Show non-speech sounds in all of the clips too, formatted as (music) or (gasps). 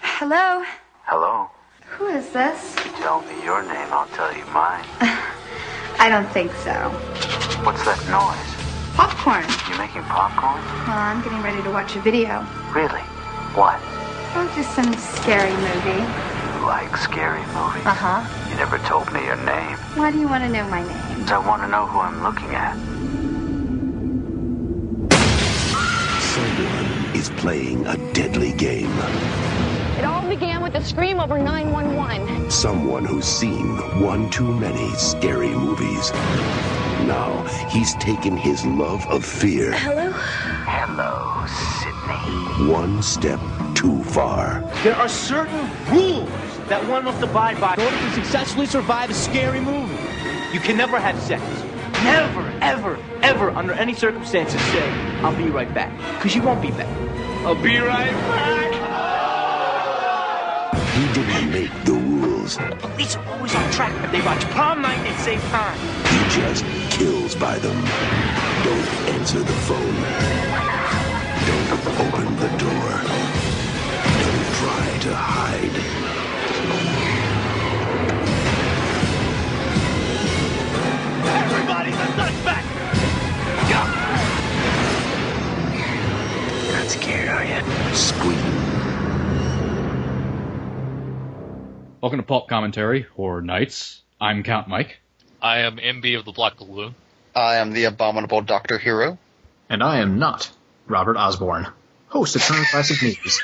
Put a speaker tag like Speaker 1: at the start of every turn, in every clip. Speaker 1: Hello?
Speaker 2: Hello.
Speaker 1: Who is this?
Speaker 2: Tell me your name, I'll tell you mine.
Speaker 1: I don't think so.
Speaker 2: What's that noise?
Speaker 1: Popcorn.
Speaker 2: You making popcorn?
Speaker 1: Well, I'm getting ready to watch a video.
Speaker 2: Really? What?
Speaker 1: Oh, just some scary movie.
Speaker 2: You like scary movies?
Speaker 1: Uh-huh. huh.
Speaker 2: You never told me your name.
Speaker 1: Why do you want to know my name?
Speaker 2: I want to know who I'm looking at.
Speaker 3: Someone is playing a deadly game.
Speaker 4: It all began with a scream over 911.
Speaker 3: Someone who's seen one too many scary movies. Now he's taken his love of fear
Speaker 2: Hello, Sydney.
Speaker 3: one step too far.
Speaker 5: There are certain rules that one must abide by in order to successfully survive a scary movie. You can never have sex. Never, ever, ever, under any circumstances, say, I'll be right back. Because you won't be back. I'll be right back.
Speaker 3: He didn't make the rules.
Speaker 5: Police are always on track. If they watch prom night, they save time.
Speaker 3: He just kills by them. Don't answer the phone. Don't open the door. Don't try to hide.
Speaker 5: Everybody's a suspect!
Speaker 2: Not scared, are you?
Speaker 3: Scream.
Speaker 6: Welcome to Pulp Commentary, Horror Nights. I'm Count Mike.
Speaker 7: I am MB of the Black Balloon.
Speaker 8: I am the abominable Doctor Hero.
Speaker 9: And I am not Robert Osborne, host of Turn Classic Movies.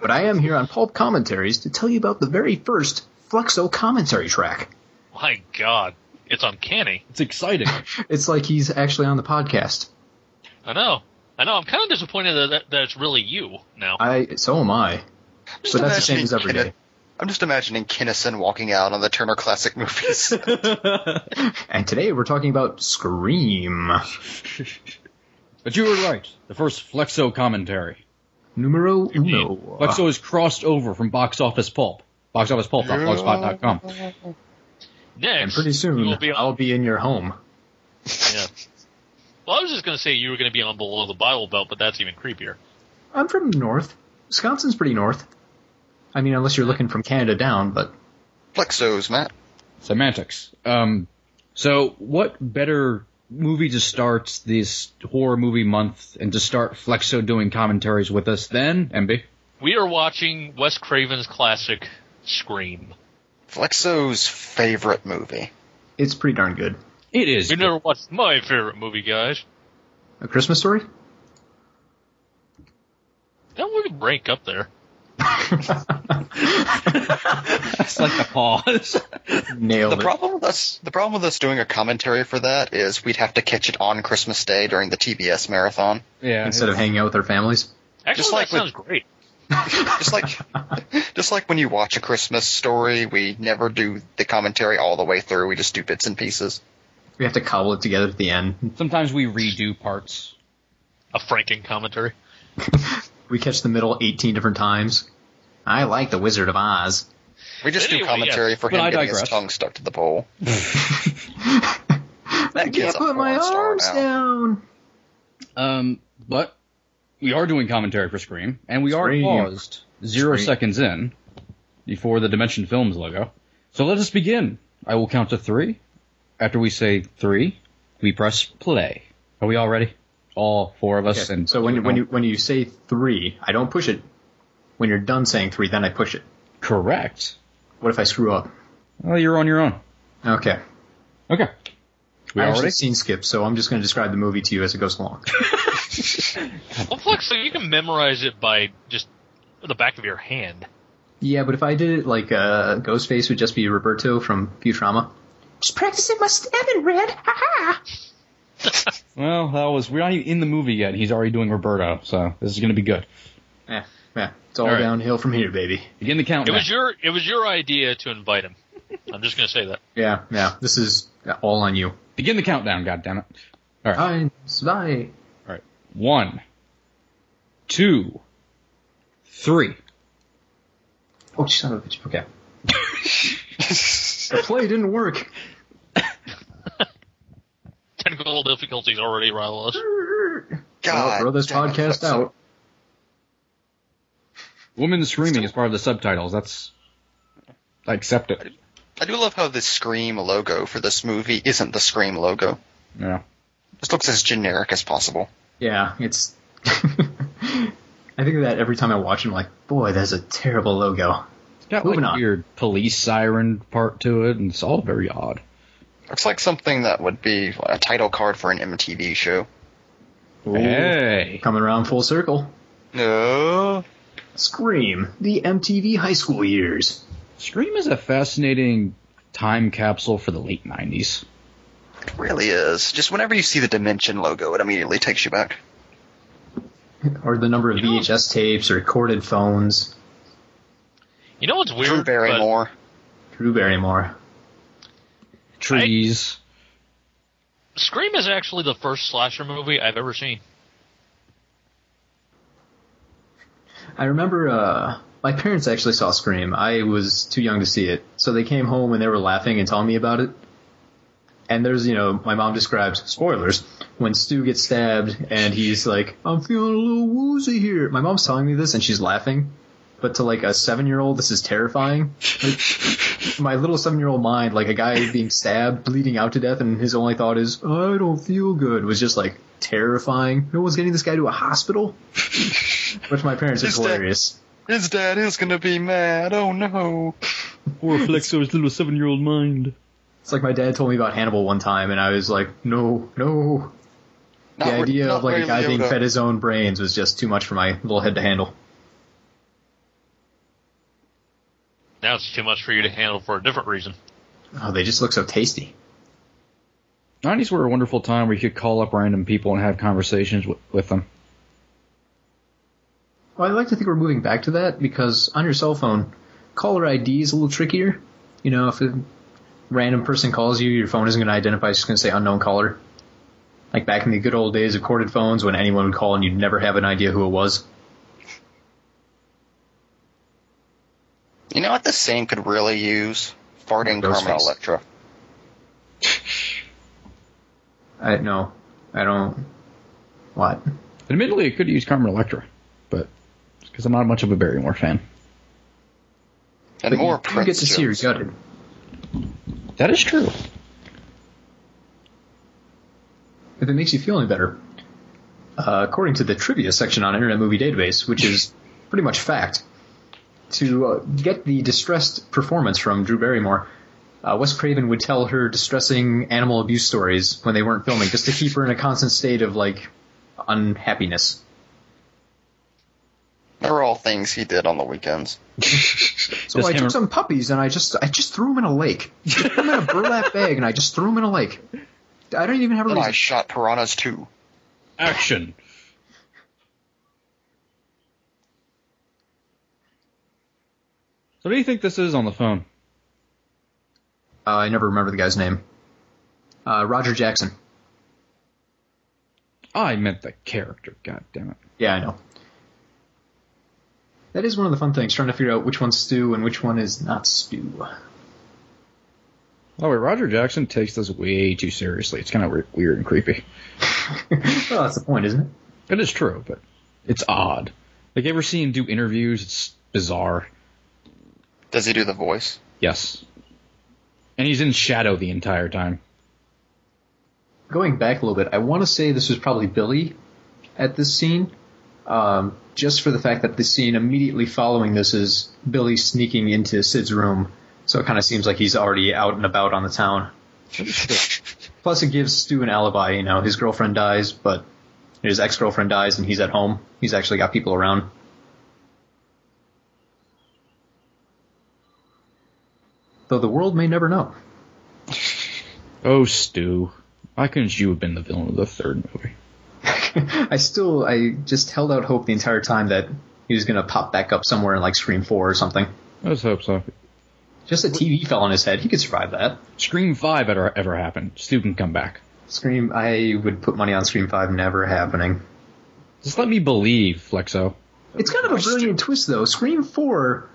Speaker 9: but I am here on Pulp Commentaries to tell you about the very first Fluxo commentary track.
Speaker 7: My God, it's uncanny.
Speaker 6: It's exciting.
Speaker 9: It's like he's actually on the podcast.
Speaker 7: I know. I know. I'm kind of disappointed that, that, that it's really you now.
Speaker 9: I so am I. But that's the same as every day.
Speaker 8: I'm just imagining Kinnison walking out on the Turner
Speaker 9: (laughs)
Speaker 8: Classic movies.
Speaker 9: And today we're talking about Scream
Speaker 6: but you were right. The first Flexo commentary.
Speaker 9: Numero Uno.
Speaker 6: Flexo is crossed over from Box Office Pulp. BoxOfficePulp.blogspot.com.
Speaker 7: Next,
Speaker 9: And pretty
Speaker 7: you
Speaker 9: soon
Speaker 7: will be on-
Speaker 9: I'll be in your home.
Speaker 7: yeah. Well, I was just going to say you were going to be on below the Bible Belt, but that's even creepier.
Speaker 9: I'm from north. Wisconsin's pretty north. I mean, unless you're looking from Canada down, but
Speaker 8: Flexos, Matt.
Speaker 6: Semantics. Um, so, what better movie to start this horror movie month and to start Flexo doing commentaries with us than MB?
Speaker 7: We are watching Wes Craven's classic Scream.
Speaker 8: Flexo's favorite movie.
Speaker 9: it's pretty darn good.
Speaker 6: It is.
Speaker 7: You never watched my favorite movie, guys.
Speaker 9: A Christmas story?
Speaker 7: That would rank up there.
Speaker 6: It's like the (laughs) pause.
Speaker 9: Nailed
Speaker 8: The
Speaker 9: it.
Speaker 8: problem with us, the problem with us doing a commentary for that is we'd have to catch it on Christmas Day during the TBS marathon.
Speaker 6: yeah.
Speaker 9: Instead of hanging out with our families.
Speaker 7: Actually,
Speaker 8: Just like
Speaker 7: that sounds great.
Speaker 9: (laughs)
Speaker 8: Just like, just like when you watch a Christmas story, we never do the commentary all the way through. We just do bits and pieces.
Speaker 9: We have to cobble it together at the end.
Speaker 6: Sometimes we redo parts.
Speaker 7: A Franken commentary.
Speaker 9: We catch the middle 18 different times. I like The Wizard of Oz.
Speaker 8: We just do
Speaker 7: Anyway,
Speaker 8: commentary for
Speaker 6: But
Speaker 8: him
Speaker 6: I
Speaker 8: getting
Speaker 6: digress.
Speaker 8: his tongue stuck to
Speaker 9: (laughs)
Speaker 8: the pole.
Speaker 9: I
Speaker 8: kid's
Speaker 9: can't
Speaker 8: a
Speaker 9: put my
Speaker 8: porn star
Speaker 9: arms
Speaker 8: now.
Speaker 9: down.
Speaker 6: Um, but we are doing commentary for Scream, and we
Speaker 9: Scream.
Speaker 6: are paused zero
Speaker 9: Scream.
Speaker 6: seconds in before the Dimension Films logo. So let us begin. I will count to three. After we say three, we press play. Are we all ready? All four of us.
Speaker 9: Okay,
Speaker 6: And
Speaker 9: So when you, when you when you say three, I don't push it. When you're done saying three, then I push it.
Speaker 6: correct.
Speaker 9: What if I screw up?
Speaker 6: Well, you're on your own.
Speaker 9: Okay.
Speaker 6: Okay. We
Speaker 9: I
Speaker 6: all
Speaker 9: actually
Speaker 6: ready?
Speaker 9: seen skip, so I'm just going to describe the movie to you as it goes along.
Speaker 7: Well, Flexo, you can memorize it by just the back of your hand.
Speaker 9: yeah, but if I did it like uh, Ghostface would just be Roberto from Futurama. Just practicing my stabbing, Red. Ha ha.
Speaker 6: Well, that was we're not even in the movie yet. He's already doing Roberto, so this is going to be good.
Speaker 9: Yeah, yeah. It's all,
Speaker 6: All right.
Speaker 9: downhill from here, baby.
Speaker 6: Begin the count.
Speaker 7: It was your it was your idea to invite him. I'm just gonna say that.
Speaker 9: Yeah, yeah. This is all on you.
Speaker 6: Begin the countdown. God damn it!
Speaker 9: Eins, zwei.
Speaker 6: All right. One, two, three.
Speaker 9: Oh, son of a bitch. Okay. the play didn't work.
Speaker 7: Technical difficulties already rival us.
Speaker 8: God,
Speaker 9: I'll throw this
Speaker 8: damn it,
Speaker 9: podcast
Speaker 8: Flexo.
Speaker 9: out.
Speaker 6: Woman screaming is part of the subtitles. That's I accept it.
Speaker 8: I do love how the Scream logo for this movie isn't the Scream logo.
Speaker 6: Yeah.
Speaker 8: This looks as generic as possible.
Speaker 7: Yeah,
Speaker 9: (laughs)
Speaker 7: it's. I think of that every time I watch it, I'm like, boy, that's a terrible logo.
Speaker 6: It's got
Speaker 7: Moving
Speaker 6: like
Speaker 7: on.
Speaker 6: weird police siren part to it, and it's all very odd.
Speaker 8: Looks like something that would be a title card for an MTV show.
Speaker 7: Ooh,
Speaker 6: Hey,
Speaker 7: Coming around full circle.
Speaker 8: No.
Speaker 7: Scream, the MTV high school years.
Speaker 6: Scream is a fascinating time capsule for the late '90s.
Speaker 8: It really is. Just whenever you see the Dimension logo, it immediately takes you back.
Speaker 7: Or the number of
Speaker 10: You know-
Speaker 7: VHS tapes or recorded phones.
Speaker 10: You know what's weird?
Speaker 8: Drew Barrymore.
Speaker 7: Drew Barrymore.
Speaker 6: Trees.
Speaker 10: but Scream is actually the first slasher movie I've ever seen.
Speaker 7: I remember uh, my parents actually saw Scream. I was too young to see it, so they came home and they were laughing and telling me about it. And there's, you know, my mom describes spoilers when Stu gets stabbed and he's like, "I'm feeling a little woozy here." My mom's telling me this and she's laughing, but to like a seven year old, this is terrifying. Like, my little seven year old mind, like a guy being stabbed, bleeding out to death, and his only thought is, "I don't feel good," was just like terrifying. No one's getting this guy to
Speaker 8: (laughs)
Speaker 7: a hospital. Which my parents is
Speaker 8: Just, uh,
Speaker 7: hilarious.
Speaker 8: His dad is gonna be mad. Oh no.
Speaker 6: Or Flexo's little seven-year-old mind.
Speaker 7: It's like my dad told me about Hannibal one time, and I was like, no, no.
Speaker 8: Not
Speaker 7: the
Speaker 8: re-
Speaker 7: idea
Speaker 8: not
Speaker 7: of like a
Speaker 8: Ray
Speaker 7: guy being
Speaker 8: Liotta.
Speaker 7: fed his own brains was just too much for my little head to handle.
Speaker 10: Now it's too much for you to handle for a different reason.
Speaker 7: Oh, they just look so tasty.
Speaker 6: '90s were a wonderful time where you could call up random people and have conversations with, with them.
Speaker 7: Well, I like to think we're moving back to that because on your cell phone, caller ID is a little trickier. You know, if a random person calls you, your phone isn't going to identify; it's just going to say unknown caller. Like back in the good old days of corded phones, when anyone would call and you'd never have an idea who it was.
Speaker 8: You know what this scene could really use? Farting
Speaker 7: Ghostface.
Speaker 8: Carmen Electra.
Speaker 7: I no, I don't. What?
Speaker 6: Admittedly, it could use Carmen Electra, but because I'm not much of a Barrymore fan.
Speaker 8: And
Speaker 7: But
Speaker 8: more
Speaker 7: you do get
Speaker 8: Prince
Speaker 7: to see her
Speaker 8: jokes.
Speaker 7: gutted.
Speaker 6: That is true.
Speaker 7: If it makes you feel any better, uh, according to the trivia section on Internet Movie Database, which is pretty much fact, to uh, get the distressed performance from Drew Barrymore, uh, Wes Craven would tell her distressing animal abuse stories when they weren't filming, just to keep her in a constant state of like unhappiness.
Speaker 8: They're all things he did on the weekends.
Speaker 7: So
Speaker 6: Just
Speaker 7: I
Speaker 6: him-
Speaker 7: took some puppies and I just I just threw them in a lake. Just put them in a burlap bag and I just threw them in a lake. I don't even have a
Speaker 8: Then
Speaker 7: reason.
Speaker 8: I shot piranhas too.
Speaker 6: Action. So, what do you think this is on the phone?
Speaker 7: Uh, I never remember the guy's name. Uh, Roger Jackson.
Speaker 6: Oh, I meant the character. God damn it.
Speaker 7: Yeah, I know. That is one of the fun things, trying to figure out which one's Stu and which one is not Stu.
Speaker 6: Oh wait, Roger Jackson takes this way too seriously. It's kind of weird, weird and creepy.
Speaker 7: (laughs) well, that's the point, isn't it?
Speaker 6: It is true, but it's odd. Like, you ever see him do interviews? It's bizarre.
Speaker 8: Does he do the voice?
Speaker 6: Yes. And he's in shadow the entire time.
Speaker 7: Going back a little bit, I want to say this was probably Billy at this scene, um, just for the fact that the scene immediately following this is Billy sneaking into Sid's room, so it kind of seems like he's already out and about on the town. Plus, it gives Stu an alibi. You know, his girlfriend dies, but his ex-girlfriend dies, and he's at home. He's actually got people around. Though the world may never know.
Speaker 6: Oh, Stu. Why couldn't you have been the villain of the third movie?
Speaker 7: I still, I just held out hope the entire time that he was gonna pop back up somewhere in like Scream Four or something.
Speaker 6: Let's hope so.
Speaker 7: Just a TV fell on his head. He could survive that.
Speaker 6: Scream 5 ever, ever happened. Stu can come back.
Speaker 7: Scream. I would put money on Scream Five never happening.
Speaker 6: Just let me believe, Flexo.
Speaker 7: It's kind of a brilliant twist, though. Scream 4,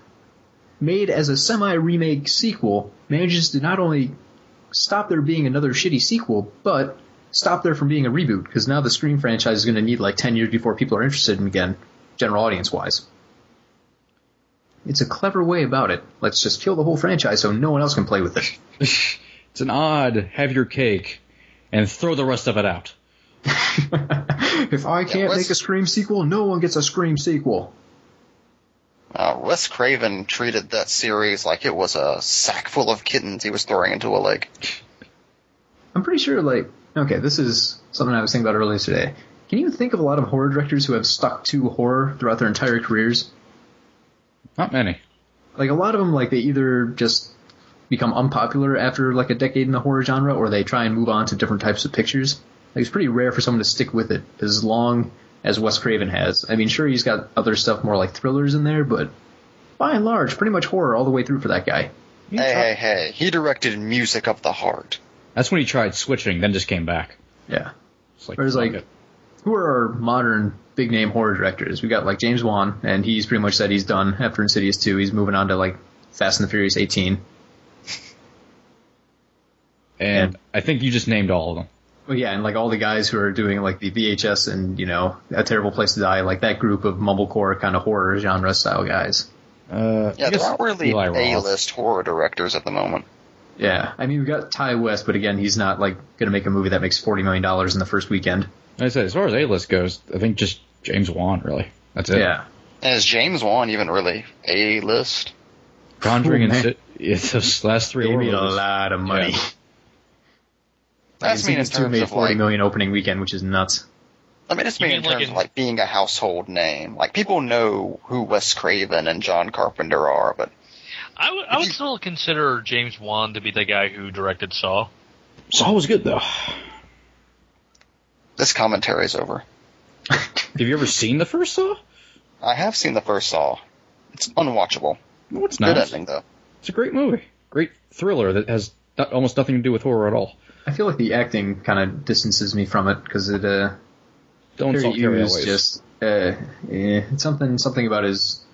Speaker 7: made as a semi remake sequel, manages to not only stop there being another shitty sequel, but stop there from being a reboot, because now the Scream franchise is going to need like 10 years before people are interested in again, general audience wise. It's a clever way about it. Let's just kill the whole franchise so no one else can play with it.
Speaker 6: It's an odd have your cake and throw the rest of it out.
Speaker 7: if I can't
Speaker 8: let's-
Speaker 7: make a Scream sequel, no one gets a Scream sequel.
Speaker 8: Uh, Wes Craven treated that series like it was a sack full of kittens he was throwing into a lake.
Speaker 7: I'm pretty sure, like, okay, this is something I was thinking about earlier today. Can you think of a lot of horror directors who have stuck to horror throughout their entire careers?
Speaker 6: Not many.
Speaker 7: Like, a lot of them, like, they either just become unpopular after, like, a decade in the horror genre, or they try and move on to different types of pictures. Like, it's pretty rare for someone to stick with it as long as Wes Craven has. I mean, sure, he's got other stuff more like thrillers in there, but by and large, pretty much horror all the way through for that guy.
Speaker 8: Hey, hey, hey. He directed Music of the Heart.
Speaker 6: That's when he tried switching, then just came back.
Speaker 7: Yeah.
Speaker 6: It's like,
Speaker 7: Whereas,
Speaker 6: fuck
Speaker 7: like,
Speaker 6: it.
Speaker 7: who are our modern big name horror directors? We got like James Wan, and he's pretty much said he's done after Insidious two. He's moving on to like Fast and the Furious eighteen.
Speaker 6: and
Speaker 7: yeah.
Speaker 6: I think you just named all of them.
Speaker 7: Well, yeah, and like all the guys who are doing like the VHS and you know A Terrible Place to Die, like that group of mumblecore kind of horror genre style guys.
Speaker 6: Uh,
Speaker 8: Yeah,
Speaker 6: I guess
Speaker 8: there aren't really
Speaker 6: Eli Roth.
Speaker 8: A-list horror directors at the moment.
Speaker 7: Yeah, I mean we got Ty West, but again he's not like gonna make a movie that makes forty million dollars in the first weekend.
Speaker 6: Like I said, as far as A list goes, I think just James Wan really. That's it.
Speaker 7: Yeah,
Speaker 8: And is James Wan even really A-list?
Speaker 6: Conjuring
Speaker 7: Oh,
Speaker 6: and
Speaker 7: man.
Speaker 6: Sid- (laughs) yeah, those last three.
Speaker 7: they
Speaker 6: horror
Speaker 7: made a
Speaker 6: movies.
Speaker 7: lot of money.
Speaker 6: Yeah.
Speaker 8: That's mean in
Speaker 7: Insidious two
Speaker 8: terms
Speaker 7: made
Speaker 8: of
Speaker 7: forty
Speaker 8: like,
Speaker 7: million opening weekend, which is nuts.
Speaker 8: I mean, it's
Speaker 11: You
Speaker 8: mean in
Speaker 11: mean, like,
Speaker 8: terms of
Speaker 11: in-
Speaker 8: like being a household name. Like people know who Wes Craven and John Carpenter are, but
Speaker 11: I would- I would still consider James Wan to be the guy who directed Saw.
Speaker 6: Saw was good though.
Speaker 8: this commentary is over.
Speaker 6: Have you ever seen the first Saw?
Speaker 8: I have seen the first Saw. It's unwatchable.
Speaker 6: No, it's
Speaker 8: Good
Speaker 6: not.
Speaker 8: ending though.
Speaker 6: It's a great movie, great thriller that has not, almost nothing to do with horror at all.
Speaker 7: I feel like the acting kind of distances me from it because it uh,
Speaker 6: Don't
Speaker 7: Perry
Speaker 6: Saw Carrie
Speaker 7: Hughes
Speaker 6: always.
Speaker 7: just uh, eh, it's something something about his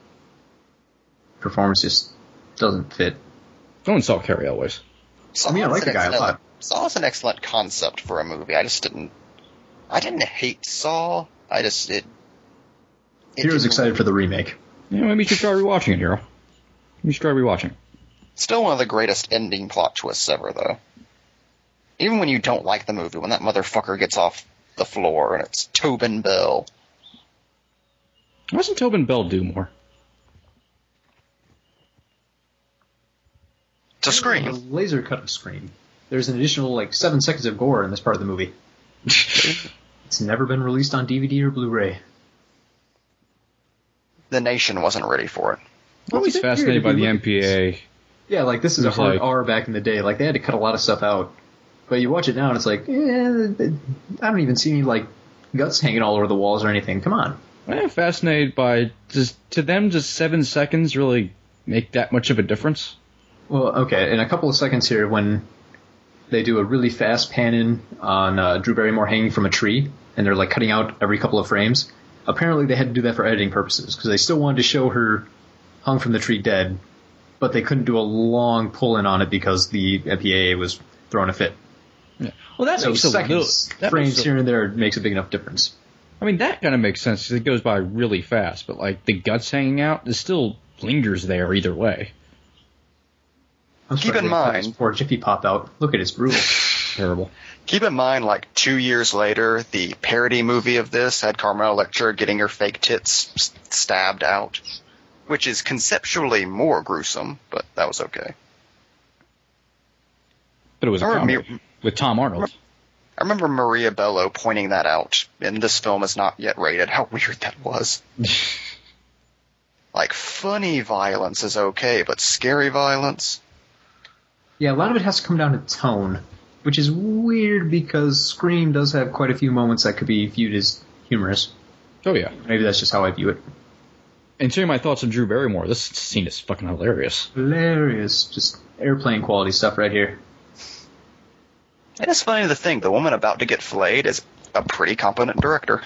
Speaker 7: performance just doesn't fit.
Speaker 6: Don't insult Carrie always.
Speaker 8: Saw
Speaker 7: I mean, I
Speaker 8: is
Speaker 7: like
Speaker 8: an
Speaker 7: the guy a
Speaker 8: excellent-
Speaker 7: lot.
Speaker 8: Saw is an excellent concept for a movie. I just didn't. I didn't hate Saw. I just it. it
Speaker 7: Hero's
Speaker 8: didn't-
Speaker 7: excited for the remake.
Speaker 6: Yeah, maybe you should try rewatching it, Hero. You should try rewatching.
Speaker 8: Still one of the greatest ending plot twists ever, though. Even when you don't like the movie, when that motherfucker gets off the floor and it's Tobin Bell.
Speaker 6: Why doesn't Tobin Bell do more?
Speaker 8: To
Speaker 7: A
Speaker 8: scream.
Speaker 7: laser cut of Scream. There's an additional like seven seconds of gore in this part of the movie.
Speaker 6: (laughs)
Speaker 7: it's never been released on DVD or Blu-ray.
Speaker 8: The nation wasn't ready for it.
Speaker 6: I'm always
Speaker 7: It's been weird
Speaker 6: fascinated
Speaker 7: if
Speaker 6: by
Speaker 7: you
Speaker 6: the
Speaker 7: look at this.
Speaker 6: MPA.
Speaker 7: Yeah, like this is a
Speaker 6: It's
Speaker 7: hard
Speaker 6: like-
Speaker 7: R back in the day. Like they had to cut a lot of stuff out. But you watch it now and it's like, eh, I don't even see any like guts hanging all over the walls or anything. Come on.
Speaker 6: I'm fascinated by does to them does seven seconds really make that much of a difference?
Speaker 7: Well, okay, in a couple of seconds here, when they do a really fast pan in on uh, Drew Barrymore hanging from a tree, and they're like cutting out every couple of frames. Apparently, they had to do that for editing purposes because they still wanted to show her hung from the tree dead, but they couldn't do a long pull in on it because the MPAA was throwing a fit.
Speaker 6: Well, that
Speaker 7: So
Speaker 6: makes a little.
Speaker 7: seconds,
Speaker 6: That
Speaker 7: frames
Speaker 6: makes a-
Speaker 7: here and there makes a big enough difference.
Speaker 6: I mean, that kind of makes sense 'cause it goes by really fast. But like the guts hanging out, it still lingers there either way.
Speaker 7: I'm
Speaker 8: Keep
Speaker 7: sorry,
Speaker 8: in
Speaker 7: they cut this
Speaker 8: mind-
Speaker 7: poor Jiffy pop out. Look at it's brutal.
Speaker 6: Terrible.
Speaker 8: Keep in mind, like two years later, the parody movie of this had Carmel Lecter getting her fake tits s- stabbed out, which is conceptually more gruesome, but that was okay.
Speaker 6: But it was a
Speaker 8: I remember-
Speaker 6: comedy with Tom Arnold.
Speaker 8: I remember Maria Bello pointing that out, and this film is not yet rated. How weird that was. like funny violence is okay, but scary violence.
Speaker 7: Yeah, a lot of it has to come down to tone, which is weird because Scream does have quite a few moments that could be viewed as humorous.
Speaker 6: Oh yeah.
Speaker 7: Maybe that's just how I view it.
Speaker 6: And to my thoughts on Drew Barrymore, this scene is fucking hilarious.
Speaker 7: Hilarious, just airplane quality stuff right here.
Speaker 8: It is funny to think the woman about to get flayed is a pretty competent director.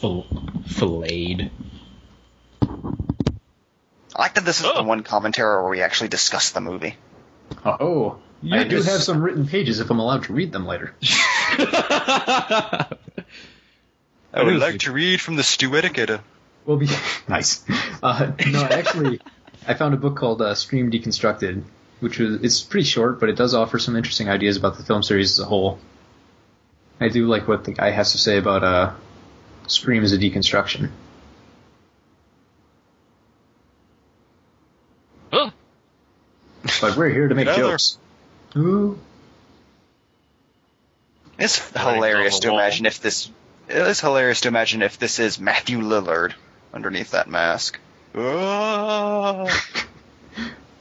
Speaker 6: Fil- filleted.
Speaker 8: I like that this is
Speaker 11: Oh.
Speaker 8: the one commentary where we actually discuss the movie.
Speaker 7: Oh, I
Speaker 6: You're
Speaker 7: do
Speaker 6: just-
Speaker 7: have some written pages if I'm allowed to read them later.
Speaker 8: I
Speaker 6: would like
Speaker 8: to read from the stew etiquette.
Speaker 7: Well, be nice. Uh, no, I actually, I found a book called uh, Scream Deconstructed, which was it's pretty short, but it does offer some interesting ideas about the film series as a whole. I do like what the guy has to say about uh, Scream as a deconstruction.
Speaker 12: Huh.
Speaker 7: But we're here to make
Speaker 8: Another.
Speaker 7: jokes. Ooh.
Speaker 8: It's
Speaker 12: on
Speaker 8: hilarious
Speaker 12: the
Speaker 8: to
Speaker 12: wall.
Speaker 8: imagine if this. It is hilarious to imagine if this is Matthew Lillard underneath that mask. Ah.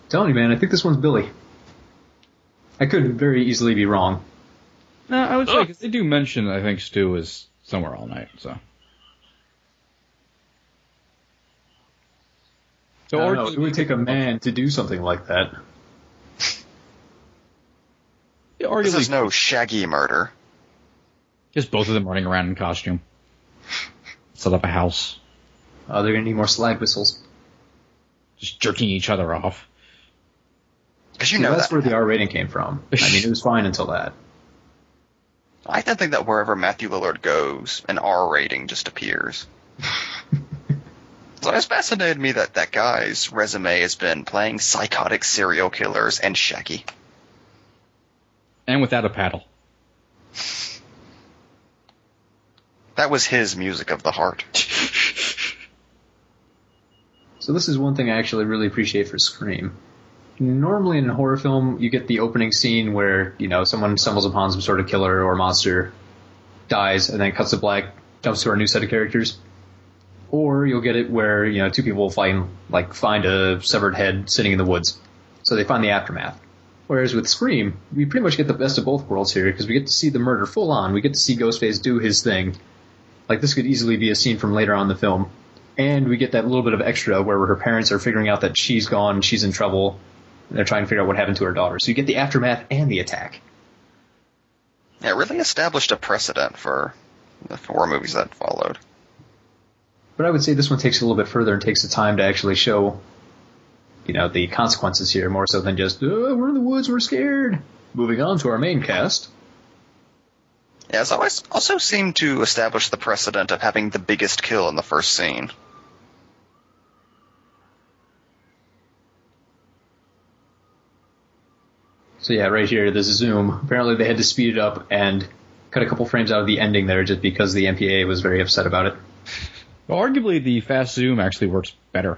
Speaker 7: Telling you, man, I think this one's Billy. I could very easily be wrong.
Speaker 6: No, I would say 'cause they do mention I think Stu is somewhere all night. So. So
Speaker 7: I don't
Speaker 6: or
Speaker 7: know,
Speaker 6: just-
Speaker 7: it would take a man to do something like that.
Speaker 6: or
Speaker 8: This
Speaker 6: you
Speaker 8: is no shaggy murder.
Speaker 6: Just both of them running around in costume. Set up a house.
Speaker 7: Uh, they're gonna need more slide whistles.
Speaker 6: Just jerking each other off.
Speaker 8: Because you
Speaker 7: See,
Speaker 8: know
Speaker 7: that's
Speaker 8: that.
Speaker 7: where the R rating came from. I mean, it was fine until that.
Speaker 8: I don't think that wherever Matthew Lillard goes, an R rating just
Speaker 7: (laughs)
Speaker 8: appears. so it's fascinated me that that guy's resume has been playing psychotic serial killers and Shaggy.
Speaker 6: (laughs) And without a paddle.
Speaker 8: That was his music of the
Speaker 7: (laughs)
Speaker 8: heart.
Speaker 7: So this is one thing I actually really appreciate for Scream. Normally in a horror film, you get the opening scene where, you know, someone stumbles upon some sort of killer or monster, dies, and then cuts to black, jumps to our new set of characters. Or you'll get it where, you know, two people will find, like, find a severed head sitting in the woods. So they find the aftermath. Whereas with Scream, we pretty much get the best of both worlds here because we get to see the murder full on. We get to see Ghostface do his thing. Like, this could easily be a scene from later on in the film and we get that little bit of extra where her parents are figuring out that she's gone, she's in trouble, and they're trying to figure out what happened to her daughter. So you get the aftermath and the attack.
Speaker 8: It really established a precedent for the horror movies that followed.
Speaker 7: But I would say this one takes it a little bit further and takes the time to actually show, you know, the consequences here more so than just oh, we're in the woods, we're scared. Moving on to our main cast.
Speaker 8: Yeah, it's always also seemed to establish the precedent of having the biggest kill in the first scene.
Speaker 7: So yeah, right here, this is Zoom. Apparently they had to speed it up and cut a couple frames out of the ending there just because the MPA was very upset about it.
Speaker 6: Well, arguably the fast zoom actually works better.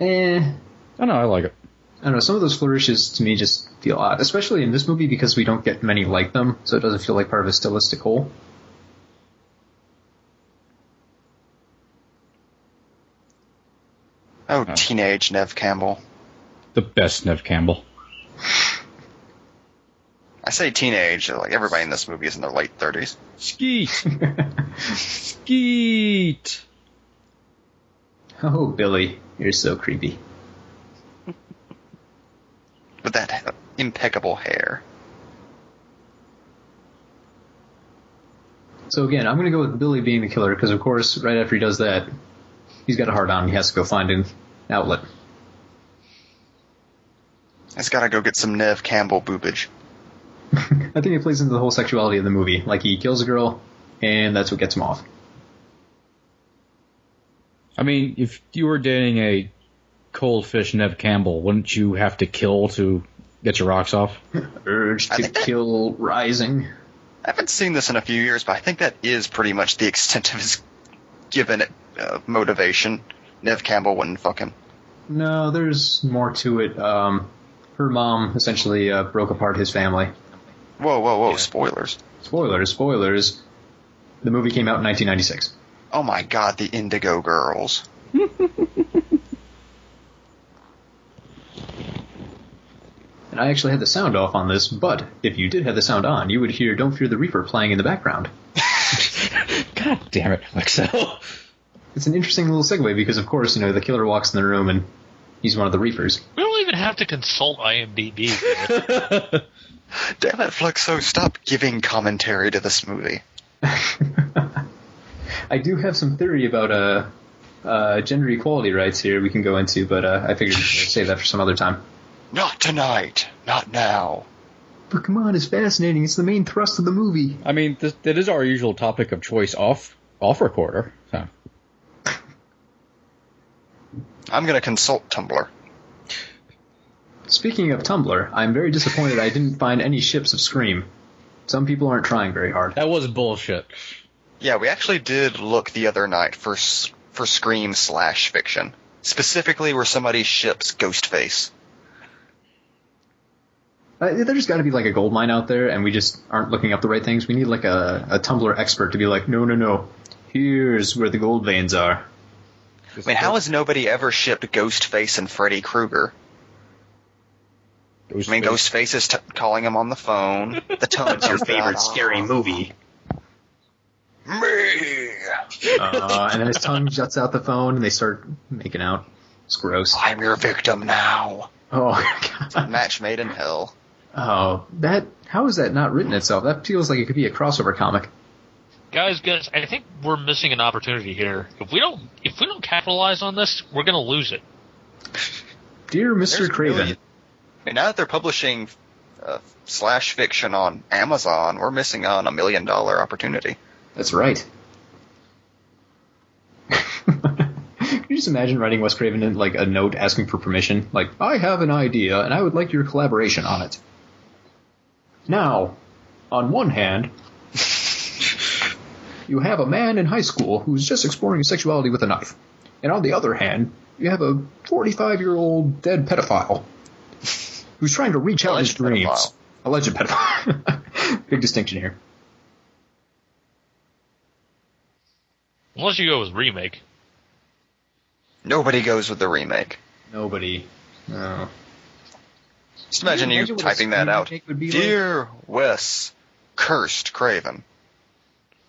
Speaker 7: Eh,
Speaker 6: I don't know, I like it.
Speaker 7: I don't know. Some of those flourishes to me just feel odd, especially in this movie because we don't get many like them, so it doesn't feel like part of a stylistic whole. (laughs)
Speaker 8: Oh, teenage Nev Campbell.
Speaker 6: The best Nev Campbell.
Speaker 8: I say teenage, like everybody in this movie is in their late thirties.
Speaker 6: Skeet! Skeet!
Speaker 7: Oh, Billy, you're so creepy.
Speaker 8: With that impeccable hair.
Speaker 7: So again, I'm gonna go with Billy being the killer because, of course, right after he does that, he's got a hard on. He has to go find an outlet.
Speaker 8: It's gotta go get some Nev Campbell boobage.
Speaker 7: I think it plays into the whole sexuality of the movie. Like he kills a girl, and that's what gets him off.
Speaker 6: I mean, if you were dating a cold fish Nev Campbell, wouldn't you have to kill to get your rocks off?
Speaker 7: Urge
Speaker 8: I
Speaker 7: to
Speaker 8: think that-
Speaker 7: kill rising.
Speaker 8: I haven't seen this in a few years, but I think that is pretty much the extent of his given uh, motivation. Nev Campbell wouldn't fuck him.
Speaker 7: No, there's more to it. Um, her mom essentially uh, broke apart his family.
Speaker 8: Whoa, whoa, whoa! Spoilers.
Speaker 7: Spoilers, spoilers. The movie came out in 1996.
Speaker 8: Oh my God, the Indigo Girls.
Speaker 7: And I actually had the sound off on this, but if you did have the sound on, you would hear Don't Fear the Reaper playing in the background.
Speaker 6: God damn it, (laughs) Alexa.
Speaker 7: It's an interesting little segue because, of course, you know, the killer walks in the room and he's one of the Reapers.
Speaker 12: We don't even have to consult IMDb. here.
Speaker 8: Damn it, Fluxo! Stop giving commentary to this movie.
Speaker 7: (laughs) I do have some theory about uh, uh, gender equality rights here we can go into, but uh, I figured I'd save that for some other time.
Speaker 8: Not tonight. Not now.
Speaker 7: But come on, it's fascinating. It's the main thrust of the movie.
Speaker 6: I mean, this, that is our usual topic of choice off off recorder. So.
Speaker 8: I'm going to consult Tumblr.
Speaker 6: Speaking of Tumblr, I'm very disappointed I didn't find any ships of Scream. Some people aren't trying very hard.
Speaker 7: That was bullshit.
Speaker 8: Yeah, we actually did look the other night for s- for Scream slash fiction, specifically where somebody ships Ghostface.
Speaker 6: Uh, There's got to be like a gold mine out there, and we just aren't looking up the right things. We need like a, a Tumblr expert to be like, no, no, no. Here's where the gold veins are.
Speaker 8: I mean, how has nobody ever shipped Ghostface and Freddy Krueger? I mean, Ghostface is t- calling him on the phone. The tone's (laughs) your
Speaker 6: movie?
Speaker 8: Me.
Speaker 6: Uh, and then his tongue juts out the phone, and they start making out. It's gross.
Speaker 8: I'm your victim now.
Speaker 6: Oh, (laughs) God.
Speaker 8: Match made in hell.
Speaker 6: Oh, that. How is that not written itself? That feels like it could be a crossover comic.
Speaker 2: Guys, guys, I think we're missing an opportunity here. If we don't, if we don't capitalize on this, we're gonna lose it.
Speaker 6: Dear Mr.
Speaker 8: There's
Speaker 6: Craven.
Speaker 8: really- And now that they're publishing uh, slash fiction on Amazon, we're missing on a million dollar opportunity.
Speaker 6: That's right. (laughs) Can you just imagine writing Wes Craven in like a note asking for permission? Like, I have an idea and I would like your collaboration on it. Now, on one hand, (laughs) you have a man in high school who's just exploring his sexuality with a knife. And on the other hand, you have a 45 year old dead pedophile who's trying to reach out his
Speaker 8: Alleged
Speaker 6: dreams.
Speaker 8: pedophile.
Speaker 6: Alleged pedophile. (laughs) Big distinction here.
Speaker 2: Unless you go with remake.
Speaker 8: Nobody goes with the remake.
Speaker 6: Nobody. No.
Speaker 8: Just imagine
Speaker 6: Can
Speaker 8: you,
Speaker 6: imagine what a
Speaker 8: typing that
Speaker 6: screen
Speaker 8: out.
Speaker 6: take would be
Speaker 8: Dear Wes, cursed Craven,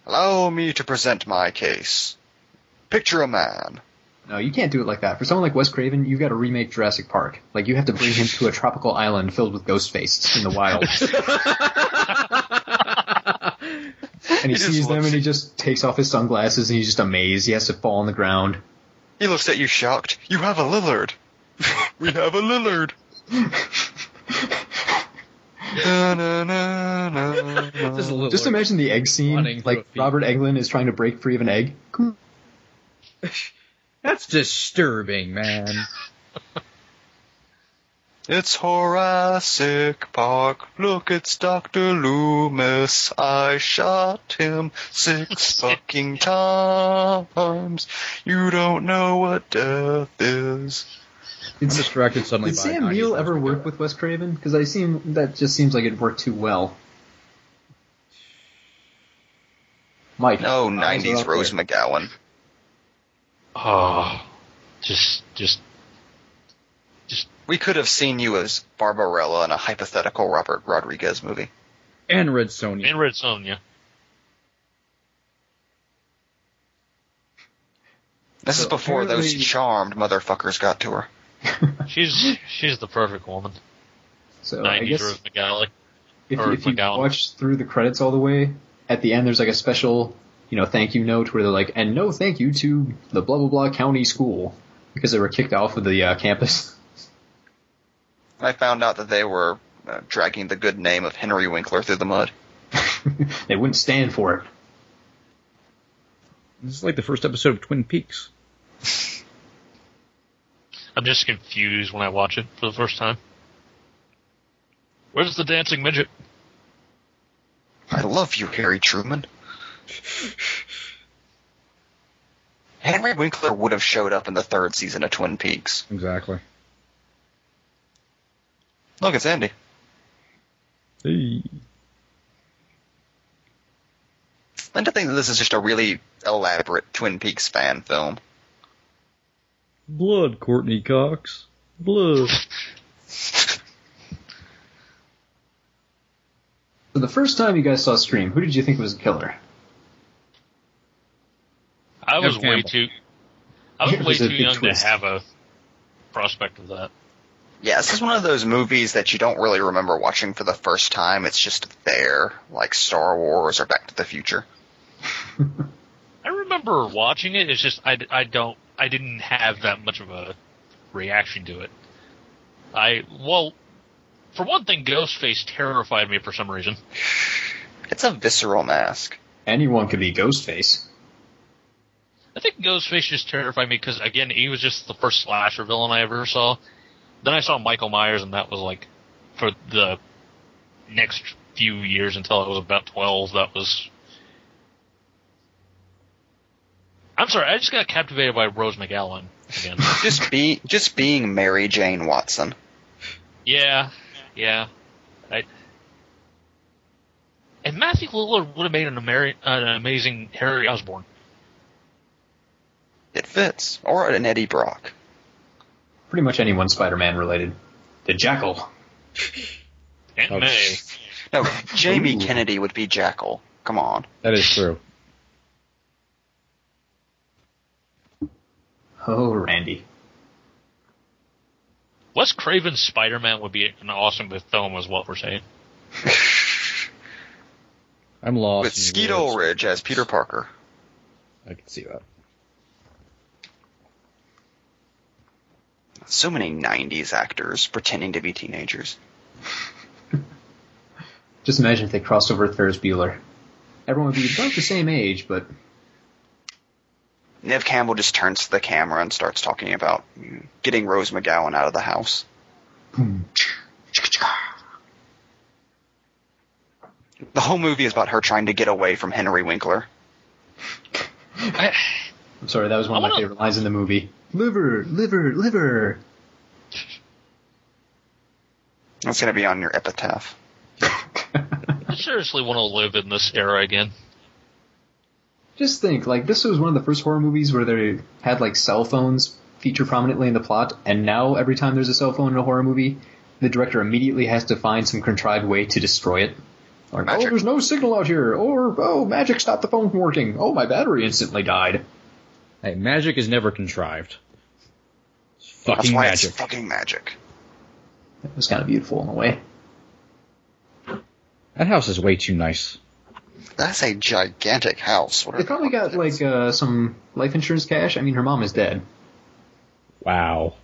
Speaker 8: allow me to present my case. Picture a man.
Speaker 6: No, you can't do it like that. For someone like Wes Craven, you've got to remake Jurassic Park. Like you have to bring him to a tropical island filled with ghost face in the
Speaker 7: (laughs)
Speaker 6: wild. and he,
Speaker 8: just
Speaker 6: sees them
Speaker 8: looks-
Speaker 6: and he just takes off his sunglasses and he's just amazed. He has to fall on the ground.
Speaker 8: He looks at you shocked. You have a Lillard. (laughs) we have a
Speaker 6: (laughs)
Speaker 8: Lillard. Na, na, na, na, na.
Speaker 7: Just, a little
Speaker 6: Just imagine the egg
Speaker 7: Running
Speaker 6: scene.
Speaker 7: through a
Speaker 6: Like
Speaker 7: field.
Speaker 6: Robert Englund is trying to break free of an egg. Come
Speaker 7: That's disturbing, man.
Speaker 2: (sighs)
Speaker 8: It's Horacic Park. Look, it's Dr. Loomis. I shot him (laughs) six fucking times. You don't know what death is.
Speaker 7: I'm distracted suddenly
Speaker 6: Did
Speaker 7: by
Speaker 6: Sam
Speaker 7: Kanye's
Speaker 6: Neill
Speaker 7: voice.
Speaker 6: ever work with Wes Craven? Because I seem that just seems like it worked too well. Mike. Oh,
Speaker 8: No,
Speaker 6: eyes are out
Speaker 8: 90s
Speaker 6: there.
Speaker 8: Oh, Rose McGowan.
Speaker 2: Oh, just, just,
Speaker 8: We could have seen you as Barbarella in a hypothetical Robert Rodriguez movie.
Speaker 7: and Red Sonja.
Speaker 2: in Red Sonja.
Speaker 8: This is
Speaker 6: So
Speaker 8: before those
Speaker 6: apparently-
Speaker 8: charmed motherfuckers got to her.
Speaker 2: She's, she's the perfect woman.
Speaker 6: So I
Speaker 2: Nineties
Speaker 6: guess
Speaker 2: Rose McGowan.
Speaker 6: if,
Speaker 2: or
Speaker 6: if you
Speaker 2: McGowan.
Speaker 6: watch through the credits all the way, at the end there's like a special, you know, thank you note where they're like, and no thank you to the blah blah blah county school because they were kicked off of the uh, campus. (laughs)
Speaker 8: I found out that they were uh, dragging the good name of Henry Winkler through the mud.
Speaker 6: they wouldn't stand for it.
Speaker 7: This is like the first episode of Twin Peaks.
Speaker 2: I'm just confused when I watch it for the first time. Where's the dancing midget?
Speaker 8: I love you, Harry Truman. Henry Winkler would have showed up in the third season of Twin Peaks.
Speaker 7: Exactly.
Speaker 8: Look, it's Andy. And to think that this is just a really elaborate Twin Peaks fan film.
Speaker 7: Blood, Courtney Cox. Blood.
Speaker 6: So the first time you guys saw Scream, who did you think was the killer?
Speaker 2: I was
Speaker 7: Nev
Speaker 2: way
Speaker 7: Campbell.
Speaker 2: too, I was
Speaker 6: It
Speaker 2: way
Speaker 6: was a
Speaker 2: too
Speaker 6: big
Speaker 2: young
Speaker 6: twist.
Speaker 2: to have a prospect of that.
Speaker 8: Yeah, this is one of those movies that you don't really remember watching for the first time. It's just there, like Star Wars or Back to the Future.
Speaker 2: I remember watching it. It's just I, I don't I didn't have that much of a reaction to it. I well, for one thing, Ghostface terrified me for some reason.
Speaker 8: It's a visceral mask.
Speaker 6: Anyone could be Ghostface.
Speaker 7: I think Ghostface just terrified me because again, he was just the first slasher villain I ever saw. Then I saw Michael Myers, and that was like for the next few years until I was about twelve. That was. I'm sorry, I just got captivated by Rose McGowan again.
Speaker 8: Just be just being Mary Jane Watson.
Speaker 7: yeah, yeah. I, and Matthew Lillard would have made an, Ameri- an amazing Harry Osborn.
Speaker 8: It fits. Or an Eddie Brock.
Speaker 6: Pretty much anyone Spider-Man related. The Jackal.
Speaker 7: Aunt
Speaker 3: Oh,
Speaker 7: May.
Speaker 3: (laughs)
Speaker 8: No, Jamie Kennedy would be Jackal. Come on.
Speaker 3: That is true.
Speaker 6: Oh, Randy.
Speaker 7: Wes Craven's Spider-Man would be an awesome film, is what we're saying.
Speaker 3: I'm lost.
Speaker 8: With
Speaker 3: in the
Speaker 8: Skeet
Speaker 3: woods.
Speaker 8: Ulrich as Peter Parker.
Speaker 3: I can see that.
Speaker 8: So many 90s actors pretending to be teenagers.
Speaker 6: Just imagine if they crossed over with Ferris Bueller. Everyone would be about the same age, but
Speaker 8: Nev Campbell just turns to the camera and starts talking about mm, getting Rose McGowan out of the house. The whole movie is about her trying to get away from Henry Winkler.
Speaker 7: I,
Speaker 6: I'm sorry, that was one of
Speaker 7: I
Speaker 6: my
Speaker 7: wanna-
Speaker 6: favorite lines in the movie. Liver, liver, liver. (laughs)
Speaker 8: That's going to be on your epitaph.
Speaker 7: I seriously want to live in this era again.
Speaker 6: Just think, like this was one of the first horror movies where they had like cell phones feature prominently in the plot, and now every time there's a cell phone in a horror movie, the director immediately has to find some contrived way to destroy it. Like, oh,
Speaker 8: Magic.
Speaker 6: there's no signal out here, or oh, magic stopped the phone from working. Oh, my battery instantly died.
Speaker 3: Hey, magic is never contrived. It's
Speaker 8: That's
Speaker 3: fucking
Speaker 8: why
Speaker 3: magic.
Speaker 8: it's fucking magic.
Speaker 6: It was kind of beautiful in a way.
Speaker 3: that house is way too nice.
Speaker 8: That's a gigantic house. What are
Speaker 6: They probably got like uh, some life insurance cash. I mean, her mom is dead.
Speaker 3: Wow.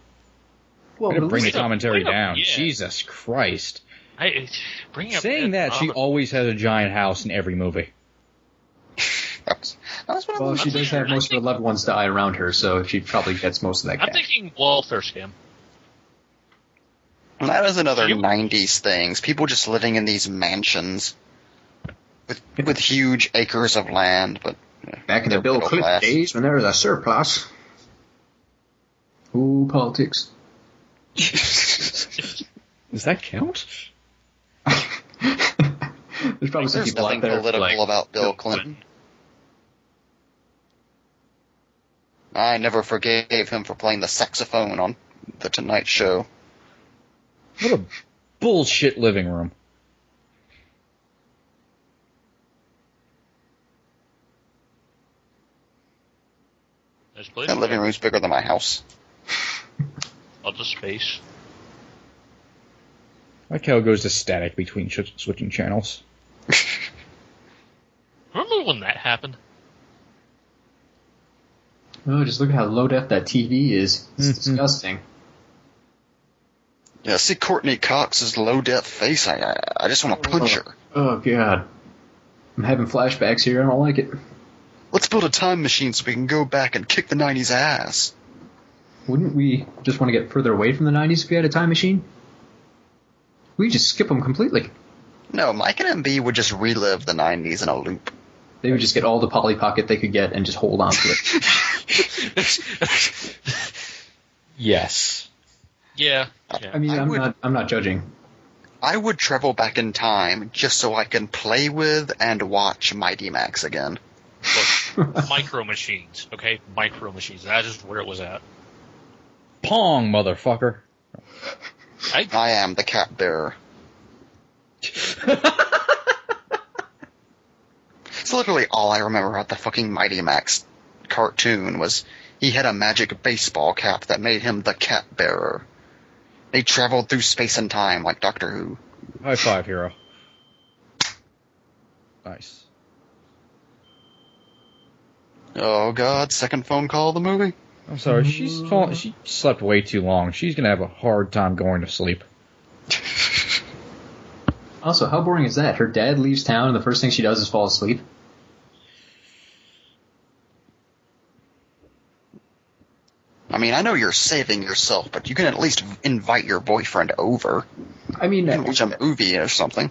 Speaker 6: Well,
Speaker 3: Way to
Speaker 6: but at
Speaker 3: bring the
Speaker 6: least-
Speaker 3: commentary
Speaker 7: wait a-
Speaker 3: down.
Speaker 7: yeah.
Speaker 3: Jesus Christ.
Speaker 7: I it's- bringing up uh,
Speaker 3: Saying that, she always has a giant house in every movie.
Speaker 8: That was, that was one of
Speaker 6: well,
Speaker 8: those.
Speaker 6: she does have most of her loved ones die around her, so she probably gets most of that
Speaker 7: I'm
Speaker 6: cash.
Speaker 7: thinking welfare scam.
Speaker 8: That was another
Speaker 7: She-
Speaker 8: '90s things. People just living in these mansions with with huge acres of land, but eh,
Speaker 6: Back in the
Speaker 8: they're
Speaker 6: Bill
Speaker 8: middle
Speaker 6: Clinton
Speaker 8: class.
Speaker 6: days when there was a surplus. Ooh, politics.
Speaker 3: (laughs) Does that count?
Speaker 6: (laughs) There's probably some
Speaker 8: There's
Speaker 6: people
Speaker 8: nothing
Speaker 6: out there
Speaker 8: political
Speaker 6: like,
Speaker 8: about Bill Clinton. I never forgave him for playing the saxophone on the Tonight Show.
Speaker 3: What a bullshit living room.
Speaker 7: Nice place.
Speaker 8: That living room's bigger than my house.
Speaker 7: Lots of space.
Speaker 3: My cow goes to static between sh- switching channels.
Speaker 7: Remember when that happened?
Speaker 6: oh, just look at how low def that TV is. It's disgusting.
Speaker 8: Yeah, see Courtney Cox's low def face. I I, I just want to punch her.
Speaker 6: Oh god, I'm having flashbacks here. I don't like it.
Speaker 8: Let's build a time machine so we can go back and kick the '90s ass.
Speaker 6: Wouldn't we just want to get further away from the 90s if we had a time machine? We just skip them completely.
Speaker 8: No, Mike and MB would just relive the '90s in a loop.
Speaker 6: They would just get all the Polly Pocket they could get and just hold on to it.
Speaker 3: Yes.
Speaker 7: Yeah. yeah.
Speaker 6: I mean,
Speaker 8: I
Speaker 6: I'm
Speaker 8: would-
Speaker 6: not, I'm not judging.
Speaker 8: I would travel back in time just so I can play with and watch Mighty Max again.
Speaker 7: Look, micro machines. Okay, micro machines. That is where it was at.
Speaker 3: Pong, motherfucker.
Speaker 7: I
Speaker 8: I am the cat
Speaker 3: (laughs)
Speaker 8: bearer. it's literally all I remember about the fucking Mighty Max cartoon was he had a magic baseball cap that made him the cat bearer. They traveled through space and time like Doctor Who.
Speaker 3: High five, hero. Nice.
Speaker 8: Oh god, second phone call of the movie?
Speaker 3: I'm sorry. She's fall- she slept way too long. She's gonna have a hard time going to sleep.
Speaker 6: Also, how boring is that? Her dad leaves town and the first thing she does is fall asleep.
Speaker 8: I mean, I know you're saving yourself, but you can at least invite your boyfriend over.
Speaker 6: I mean,
Speaker 8: You can watch a movie or something.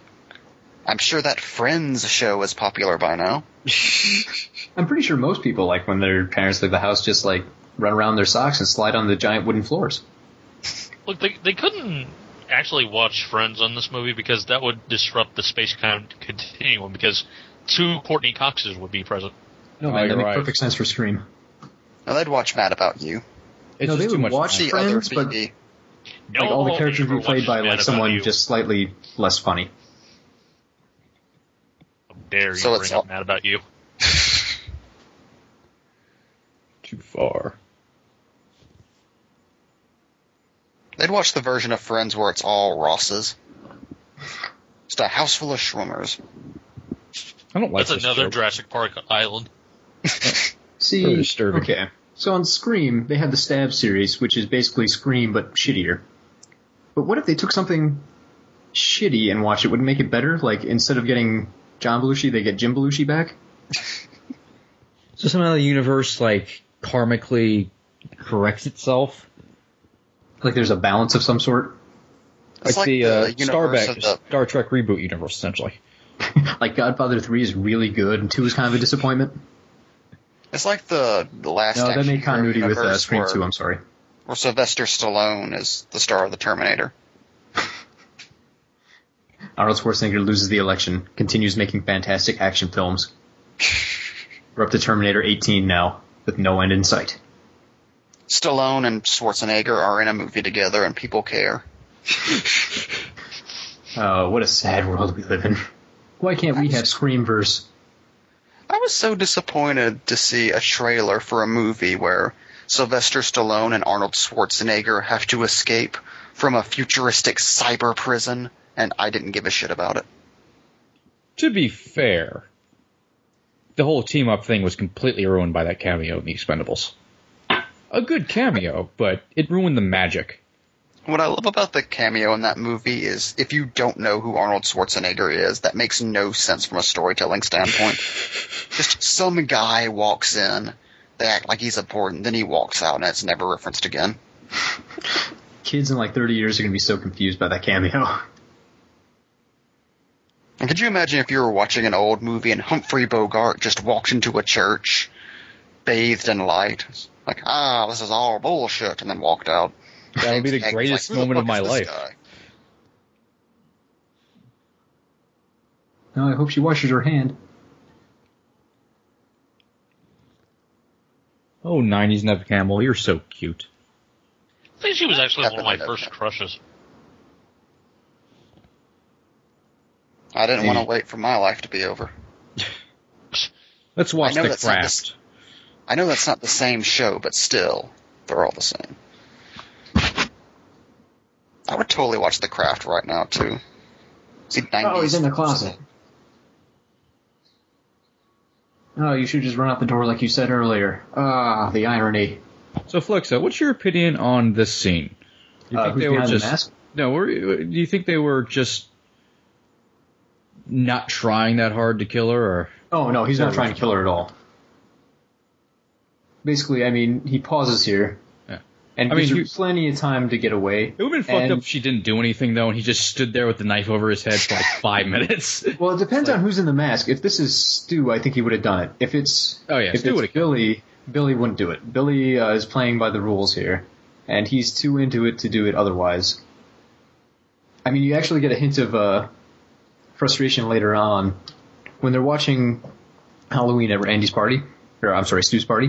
Speaker 8: I'm sure that Friends show is popular by now.
Speaker 6: I'm pretty sure most people, like when their parents leave the house, just like run around their socks and slide on the giant wooden floors.
Speaker 2: Look, they, they couldn't actually watch Friends on this movie because that would disrupt the space con- continuum because two Courtney Coxes would be present.
Speaker 6: No,
Speaker 7: Oh,
Speaker 6: man,
Speaker 7: you're
Speaker 6: that makes
Speaker 7: right.
Speaker 6: perfect sense for Scream.
Speaker 8: Now, they'd watch Mad About You.
Speaker 7: It's
Speaker 6: no,
Speaker 7: just
Speaker 6: they
Speaker 7: too
Speaker 6: would
Speaker 7: much.
Speaker 6: watch
Speaker 8: The other
Speaker 6: Friends, but
Speaker 8: BB.
Speaker 2: No
Speaker 6: like all the
Speaker 2: one
Speaker 6: characters
Speaker 2: ever
Speaker 6: were played
Speaker 2: watches
Speaker 6: by
Speaker 2: Mad
Speaker 6: like
Speaker 2: About
Speaker 6: someone
Speaker 2: You.
Speaker 6: just slightly less funny.
Speaker 2: How dare you
Speaker 8: So
Speaker 2: bring
Speaker 8: it's
Speaker 2: up
Speaker 8: all-
Speaker 2: Mad About You?
Speaker 7: too far.
Speaker 8: They'd watch the version of Friends where it's all Rosses. Just a house full of shroomers.
Speaker 7: I don't like
Speaker 2: That's
Speaker 7: this
Speaker 2: another
Speaker 7: joke.
Speaker 2: Jurassic Park island.
Speaker 6: See,
Speaker 7: Very disturbing.
Speaker 6: okay. So on Scream, they had the Stab series, which is basically Scream but shittier. But what if they took something shitty and watched it? Would it make it better? Like instead of getting John Belushi, they get Jim Belushi back.
Speaker 7: So somehow the universe like karmically corrects itself.
Speaker 6: Like there's a balance of some sort.
Speaker 7: Like,
Speaker 8: It's like
Speaker 7: the,
Speaker 8: the
Speaker 7: uh,
Speaker 8: universe
Speaker 7: Star,
Speaker 8: of the-
Speaker 7: Star Trek reboot universe, essentially.
Speaker 6: Like Godfather Three is really good, and Two is kind of a disappointment.
Speaker 8: It's like the, the last
Speaker 6: No, that
Speaker 8: Action
Speaker 6: made continuity
Speaker 8: Hero
Speaker 6: with uh,
Speaker 8: universe
Speaker 6: Scream
Speaker 8: where,
Speaker 6: Two. I'm sorry.
Speaker 8: where Sylvester Stallone is the star of the Terminator.
Speaker 6: Arnold Schwarzenegger loses the election, continues making fantastic action films. We're up to Terminator 18 now, with no end in sight.
Speaker 8: Stallone and Schwarzenegger are in a movie together and people care.
Speaker 6: Uh, what a sad world we live in. Why can't we have Screamverse?
Speaker 8: I was so disappointed to see a trailer for a movie where Sylvester Stallone and Arnold Schwarzenegger have to escape from a futuristic cyber prison, and I didn't give a shit about it.
Speaker 7: To be fair, the whole team up thing was completely ruined by that cameo in The Expendables. A good cameo, but it ruined the magic.
Speaker 8: What I love about the cameo in that movie is if you don't know who Arnold Schwarzenegger is, that makes no sense from a storytelling standpoint. Just some guy walks in, they act like he's important, then he walks out and it's never referenced again.
Speaker 6: Kids in like 30 years are going to be so confused by that cameo.
Speaker 8: And could you imagine if you were watching an old movie and Humphrey Bogart just walked into a church, bathed in light, like, ah, this is all bullshit, and then walked out?
Speaker 7: That would be the
Speaker 8: Hank- Hank's
Speaker 7: greatest
Speaker 8: like, "Who the
Speaker 7: moment of
Speaker 8: fuck
Speaker 7: my
Speaker 8: is this
Speaker 7: life.
Speaker 8: guy?"
Speaker 6: No, I hope she washes her hand.
Speaker 7: Oh, 90s Nev Campbell, you're so cute.
Speaker 2: I think she was actually one of my
Speaker 8: Definitely.
Speaker 2: first crushes.
Speaker 8: I didn't want to wait for my life to be over.
Speaker 7: Let's watch
Speaker 8: I know
Speaker 7: The
Speaker 8: that's not
Speaker 7: Craft.
Speaker 8: I know that's not the same show, but still, they're all the same. I would totally watch The Craft right now too. See, 90s.
Speaker 6: Oh, he's in the closet. No, Oh, you should just run out the door like you said earlier. Ah, the irony.
Speaker 7: So, Fluxo, what's your opinion on this scene? You
Speaker 6: Uh, who's behind the mask?
Speaker 7: No, were, do you think they were just not trying that hard to kill her, or
Speaker 6: Oh no, he's not trying to kill her at all. Basically, I mean, he pauses here,
Speaker 7: Yeah.
Speaker 6: and
Speaker 7: I mean,
Speaker 6: gives her
Speaker 7: he-
Speaker 6: plenty of time to get away.
Speaker 7: it would have been fucked
Speaker 6: And-
Speaker 7: up if she didn't do anything though, and he just stood there with the knife over his head (laughs) for like five minutes.
Speaker 6: Well, it depends on who's in the mask. If this is Stu, I think he would have done it. If it's
Speaker 7: Oh, yeah,
Speaker 6: if
Speaker 7: Stu
Speaker 6: it's
Speaker 7: would've
Speaker 6: Billy, Billy wouldn't do it. Billy uh, is playing by the rules here, and he's too into it to do it otherwise. I mean, you actually get a hint of uh, frustration later on when they're watching Halloween at Randy's party, or I'm sorry, Stu's party.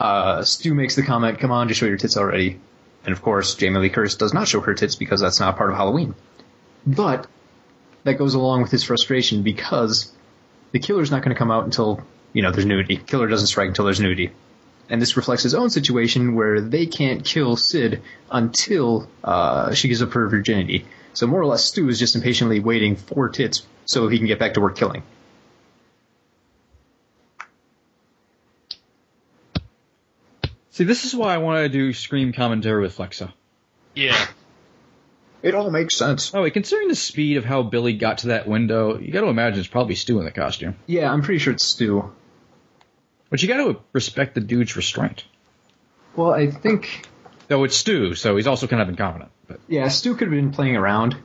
Speaker 6: Uh, Stu makes the comment, "Come on, just show your tits already." And of course, Jamie Lee Curtis does not show her tits because that's not part of Halloween. But that goes along with his frustration because the killer's not going to come out until you know there's nudity. Killer doesn't strike until there's nudity, and this reflects his own situation where they can't kill Sid until uh, she gives up her virginity. So more or less, Stu is just impatiently waiting for tits so he can get back to work killing.
Speaker 7: See, this is why I want to do scream commentary with Fluxo.
Speaker 2: Yeah.
Speaker 6: It all makes sense.
Speaker 7: Oh, wait, considering the speed of how Billy got to that window, you got to imagine it's probably Stu in the costume.
Speaker 6: Yeah, I'm pretty sure it's Stu.
Speaker 7: But you got to respect the dude's restraint.
Speaker 6: Well, I think
Speaker 7: Though it's Stu, so he's also kind of incompetent. But
Speaker 6: Yeah, Stu could have been playing around.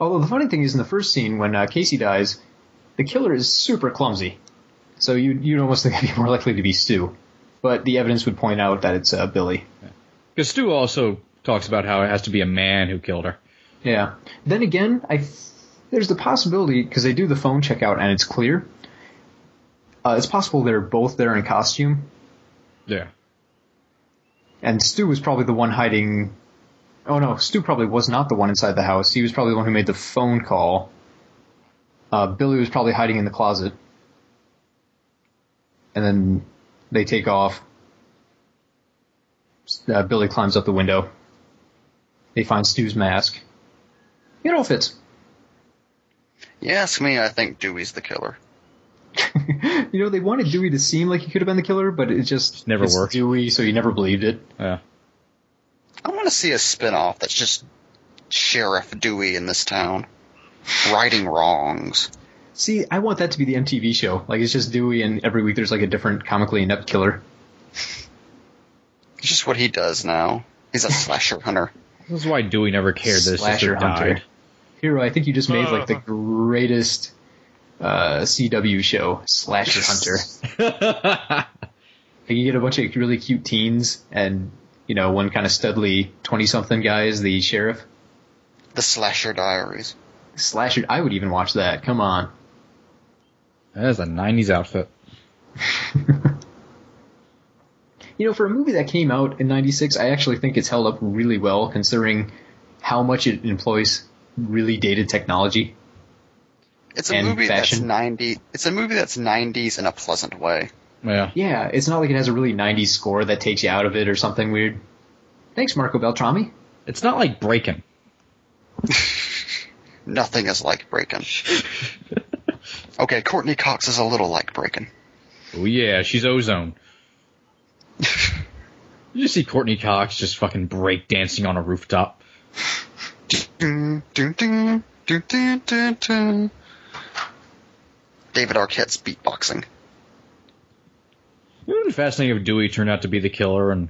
Speaker 6: Although the funny thing is, in the first scene when uh, Casey dies, the killer is super clumsy, so you you'd almost think (laughs) it'd be more likely to be Stu, but the evidence would point out that it's uh, Billy.
Speaker 7: because Stu also talks about how it has to be a man who killed her.
Speaker 6: Yeah. Then again, I there's the possibility because they do the phone checkout and it's clear. Uh, it's possible they're both there in costume,
Speaker 7: Yeah.
Speaker 6: and Stu was probably the one hiding. Oh no, Stu probably was not the one inside the house. He was probably the one who made the phone call. Uh, Billy was probably hiding in the closet, and then they take off. S- Uh, Billy climbs up the window. They find Stu's mask. It all fits. (laughs)
Speaker 8: You ask me, I think Dewey's the killer.
Speaker 6: you know, they wanted Dewey to seem like he could have been the killer, but it just
Speaker 7: never
Speaker 6: it's
Speaker 7: worked.
Speaker 6: Dewey, so you never believed it.
Speaker 7: Yeah.
Speaker 8: I want to see a spin-off that's just Sheriff Dewey in this town, righting wrongs.
Speaker 6: See, I want that to be the MTV show. Like it's just Dewey, and every week there's like a different comically inept killer.
Speaker 8: It's just what he does now.
Speaker 6: (laughs)
Speaker 8: He's a slasher hunter.
Speaker 7: This is why Dewey never cared that his sister died.
Speaker 6: Hero, I think you just made like the greatest uh, CW show, Slasher Hunter.
Speaker 7: (laughs)
Speaker 6: Like, you get a bunch of really cute teens, and you know one kind of studly twenty-something guy is the sheriff.
Speaker 8: The Slasher Diaries.
Speaker 6: Slasher, I would even watch that. Come on.
Speaker 7: That is a '90s outfit.
Speaker 6: You know, for a movie that came out in 96, I actually think it's held up really well considering how much it employs really dated technology.
Speaker 8: It's a
Speaker 6: And
Speaker 8: movie that's
Speaker 6: fashion.
Speaker 8: ninety. It's a movie that's nineties in a pleasant way.
Speaker 7: Yeah.
Speaker 6: Yeah, it's not like it has a really 90s score that takes you out of it or something weird. Thanks, Marco Beltrami.
Speaker 7: It's not like breaking.
Speaker 8: Nothing is like
Speaker 6: (laughs)
Speaker 8: Breakin. okay, Courtney Cox is a little like Breakin.
Speaker 7: Oh yeah,
Speaker 6: (laughs)
Speaker 7: she's ozone. you just see Courtney Cox just fucking break dancing on a rooftop.
Speaker 8: Dun, dun, dun, dun, dun, dun, dun. David Arquette's beatboxing.
Speaker 7: It would be fascinating if Dewey turned out to be the killer, and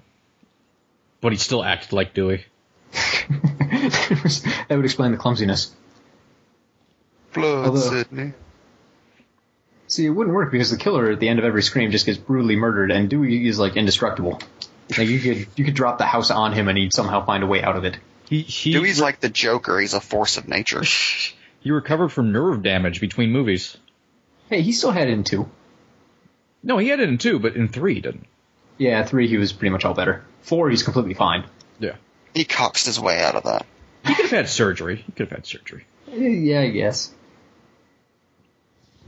Speaker 7: but he still acted like Dewey.
Speaker 6: (laughs) that would explain the clumsiness.
Speaker 8: Blood,
Speaker 6: Although-
Speaker 8: Sydney.
Speaker 6: See, it wouldn't work because the killer at the end of every scream just gets brutally murdered and Dewey is like indestructible. Like you could you could drop the house on him and he'd somehow find a way out of it.
Speaker 7: He he
Speaker 8: Dewey's like the Joker. He's a force
Speaker 6: (laughs)
Speaker 8: of nature.
Speaker 7: he recovered from nerve damage between movies.
Speaker 6: Hey, he still had it in two.
Speaker 7: No, he had it in two, but in three he didn't.
Speaker 6: Yeah, three he was pretty much all better. Four he's completely fine.
Speaker 7: Yeah,
Speaker 8: He coxed his way out of that.
Speaker 7: he could have had surgery. He could have had surgery.
Speaker 6: Eh, Yeah, I guess. His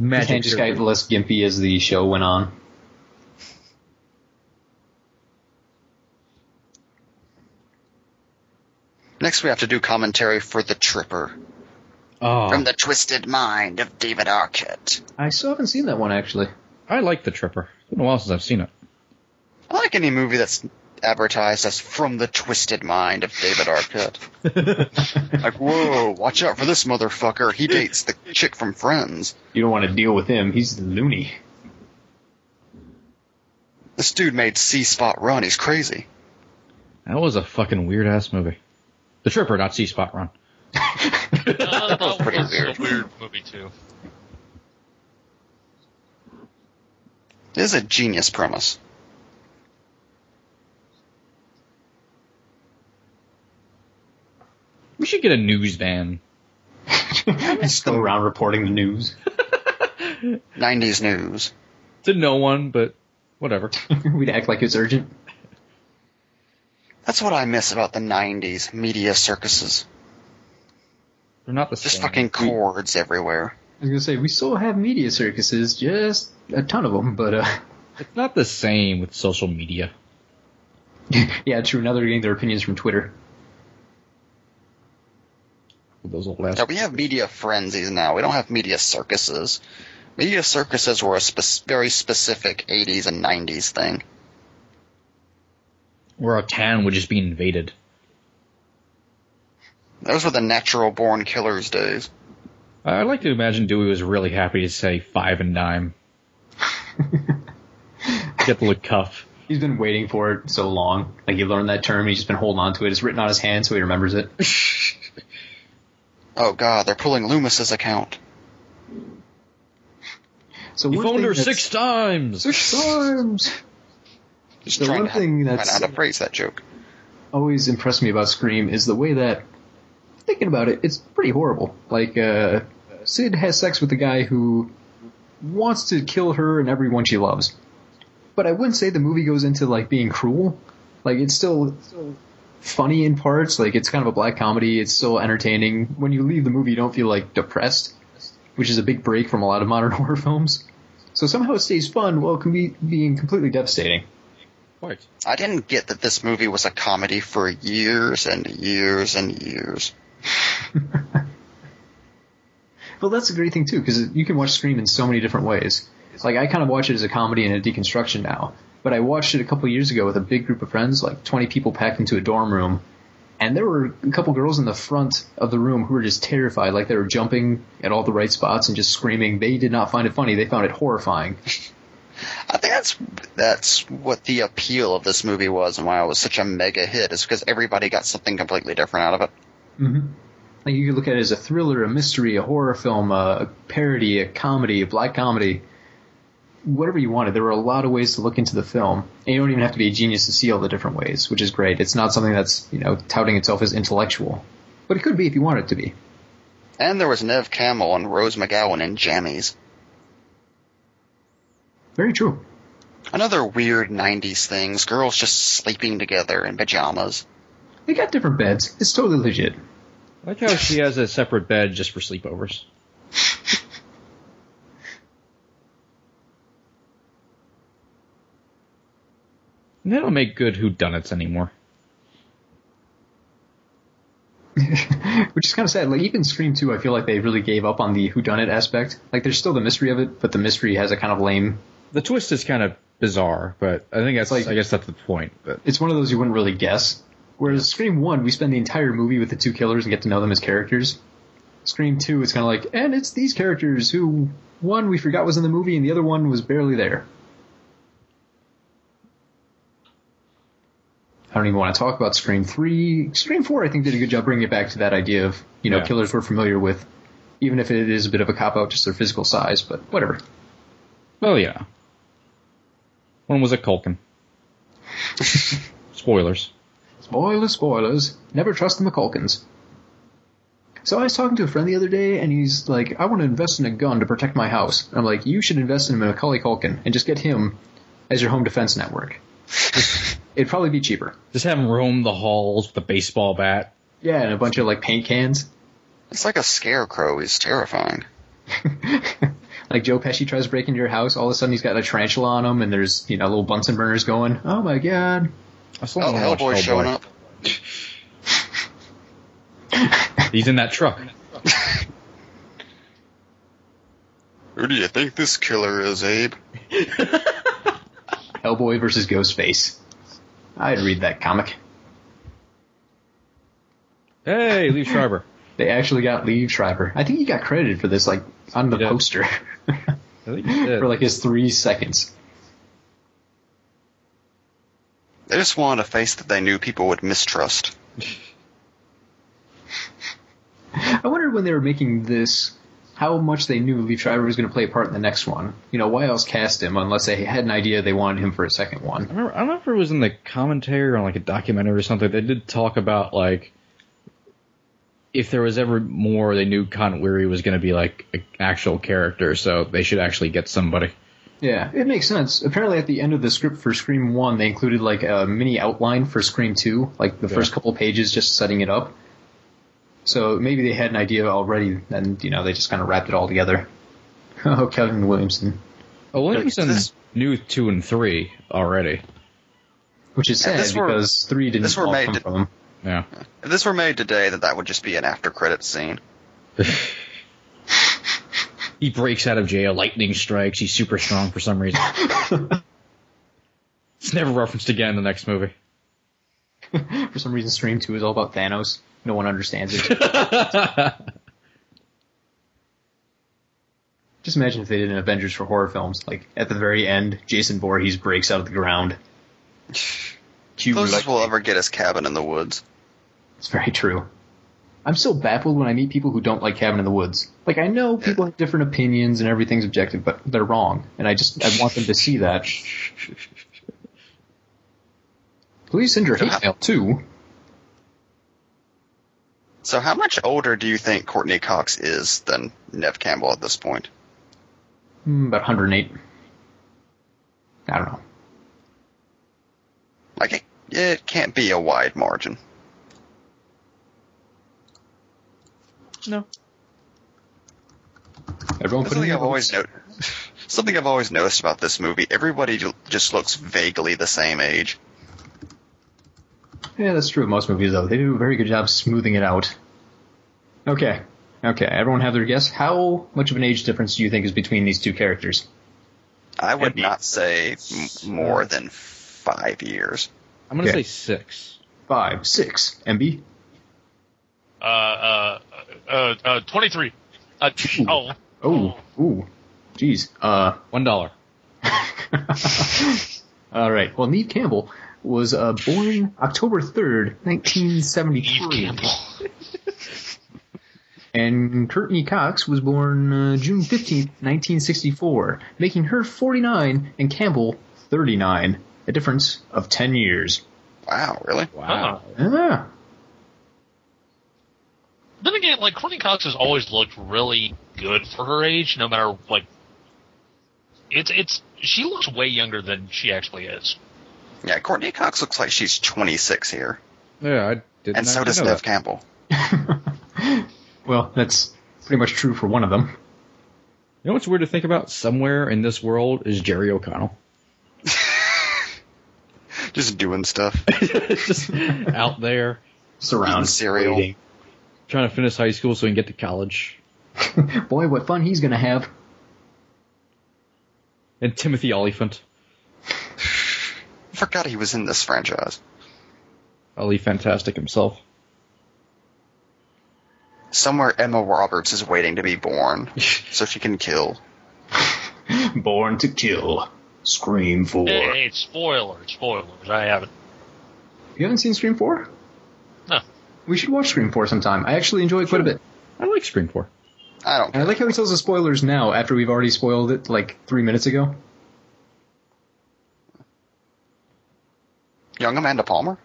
Speaker 7: Magic
Speaker 6: hand just
Speaker 7: surgery.
Speaker 6: got less gimpy as the show went on.
Speaker 8: Next, we have to do commentary for The Tripper
Speaker 7: Oh,
Speaker 8: from the twisted mind of David Arquette.
Speaker 6: I still haven't seen that one actually.
Speaker 7: I like the Tripper. It's been a while since I've seen it.
Speaker 8: I like any movie that's advertised as from the twisted mind of David Arquette. like, whoa, watch out for this motherfucker. He dates the chick from Friends.
Speaker 6: You don't want to deal with him. He's (laughs) loony.
Speaker 8: This dude made C Spot run. He's crazy.
Speaker 7: That was a fucking weird ass movie. The Tripper, not C Spot
Speaker 2: (laughs)
Speaker 7: Run.
Speaker 2: Uh, that was
Speaker 8: pretty weird.
Speaker 2: a weird movie too.
Speaker 8: This is a genius premise.
Speaker 7: We should get a news van.
Speaker 6: Just go around reporting the news.
Speaker 8: 90s news.
Speaker 7: To no one, but whatever.
Speaker 6: (laughs) We'd act like it's urgent.
Speaker 8: That's what I miss about the 90s media circuses.
Speaker 7: They're not the
Speaker 8: Just
Speaker 7: same.
Speaker 8: fucking cords everywhere.
Speaker 6: I was gonna say we still have media circuses, just a ton of them. But uh, (laughs)
Speaker 7: It's not the same with social media.
Speaker 6: yeah, true. Now they're getting their opinions from Twitter.
Speaker 7: With those old ass.
Speaker 8: Yeah, we have media frenzies now. We don't have media circuses. Media circuses were a spec- very specific 80s and 90s thing.
Speaker 7: Where our town would just be invaded.
Speaker 8: Those were the natural born killers days.
Speaker 7: I- I'd like to imagine Dewey was really happy to say five and dime. Get the cuff.
Speaker 6: He's been waiting for it so long. Like he learned that term, he's just been holding on to it. It's written on his hand, so he remembers (laughs) it.
Speaker 8: Oh god, they're pulling Loomis's account.
Speaker 6: So
Speaker 7: You
Speaker 6: one
Speaker 7: phoned
Speaker 6: thing
Speaker 7: her
Speaker 6: that's-
Speaker 7: six times.
Speaker 6: six times.
Speaker 8: Just
Speaker 6: The
Speaker 8: trying
Speaker 6: one
Speaker 8: to
Speaker 6: thing
Speaker 8: find
Speaker 6: that's-
Speaker 8: out how to phrase that joke.
Speaker 6: always impressed me about Scream is the way that, thinking about it, it's pretty horrible. Like, uh, Sid has sex with the guy who wants to kill her and everyone she loves. But I wouldn't say the movie goes into, like, being cruel. Like, it's still funny in parts. Like, it's kind of a black comedy. It's still entertaining. When you leave the movie, you don't feel, like, depressed, which is a big break from a lot of modern (laughs) horror films. So somehow it stays fun while com- being completely devastating.
Speaker 7: Quite.
Speaker 8: I didn't get that this movie was a comedy for years and years and years.
Speaker 6: Well, that's a great thing too, because you can watch Scream in so many different ways. Like I kind of watch it as a comedy and a deconstruction now, but I watched it a couple years ago with a big group of friends, like 20 people packed into a dorm room, and there were a couple girls in the front of the room who were just terrified, like they were jumping at all the right spots and just screaming. They did not find it funny; they found it horrifying.
Speaker 8: I think that's that's what the appeal of this movie was and why it was such a mega hit is because everybody got something completely different out of it.
Speaker 6: Like you could look at it as a thriller, a mystery, a horror film, a parody, a comedy, a black comedy, whatever you wanted. There were a lot of ways to look into the film, and you don't even have to be a genius to see all the different ways, which is great. It's not something that's you know touting itself as intellectual, but it could be if you want it to be.
Speaker 8: And there was Nev Campbell and Rose McGowan in jammies.
Speaker 6: Very true.
Speaker 8: Another weird 90s things, girls just sleeping together in pajamas.
Speaker 6: They got different beds. It's totally legit. (laughs)
Speaker 7: I like how she has a separate bed just for sleepovers. And they don't make good whodunits anymore.
Speaker 6: which is kind of sad. Like even Scream 2, I feel like they really gave up on the whodunit aspect. Like there's still the mystery of it, but the mystery has a kind of lame.
Speaker 7: The twist is kind of bizarre, but I think that's
Speaker 6: Like-
Speaker 7: I guess that's the point. But
Speaker 6: It's one of those you wouldn't really guess. Whereas Scream 1, we spend the entire movie with the two killers and get to know them as characters. Scream 2, it's kind of like, and it's these characters who one we forgot was in the movie and the other one was barely there. I don't even want to talk about Scream 3. Scream 4, I think, did a good job bringing it back to that idea of, you know,
Speaker 7: Yeah.
Speaker 6: killers we're familiar with, even if it is a bit of a cop out, just their physical size, but whatever.
Speaker 7: well, yeah. One was a Culkin. Spoilers.
Speaker 6: Spoilers, spoilers. Never trust the McCulkins. So I was talking to a friend the other day, and he's like, I want to invest in a gun to protect my house. I'm like, you should invest in a Macaulay Culkin and just get him as your home defense network. It'd probably be cheaper.
Speaker 7: Just have him roam the halls with a baseball bat.
Speaker 6: Yeah, and a bunch of like paint cans. (laughs)
Speaker 8: It's like a scarecrow, he's terrifying.
Speaker 6: like Joe Pesci tries to break into your house, all of a sudden he's got a tarantula on him, and there's you know little Bunsen burners going. Oh my god!
Speaker 7: I still
Speaker 8: Oh,
Speaker 7: wanna watch
Speaker 8: Hellboy's showing up.
Speaker 7: He's in that truck.
Speaker 8: Who do you think this killer is, Abe?
Speaker 6: Hellboy versus Ghostface. I'd read that comic.
Speaker 7: Hey, Lee Schreiber.
Speaker 6: They actually got Lee Schreiber. I think he got credited for this, like on the
Speaker 7: He did.
Speaker 6: poster (laughs)
Speaker 7: I think he did.
Speaker 6: for like his three seconds.
Speaker 8: They just wanted a face that they knew people would mistrust.
Speaker 6: I wondered when they were making this, how much they knew Lee Schreiber was going to play a part in the next one. You know, why else cast him unless they had an idea they wanted him for a second
Speaker 7: I
Speaker 6: one?
Speaker 7: remember, I don't know if it was in the commentary or like a documentary or something. They did talk about like if there was ever more, they knew Con Weary was going to be like an actual character, so they should actually get somebody.
Speaker 6: Yeah, it makes sense. Apparently, at the end of the script for Scream One, they included like a mini outline for Scream Two, like the first couple pages, just setting it up. So maybe they had an idea already, and you know they just kind of wrapped it all together. (laughs) Oh, Kevin Williamson,
Speaker 7: Oh, Williamson
Speaker 8: This-
Speaker 7: knew two and three already.
Speaker 6: which is
Speaker 8: Yeah,
Speaker 6: sad
Speaker 8: this were-
Speaker 6: because three didn't
Speaker 8: this were
Speaker 6: all
Speaker 8: made
Speaker 6: come
Speaker 8: to-
Speaker 6: from him.
Speaker 7: Yeah,
Speaker 8: If this were made today, that that would just be an after credit scene.
Speaker 7: he breaks out of jail, lightning strikes, he's super strong for some
Speaker 6: (laughs)
Speaker 7: reason. it's never referenced again in the next movie.
Speaker 6: For some reason, Scream Two is all about Thanos. No one understands
Speaker 8: (laughs)
Speaker 6: it. Just
Speaker 8: (laughs)
Speaker 6: imagine if they did an Avengers for horror films. Like at the very end, Jason Voorhees breaks out of the ground. Cue
Speaker 8: Closest
Speaker 6: like-
Speaker 8: we'll ever get is Cabin in the Woods.
Speaker 6: It's very true. I'm so baffled when I meet people who don't like Cabin in the Woods. Like I know people have different opinions and everything's objective, but they're wrong, and I just I want them to see that. Please send your hate mail too.
Speaker 8: So, how much older do you think Courtney Cox is than Nev Campbell at this point?
Speaker 6: Hmm, about 108. I don't know.
Speaker 8: Like, it, it can't be a wide margin.
Speaker 6: No. Everyone put in
Speaker 8: Something
Speaker 6: their
Speaker 8: I've always
Speaker 6: votes.
Speaker 8: noticed. Something I've always noticed about this movie, everybody ju- just looks vaguely the same age.
Speaker 6: Yeah, that's true of most movies, though. They do a very good job smoothing it out. Okay. Okay, everyone have their guess. How much of an age difference do you think is between these two characters?
Speaker 8: I would
Speaker 2: Maybe.
Speaker 8: not say m- more than five years.
Speaker 7: I'm gonna
Speaker 6: Okay.
Speaker 7: say six.
Speaker 6: Five, six, MB?
Speaker 2: Uh, uh, uh, uh, 23. Uh, oh,
Speaker 6: Oh, ooh, jeez. Uh,
Speaker 7: One dollar.
Speaker 6: all right. Well, Neve Campbell was uh, born October 3rd, 1973. and Courtney Cox was born uh, June 15th, 1964, making her 49 and Campbell 39, a difference of 10 years.
Speaker 8: Wow, really?
Speaker 7: Wow.
Speaker 2: Uh-huh.
Speaker 6: Ah,
Speaker 2: Then again, like Courtney Cox has always looked really good for her age, no matter like. It's it's she looks way younger than she actually is.
Speaker 8: Yeah, Courtney Cox looks like she's 26 here,
Speaker 7: Yeah, I did
Speaker 8: and
Speaker 7: not
Speaker 8: so does
Speaker 7: know
Speaker 8: Nev
Speaker 7: that.
Speaker 8: Campbell.
Speaker 6: well, that's pretty much true for one of them.
Speaker 7: You know what's weird to think about? Somewhere in this world is Jerry O'Connell
Speaker 8: Just doing stuff.
Speaker 2: (laughs)
Speaker 7: out there
Speaker 6: Surround
Speaker 8: Eating (laughs) cereal.
Speaker 6: waiting.
Speaker 7: trying to finish high school so he can get to college.
Speaker 6: (laughs) Boy, what fun he's gonna have.
Speaker 7: And Timothy Oliphant,
Speaker 8: Forgot he was in this franchise.
Speaker 7: Ali Fantastic himself.
Speaker 8: Somewhere Emma Roberts is waiting to be
Speaker 7: (laughs)
Speaker 8: born, so she can kill.
Speaker 6: (laughs) Born to kill. Scream 4.
Speaker 2: Hey, hey, spoilers, spoilers. I haven't.
Speaker 6: You haven't seen Scream 4?
Speaker 2: No.
Speaker 6: We should watch Scream 4 sometime. I actually enjoy it quite a bit.
Speaker 7: I like Scream Four.
Speaker 8: I don't.
Speaker 6: And I
Speaker 8: care.
Speaker 6: like how he tells us spoilers now after we've already spoiled it like three minutes ago.
Speaker 8: Young Amanda Palmer.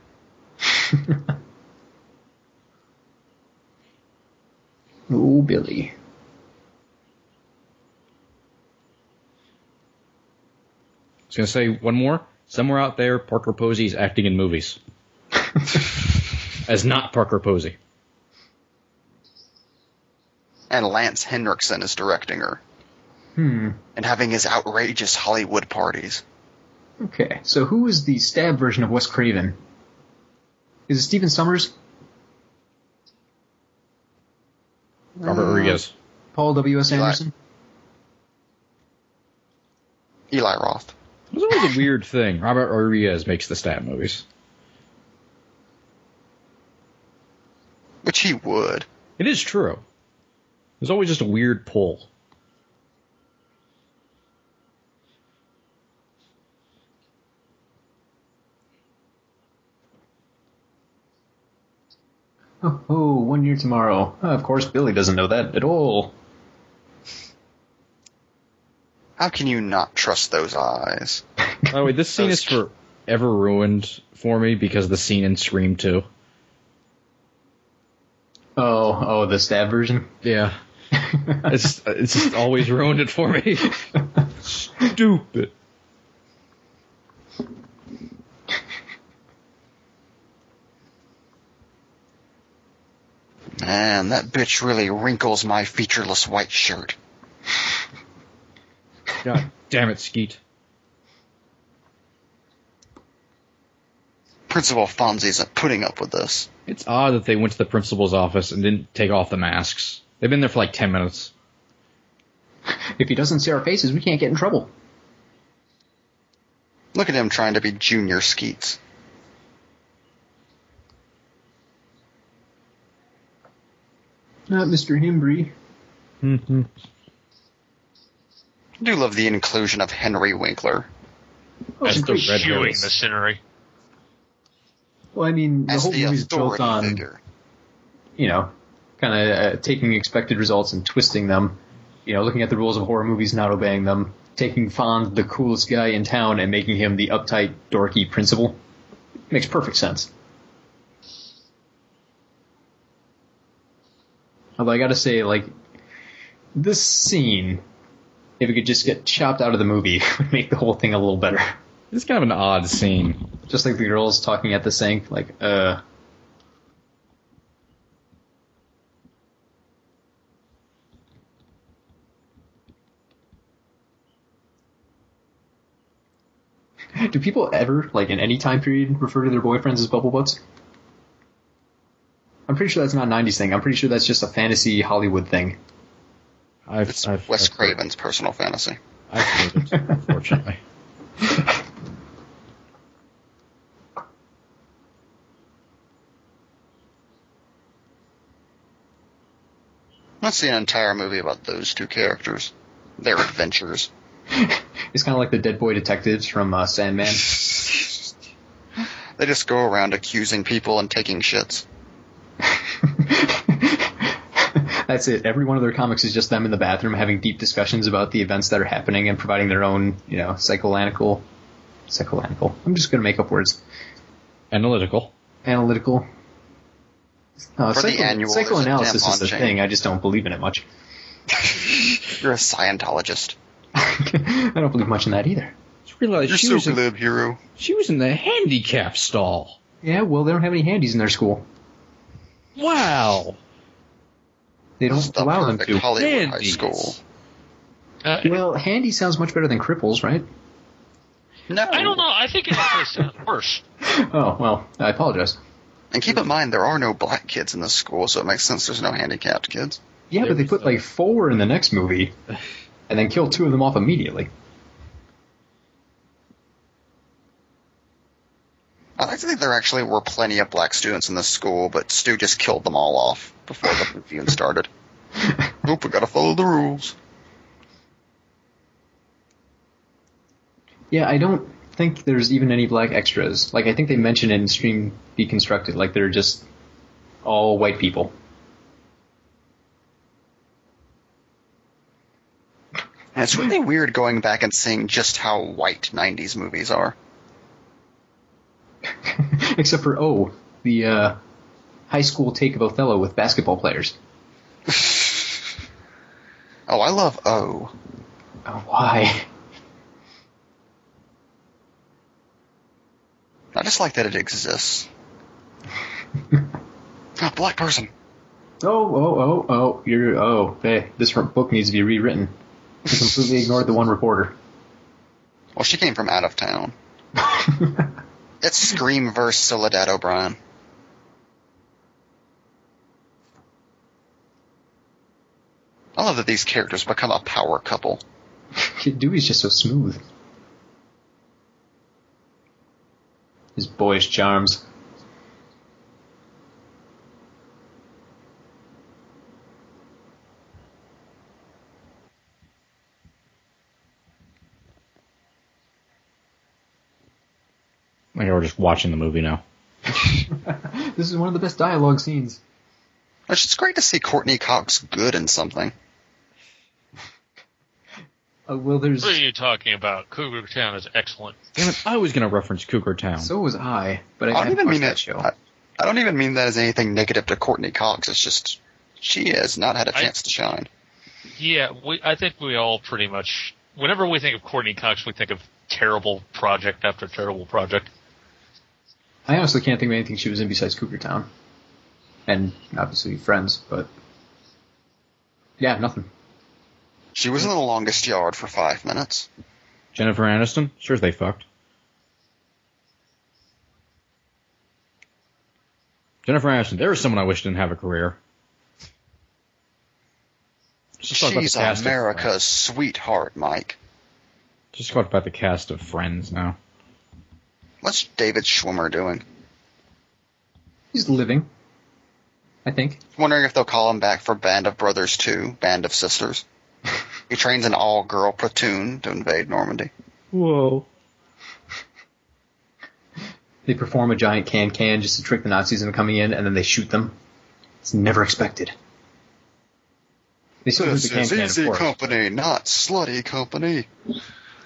Speaker 6: Oh, Billy.
Speaker 7: I was gonna say one more. Somewhere out there, Parker Posey is acting in movies as not Parker Posey.
Speaker 8: and Lance Henriksen is directing her.
Speaker 6: Hmm.
Speaker 8: And having his outrageous Hollywood parties.
Speaker 6: Okay, so who is the stab version of Wes Craven? Is it Stephen Summers?
Speaker 7: Robert Rodriguez.
Speaker 6: Paul W.S.
Speaker 8: Eli.
Speaker 6: Anderson?
Speaker 8: Eli Roth.
Speaker 7: It was always a weird thing. Robert Rodriguez makes the stab movies.
Speaker 8: Which he would.
Speaker 7: It is true. There's always just a weird pull.
Speaker 6: Oh, oh, one year tomorrow. Ah, of course, Billy doesn't know that at all.
Speaker 8: How can you not trust those eyes?
Speaker 7: By the way, this scene is forever ruined for me because of the scene in Scream 2.
Speaker 6: Oh, oh, the stab version? (laughs)
Speaker 7: Yeah. it's it's just always ruined it for me. Stupid.
Speaker 8: Man, that bitch really wrinkles my featureless white shirt.
Speaker 7: God damn it, Skeet.
Speaker 8: Principal Fonzie isn't putting up with this.
Speaker 7: It's odd that they went to the principal's office and didn't take off the masks. They've been there for like 10 minutes.
Speaker 6: If he doesn't see our faces, we can't get in trouble.
Speaker 8: Look at him trying to be junior skeets.
Speaker 6: Not Mr. Himbry.
Speaker 8: I do love the inclusion of Henry Winkler.
Speaker 6: Oh,
Speaker 2: As
Speaker 6: some
Speaker 2: the
Speaker 6: great-
Speaker 7: red
Speaker 2: chewing
Speaker 6: Oh,
Speaker 7: herrings.
Speaker 2: the scenery.
Speaker 6: Well, I mean, the
Speaker 8: as
Speaker 6: whole
Speaker 8: the
Speaker 6: movie's built
Speaker 8: authority
Speaker 6: on
Speaker 8: figure.
Speaker 6: you know, kind of uh, taking expected results and twisting them. You know, looking at the rules of horror movies, not obeying them. Taking Fond, the coolest guy in town, and making him the uptight, dorky principal. Makes perfect sense. Although I gotta say, like, this scene, if it could just get chopped out of the movie, (laughs) would make the whole thing a little better.
Speaker 7: It's kind of an odd scene.
Speaker 6: Just like the girls talking at the sink, like, uh, Do people ever, like in any time period, refer to their boyfriends as bubble butts? I'm pretty sure that's not a 90s thing. I'm pretty sure that's just a fantasy Hollywood thing.
Speaker 7: I've,
Speaker 8: It's
Speaker 7: I've,
Speaker 8: Wes
Speaker 7: I've-
Speaker 8: Craven's personal fantasy.
Speaker 7: I've (laughs) heard it, unfortunately.
Speaker 8: Let's see an entire movie about those two characters, their adventures.
Speaker 6: (laughs) It's kind of like the dead boy detectives from uh, Sandman. (laughs)
Speaker 8: They just go around accusing people and taking shits.
Speaker 6: That's it. Every one of their comics is just them in the bathroom having deep discussions about the events that are happening and providing their own, you know, psychoanalytical. Psychoanalytical. I'm just going to make up words.
Speaker 7: Analytical.
Speaker 6: Analytical. Uh,
Speaker 8: For the
Speaker 6: psycho-
Speaker 8: annual, there's a
Speaker 6: psychoanalysis
Speaker 8: damn
Speaker 6: is the
Speaker 8: on-chain.
Speaker 6: thing. I just don't believe in it much.
Speaker 8: You're a Scientologist.
Speaker 6: (laughs) I don't believe much in that either.
Speaker 7: Just realized
Speaker 8: You're
Speaker 7: she,
Speaker 8: so
Speaker 7: was in,
Speaker 8: glib, hero.
Speaker 7: she was in the handicap stall.
Speaker 6: Yeah, well, they don't have any handies in their school.
Speaker 7: Wow.
Speaker 6: They don't
Speaker 8: Stop
Speaker 6: allow them
Speaker 8: perfect
Speaker 6: to.
Speaker 8: Hollywood High
Speaker 7: Handies.
Speaker 8: School.
Speaker 2: Uh,
Speaker 6: Well, handy sounds much better than cripples, right?
Speaker 8: No,
Speaker 2: I don't know. I think it actually sounds worse.
Speaker 6: (laughs) Oh, well, I apologize.
Speaker 8: And keep in mind, there are no black kids in this school, so it makes sense there's no handicapped kids.
Speaker 6: Yeah, but they
Speaker 7: was
Speaker 6: put
Speaker 7: a-
Speaker 6: like four in the next movie, and then kill two of them off immediately.
Speaker 8: I like to think there actually were plenty of black students in this school, but Stu just killed them all off before the movie even started. Oop, we gotta follow the rules.
Speaker 6: Yeah, I don't think there's even any black extras. Like, I think they mentioned in Stream Deconstructed, like they're just all white people. (laughs)
Speaker 8: And it's really weird going back and seeing just how white 90s movies are.
Speaker 6: Except for oh, the uh, high school take of Othello with basketball players.
Speaker 8: Oh, I love O.
Speaker 6: Oh, why?
Speaker 8: I just like that
Speaker 6: (laughs)
Speaker 8: it exists. Ah, black person.
Speaker 6: Oh, oh, oh, oh! You're oh, hey, this book needs to be rewritten. You completely ignored the one reporter.
Speaker 8: Well, she came from out of town.
Speaker 6: (laughs)
Speaker 8: it's Scream verse Soledad O'Brien. I love that these characters become a power couple.
Speaker 6: Kid Dewey's just so smooth. His boyish charms.
Speaker 7: Like we're just watching the movie now.
Speaker 6: (laughs) This is one of the best dialogue scenes.
Speaker 8: Which it's great to see Courtney Cox good in something.
Speaker 6: Uh, well, there's
Speaker 2: What are you talking about? Cougar Town is excellent.
Speaker 7: Damn it, I was going to reference Cougar Town.
Speaker 6: so was I, but I,
Speaker 8: I don't
Speaker 6: haven't
Speaker 8: even
Speaker 6: watched
Speaker 8: mean
Speaker 6: that
Speaker 8: that.
Speaker 6: show.
Speaker 8: I, I don't even mean that as anything negative to Courtney Cox. It's just she has not had a
Speaker 2: I-
Speaker 8: chance to shine.
Speaker 2: Yeah, we, I think we all pretty much. Whenever we think of Courtney Cox, we think of terrible project after terrible project.
Speaker 6: I honestly can't think of anything she was in besides Cougar Town, and obviously Friends, but yeah, nothing.
Speaker 8: She was in the longest yard for five minutes.
Speaker 7: Jennifer Aniston? Sure they fucked. Jennifer Aniston, there is someone I wish didn't have a career. Just talk about the
Speaker 8: She's
Speaker 7: cast of Friends.
Speaker 8: America's sweetheart, Mike.
Speaker 7: Just talk about the cast of Friends now.
Speaker 8: What's David Schwimmer doing?
Speaker 6: He's living, I think.
Speaker 8: Wondering if they'll call him back for Band of Brothers 2, Band of
Speaker 7: (laughs)
Speaker 8: Sisters. he trains an all girl platoon to invade Normandy.
Speaker 7: Whoa.
Speaker 6: They perform a giant can can just to trick the Nazis into coming in, and then they shoot them. It's never expected. They still do the can can, of course.
Speaker 8: company, not slutty company.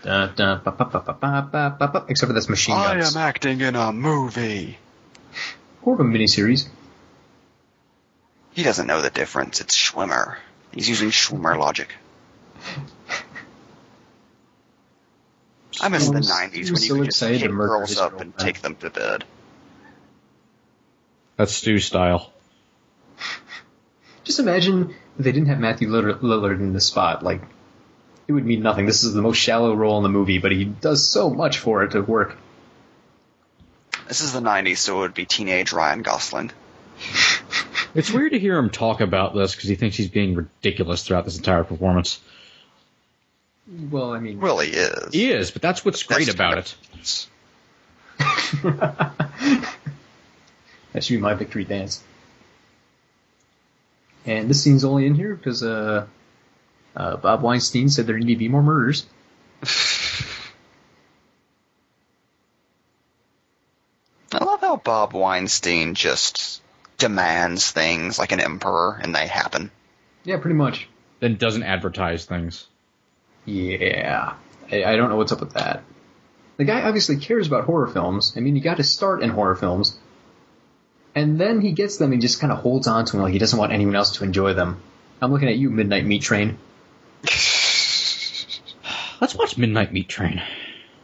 Speaker 6: Dun, dun, ba, ba, ba, ba, ba, ba, ba, ba, Except for that's machine guns.
Speaker 8: acting in a movie.
Speaker 6: Or a miniseries.
Speaker 8: He doesn't know the difference. It's Schwimmer. He's using Schwimmer logic. I miss
Speaker 6: He
Speaker 8: the
Speaker 6: was- he
Speaker 8: '90s
Speaker 6: was
Speaker 8: when you
Speaker 6: so
Speaker 8: could just
Speaker 6: excited
Speaker 8: pick
Speaker 6: to murder
Speaker 8: girls
Speaker 6: his
Speaker 8: up and
Speaker 6: girlfriend.
Speaker 8: take them to bed.
Speaker 7: That's Stu style.
Speaker 6: Just imagine if they didn't have Matthew Lillard, Lillard in the spot. Like, it would mean nothing. This is the most shallow role in the movie, but he does so much for it to work.
Speaker 8: This is the '90s, so it would be teenage Ryan Gosling.
Speaker 7: It's weird to hear him talk about this because he thinks he's being ridiculous throughout this entire performance.
Speaker 6: Well, I mean,
Speaker 8: Really is.
Speaker 7: He is, but that's what's great
Speaker 8: That's
Speaker 7: about it.
Speaker 8: correct.
Speaker 6: that should be my victory dance. And this scene's only in here because uh, uh, Bob Weinstein said there need to be more murders.
Speaker 8: I love how Bob Weinstein just demands things like an emperor, and they happen.
Speaker 6: Yeah, pretty much.
Speaker 7: Then doesn't advertise things.
Speaker 6: Yeah. I, I don't know what's up with that. The guy obviously cares about horror films. I mean, he got his start in horror films. And then he gets them and just kind of holds on to them like he doesn't want anyone else to enjoy them. I'm looking at you, Midnight Meat Train.
Speaker 7: (sighs) Let's watch Midnight Meat Train.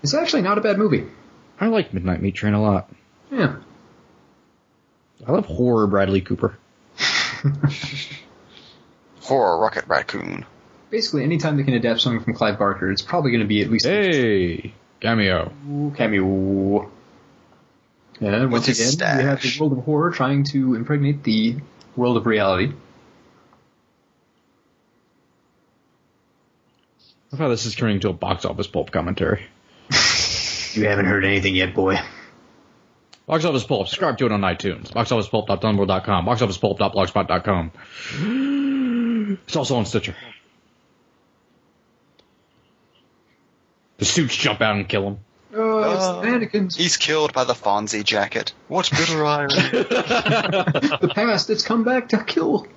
Speaker 6: It's actually not a bad movie.
Speaker 7: I like Midnight Meat Train a lot.
Speaker 6: Yeah.
Speaker 7: I love horror Bradley Cooper.
Speaker 8: Horror Rocket Raccoon.
Speaker 6: Basically, anytime they can adapt something from Clive Barker, it's probably going to be at least
Speaker 7: Hey, cameo.
Speaker 6: Ooh, cameo. And once
Speaker 8: his
Speaker 6: again, we have the
Speaker 8: stash.
Speaker 6: world of horror trying to impregnate the world of reality.
Speaker 7: I thought this is turning into a box office pulp commentary.
Speaker 6: (laughs) You haven't heard anything yet, boy.
Speaker 7: Box office pulp. Subscribe to it on iTunes. Boxofficepulp.tumblr.com. Boxofficepulp.blogspot.com. (gasps) It's also on Stitcher. The suits jump out and kill him.
Speaker 6: Oh, it's the
Speaker 8: (laughs)
Speaker 6: mannequins.
Speaker 8: He's killed by the Fonzie jacket. What bitter irony.
Speaker 6: the past, it's come back to kill.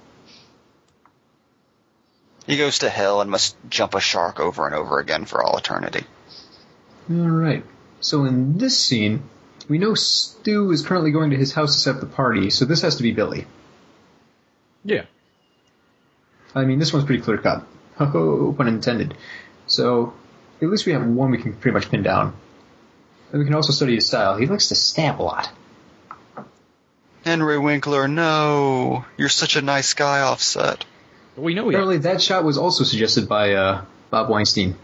Speaker 8: he goes to hell and must jump a shark over and over again for all eternity.
Speaker 6: Alright. So in this scene, we know Stu is currently going to his house to set up the party, so this has to be Billy.
Speaker 7: Yeah.
Speaker 6: I mean, this one's pretty clear cut. (laughs) Ho ho, pun intended. So, at least we have one we can pretty much pin down. And we can also study his style. He likes to stab a lot.
Speaker 8: Henry Winkler, no. You're such a nice guy offset.
Speaker 7: But we know he.
Speaker 6: Apparently, that shot was also suggested by uh, Bob Weinstein.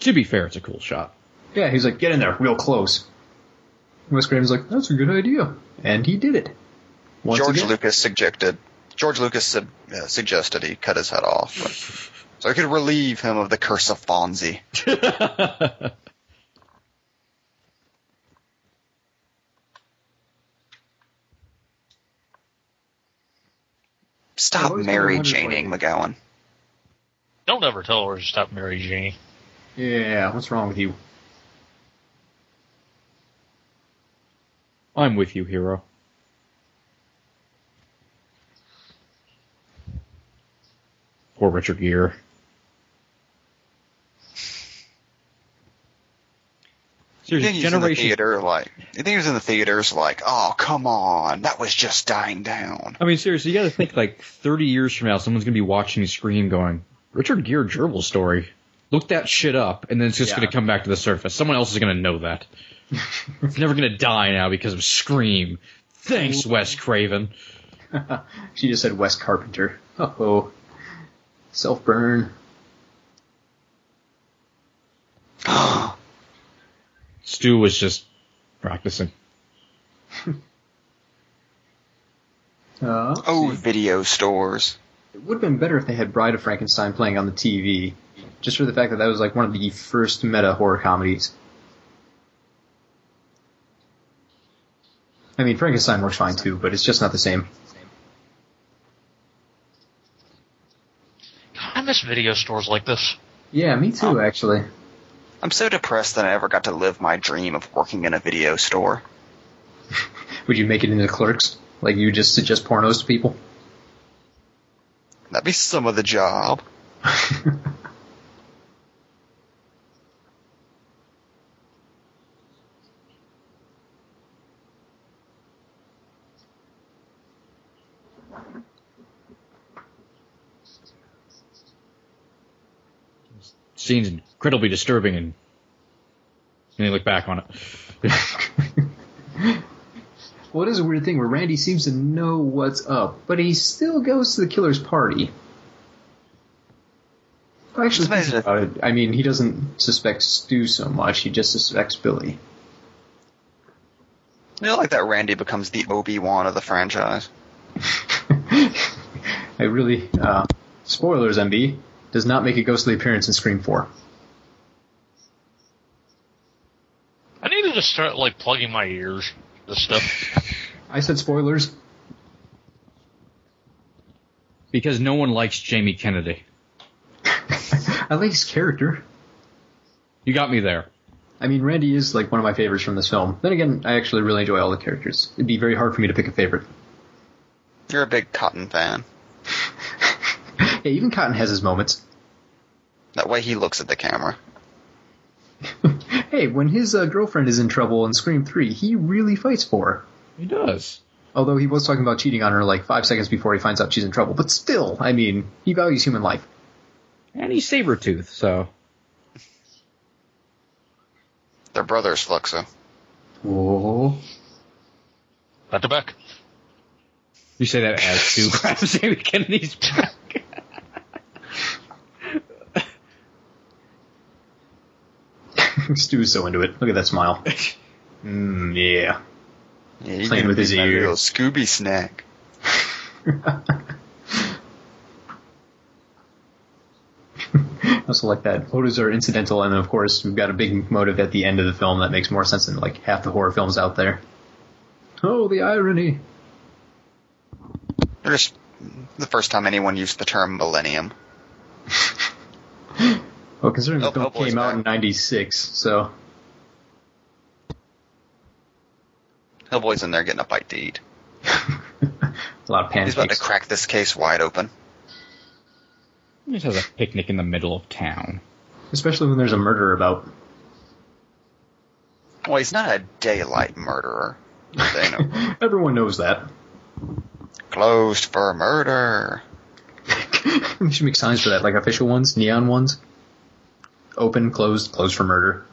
Speaker 7: To be fair, it's a cool shot.
Speaker 6: Yeah, he was like, get in there, real close. And Wes Craven's like, that's a good idea. And he did it. Once
Speaker 8: George
Speaker 6: again.
Speaker 8: Lucas suggested George Lucas sub, uh, suggested he cut his head off.
Speaker 6: (laughs)
Speaker 8: but- so he could relieve him of the curse of Fonzie.
Speaker 6: I've
Speaker 8: Stop
Speaker 6: always
Speaker 8: Mary
Speaker 6: wondered why
Speaker 8: Janing
Speaker 6: they-
Speaker 8: McGowan.
Speaker 2: Don't ever tell her to stop Mary Jane.
Speaker 6: Yeah, what's wrong with you?
Speaker 7: I'm with you, hero. Poor Richard Gere.
Speaker 8: You
Speaker 7: Seriously,
Speaker 8: think he's in the
Speaker 7: generation.
Speaker 8: theater like you think he was in the theaters like, oh come on, that was just dying down.
Speaker 7: I mean, seriously, you got to think like 30 years from now, someone's going to be watching Scream going, Richard Gere gerbil story. Look that shit up, and then it's just
Speaker 6: Yeah.
Speaker 7: going to come back to the surface. Someone else is going to
Speaker 2: (laughs)
Speaker 7: know that. it's never going to die now because of Scream. Thanks, Wes Craven.
Speaker 6: She just said Wes Carpenter. Oh, oh. self burn.
Speaker 7: Stu was just practicing.
Speaker 6: Uh,
Speaker 8: Oh video stores.
Speaker 6: it would have been better if they had Bride of Frankenstein playing on the TV, just for the fact that that was like one of the first meta horror comedies. I mean, Frankenstein works fine too, but it's just not the same.
Speaker 2: I miss video stores like this.
Speaker 6: Um, Yeah, me too, actually.
Speaker 8: I'm so depressed that I never got to live my dream of working in a video store.
Speaker 6: Would you make it into clerks? Like you just suggest pornos to people?
Speaker 8: That'd be some of the job.
Speaker 7: Scene's incredibly disturbing, and and you look back on it.
Speaker 6: (laughs) What is a weird thing where Randy seems to know what's up, but he still goes to the killer's party? Actually,
Speaker 8: It's amazing.
Speaker 6: about it, I mean, he doesn't suspect Stu so much. He just suspects Billy. (laughs)
Speaker 8: You know, like that Randy becomes the Obi Wan of the franchise.
Speaker 6: I really, uh, spoilers, MB, does not make a ghostly appearance in Scream 4.
Speaker 2: (laughs) I need to just start like plugging my ears. This stuff.
Speaker 6: I said spoilers.
Speaker 7: Because no one likes Jamie Kennedy.
Speaker 6: I like his character.
Speaker 7: You got me there.
Speaker 6: I mean, Randy is like one of my favorites from this film. Then again, I actually really enjoy all the characters. It'd be very hard for me to pick a favorite.
Speaker 8: You're a big Cotton fan.
Speaker 6: Hey, even Cotton has his moments.
Speaker 8: That way he looks at the camera.
Speaker 6: Hey, when his uh, girlfriend is in trouble in Scream 3, he really fights for her.
Speaker 7: He does.
Speaker 6: Although he was talking about cheating on her like five seconds before he finds out she's in trouble. But still, I mean, he values human life. (laughs)
Speaker 7: And he's Sabretooth, so.
Speaker 8: Their brother's Fluxo.
Speaker 6: Whoa.
Speaker 2: Back to Oh. back.
Speaker 7: You say that as (laughs) Stu grabs Jamie Kennedy's back.
Speaker 6: Stu's so into it. Look at that
Speaker 8: (laughs)
Speaker 6: smile. Mm, yeah.
Speaker 8: Yeah, you
Speaker 6: Playing
Speaker 8: can
Speaker 6: with
Speaker 8: be
Speaker 6: his
Speaker 8: my
Speaker 6: ear.
Speaker 8: little Scooby snack.
Speaker 6: I also like that. Photos are incidental, and then, of course, we've got a big motive at the end of the film that makes more sense than like half the horror films out there. Oh, the irony.
Speaker 8: They're just the first time anyone used the term millennium.
Speaker 6: Well, considering the
Speaker 8: Oh,
Speaker 6: film
Speaker 8: Hellboy's
Speaker 6: came out
Speaker 8: back.
Speaker 6: in 96, so.
Speaker 8: Hellboy's in there getting a bite to eat.
Speaker 6: A lot of
Speaker 8: He's about to
Speaker 6: pancakes.
Speaker 8: crack this case wide open.
Speaker 7: He just has a picnic in the middle of town.
Speaker 6: Especially when there's a murder about. (laughs)
Speaker 8: Well, he's not a daylight murderer.
Speaker 6: (laughs)
Speaker 8: They know.
Speaker 6: Everyone knows that.
Speaker 8: Closed for murder.
Speaker 6: (laughs) we should make signs for that, like official ones, neon ones. Open, closed, closed for murder.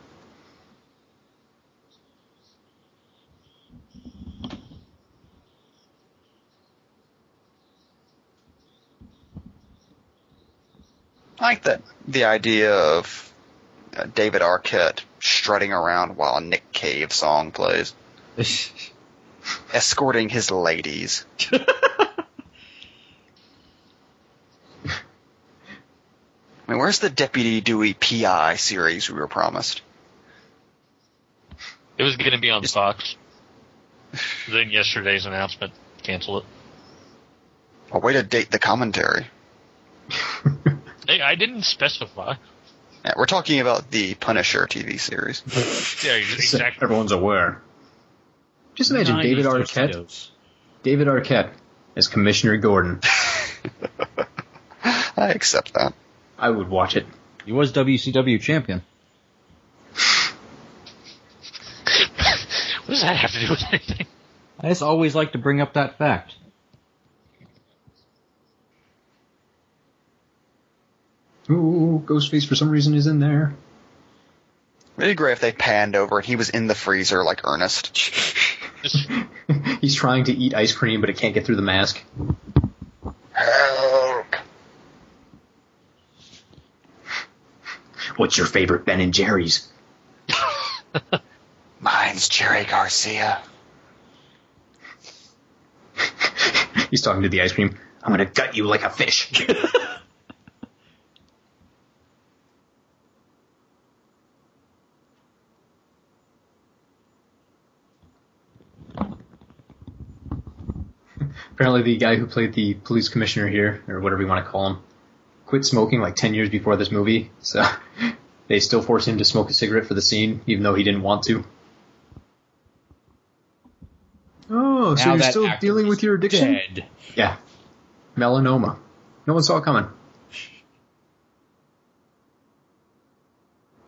Speaker 8: I like that the idea of uh, David Arquette strutting around while a Nick Cave song plays, escorting his ladies. I mean, where's the Deputy Dewey PI series we were promised?
Speaker 2: It was going to be on Fox. then yesterday's announcement cancel it.
Speaker 8: A way to date the commentary.
Speaker 2: Hey, I didn't specify.
Speaker 8: Yeah, we're talking about the Punisher TV series.
Speaker 2: Yeah, exactly.
Speaker 6: Everyone's aware. Just imagine David Arquette. David Arquette as Commissioner Gordon.
Speaker 8: I accept that.
Speaker 6: I would watch it.
Speaker 7: He was WCW champion.
Speaker 2: What does that have to do with anything?
Speaker 7: I just always like to bring up that fact.
Speaker 6: Ooh, Ghostface for some reason is in there. (laughs)
Speaker 8: It'd be great if they panned over and he was in the freezer like Ernest.
Speaker 2: Just
Speaker 6: He's trying to eat ice cream, but it can't get through the mask.
Speaker 8: Help!
Speaker 6: What's your favorite Ben and Jerry's?
Speaker 8: Mine's Jerry Garcia.
Speaker 6: (laughs) He's talking to the ice cream. I'm gonna gut you like a fish. (laughs) Apparently, the guy who played the police commissioner here, or whatever you want to call him, quit smoking like 10 years before this movie. So (laughs) they still force him to smoke a cigarette for the scene, even though he didn't want to. Oh, so
Speaker 7: Now
Speaker 6: you're
Speaker 7: that
Speaker 6: still
Speaker 7: actor
Speaker 6: dealing
Speaker 7: is
Speaker 6: with your addiction?
Speaker 7: Dead.
Speaker 6: Yeah. Melanoma. No one saw it coming.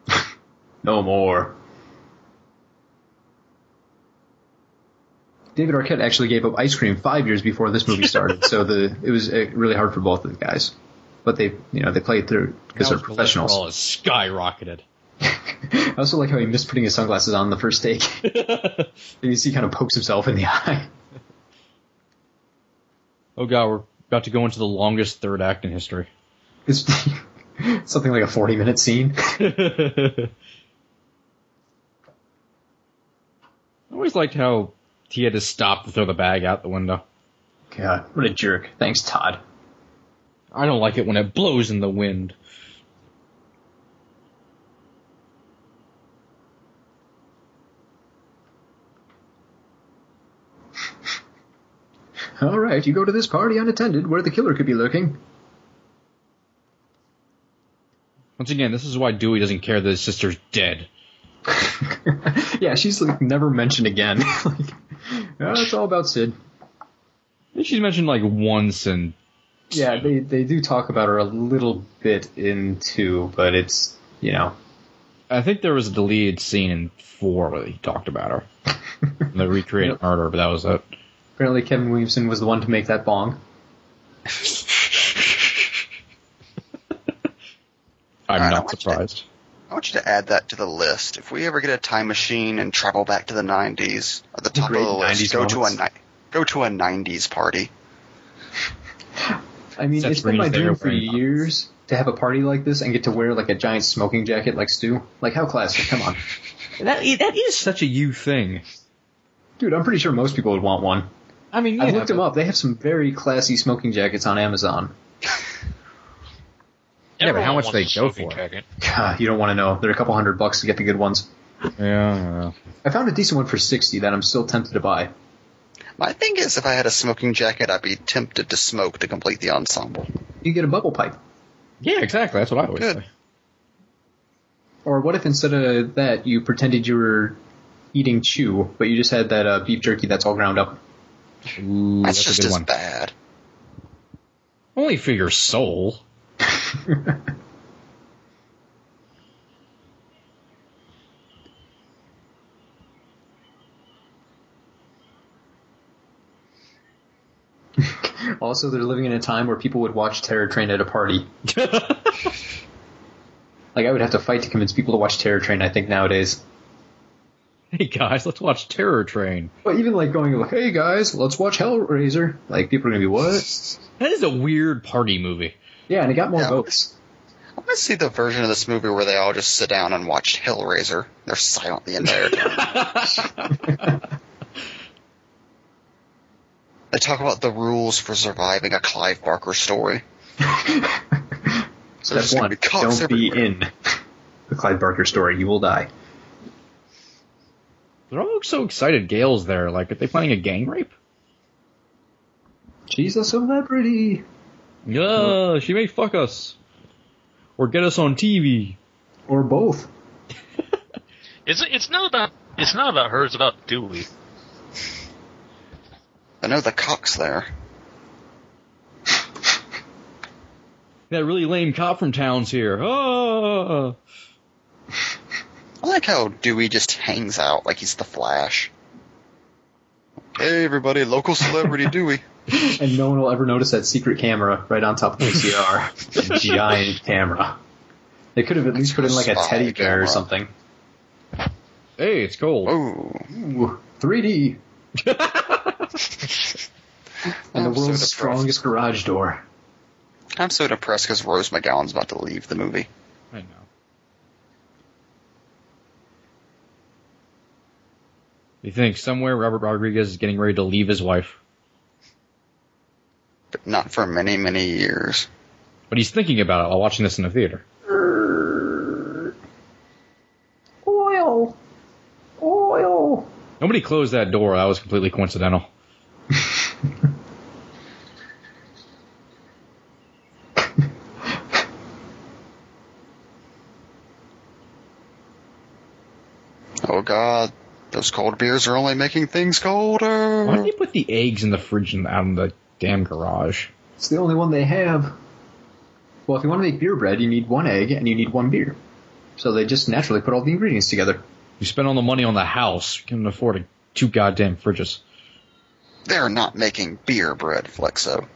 Speaker 6: (laughs) no more. David Arquette actually gave up ice cream five years before this movie started, so the it was uh, really hard for both of the guys. But they, you know, they played through because they're
Speaker 7: Now his
Speaker 6: professionals.
Speaker 7: cholesterol has skyrocketed. (laughs)
Speaker 6: (laughs) I also like how he missed putting his sunglasses on the first take. (laughs) and you see, he kind of pokes himself in the (laughs) eye.
Speaker 7: Oh god, we're about to go into the longest third act in history. (laughs)
Speaker 6: It's (laughs) something like a forty-minute scene.
Speaker 7: I always liked how he had to stop to throw the bag out the window.
Speaker 6: God, what a jerk! Thanks, Todd.
Speaker 7: I don't like it when it blows in the wind.
Speaker 6: All right, you go to this party unattended where the killer could be lurking. (laughs)
Speaker 7: Once again, this is why Dewey doesn't care that his sister's dead.
Speaker 6: yeah, she's like never mentioned again. (laughs) like, oh, it's all about Sid.
Speaker 7: I think She's mentioned like once and
Speaker 6: Yeah, they they do talk about her a little bit in two, but it's you know
Speaker 7: I think there was a deleted scene in four where he talked about her. And they recreated murder, but that was it.
Speaker 6: apparently Kevin Williamson was the one to make that bong.
Speaker 7: I'm
Speaker 8: I
Speaker 7: not
Speaker 8: watched it.
Speaker 7: surprised.
Speaker 8: I want you to add that to the list. If we ever get a time machine and travel back to the 90s, at the top
Speaker 6: Great
Speaker 8: of the list,
Speaker 6: 90s
Speaker 8: go to, a
Speaker 6: moments.
Speaker 8: ni- go to a 90s party.
Speaker 6: I mean,
Speaker 7: Seth
Speaker 6: it's been my
Speaker 7: Green's there
Speaker 6: dream for
Speaker 7: wearing bong.
Speaker 6: years to have a party like this and get to wear like a giant smoking jacket like Stu. Like how classic? Come on, (laughs)
Speaker 7: That that is such a you thing.
Speaker 6: dude. I'm pretty sure most people would want one.
Speaker 7: I mean,
Speaker 6: I looked them up. They have some very classy smoking jackets on Amazon.
Speaker 7: Yeah, but how
Speaker 2: Everyone
Speaker 7: much
Speaker 2: wants
Speaker 7: they
Speaker 2: a
Speaker 7: go
Speaker 2: smoking
Speaker 7: for it.
Speaker 2: jacket.
Speaker 6: God, you don't want to know. They're a couple hundred bucks to get the good ones.
Speaker 7: Yeah,
Speaker 6: I found a decent one for sixty that I'm still tempted to buy.
Speaker 8: My thing is, if I had a smoking jacket, I'd be tempted to smoke to complete the ensemble.
Speaker 6: You get a bubble pipe.
Speaker 7: yeah, exactly. That's what I always
Speaker 8: Good.
Speaker 7: say.
Speaker 6: Or what if instead of that you pretended you were eating chew, but you just had that uh, beef jerky that's all ground up?
Speaker 7: Ooh,
Speaker 8: That's,
Speaker 7: that's, a
Speaker 8: just
Speaker 7: good
Speaker 8: as
Speaker 7: one.
Speaker 8: bad.
Speaker 7: Only for your soul. (laughs)
Speaker 6: Also, they're living in a time where people would watch Terror Train at a party. like I would have to fight to convince people to watch Terror Train. I think nowadays.
Speaker 7: Hey guys, let's watch Terror Train.
Speaker 6: But even like going like, hey guys, let's watch Hellraiser. Like people are gonna be what?
Speaker 7: That is a weird party movie.
Speaker 6: Yeah, and it got more
Speaker 8: Yeah.
Speaker 6: votes.
Speaker 8: I want to see the version of this movie where they all just sit down and watch Hellraiser. They're silent the entire time. they talk about the rules for surviving a Clive Barker story.
Speaker 6: Step
Speaker 8: just gonna
Speaker 6: one:
Speaker 8: be
Speaker 6: don't
Speaker 8: cops
Speaker 6: be
Speaker 8: everywhere.
Speaker 6: in the Clyde Barker story. You will die.
Speaker 7: They're all so excited. Gail's there. Like, are they planning a gang rape?
Speaker 6: She's a celebrity.
Speaker 7: Yeah, she may fuck us or get us on TV.
Speaker 6: Or both.
Speaker 2: It's it's not about it's not about her. It's about Dewey.
Speaker 8: I know the cock's there.
Speaker 7: That really lame cop from town's here. Ah.
Speaker 8: I like how Dewey just hangs out like he's the Flash. Hey everybody, local celebrity Dewey.
Speaker 6: And no one will ever notice that secret camera right on top of the
Speaker 8: (laughs)
Speaker 6: CR. Giant camera. They could have at least put in like a
Speaker 8: Spy
Speaker 6: teddy bear or
Speaker 8: camera.
Speaker 6: something.
Speaker 7: Hey, it's cold.
Speaker 8: Oh,
Speaker 6: Ooh,
Speaker 8: (laughs)
Speaker 6: 3D. and the
Speaker 8: I'm so
Speaker 6: world's
Speaker 8: depressed.
Speaker 6: strongest garage door.
Speaker 8: I'm so depressed because Rose McGowan's about to leave the movie.
Speaker 7: I know. You think somewhere Robert Rodriguez is getting ready to leave his wife,
Speaker 8: But not for many, many years.
Speaker 7: but he's thinking about it while watching this in the theater.
Speaker 6: Oil. Oil.
Speaker 7: Nobody closed that door. That was completely coincidental.
Speaker 8: Oh, Those cold beers are only making things colder.
Speaker 7: Why do you put the eggs in the fridge and out in the damn garage?
Speaker 6: It's the only one they have. Well, if you want to make beer bread, you need one egg and you need one beer. So they just naturally put all the ingredients together.
Speaker 7: You spend all the money on the house. You can afford a, two goddamn fridges.
Speaker 8: They're not making beer bread, Flexo.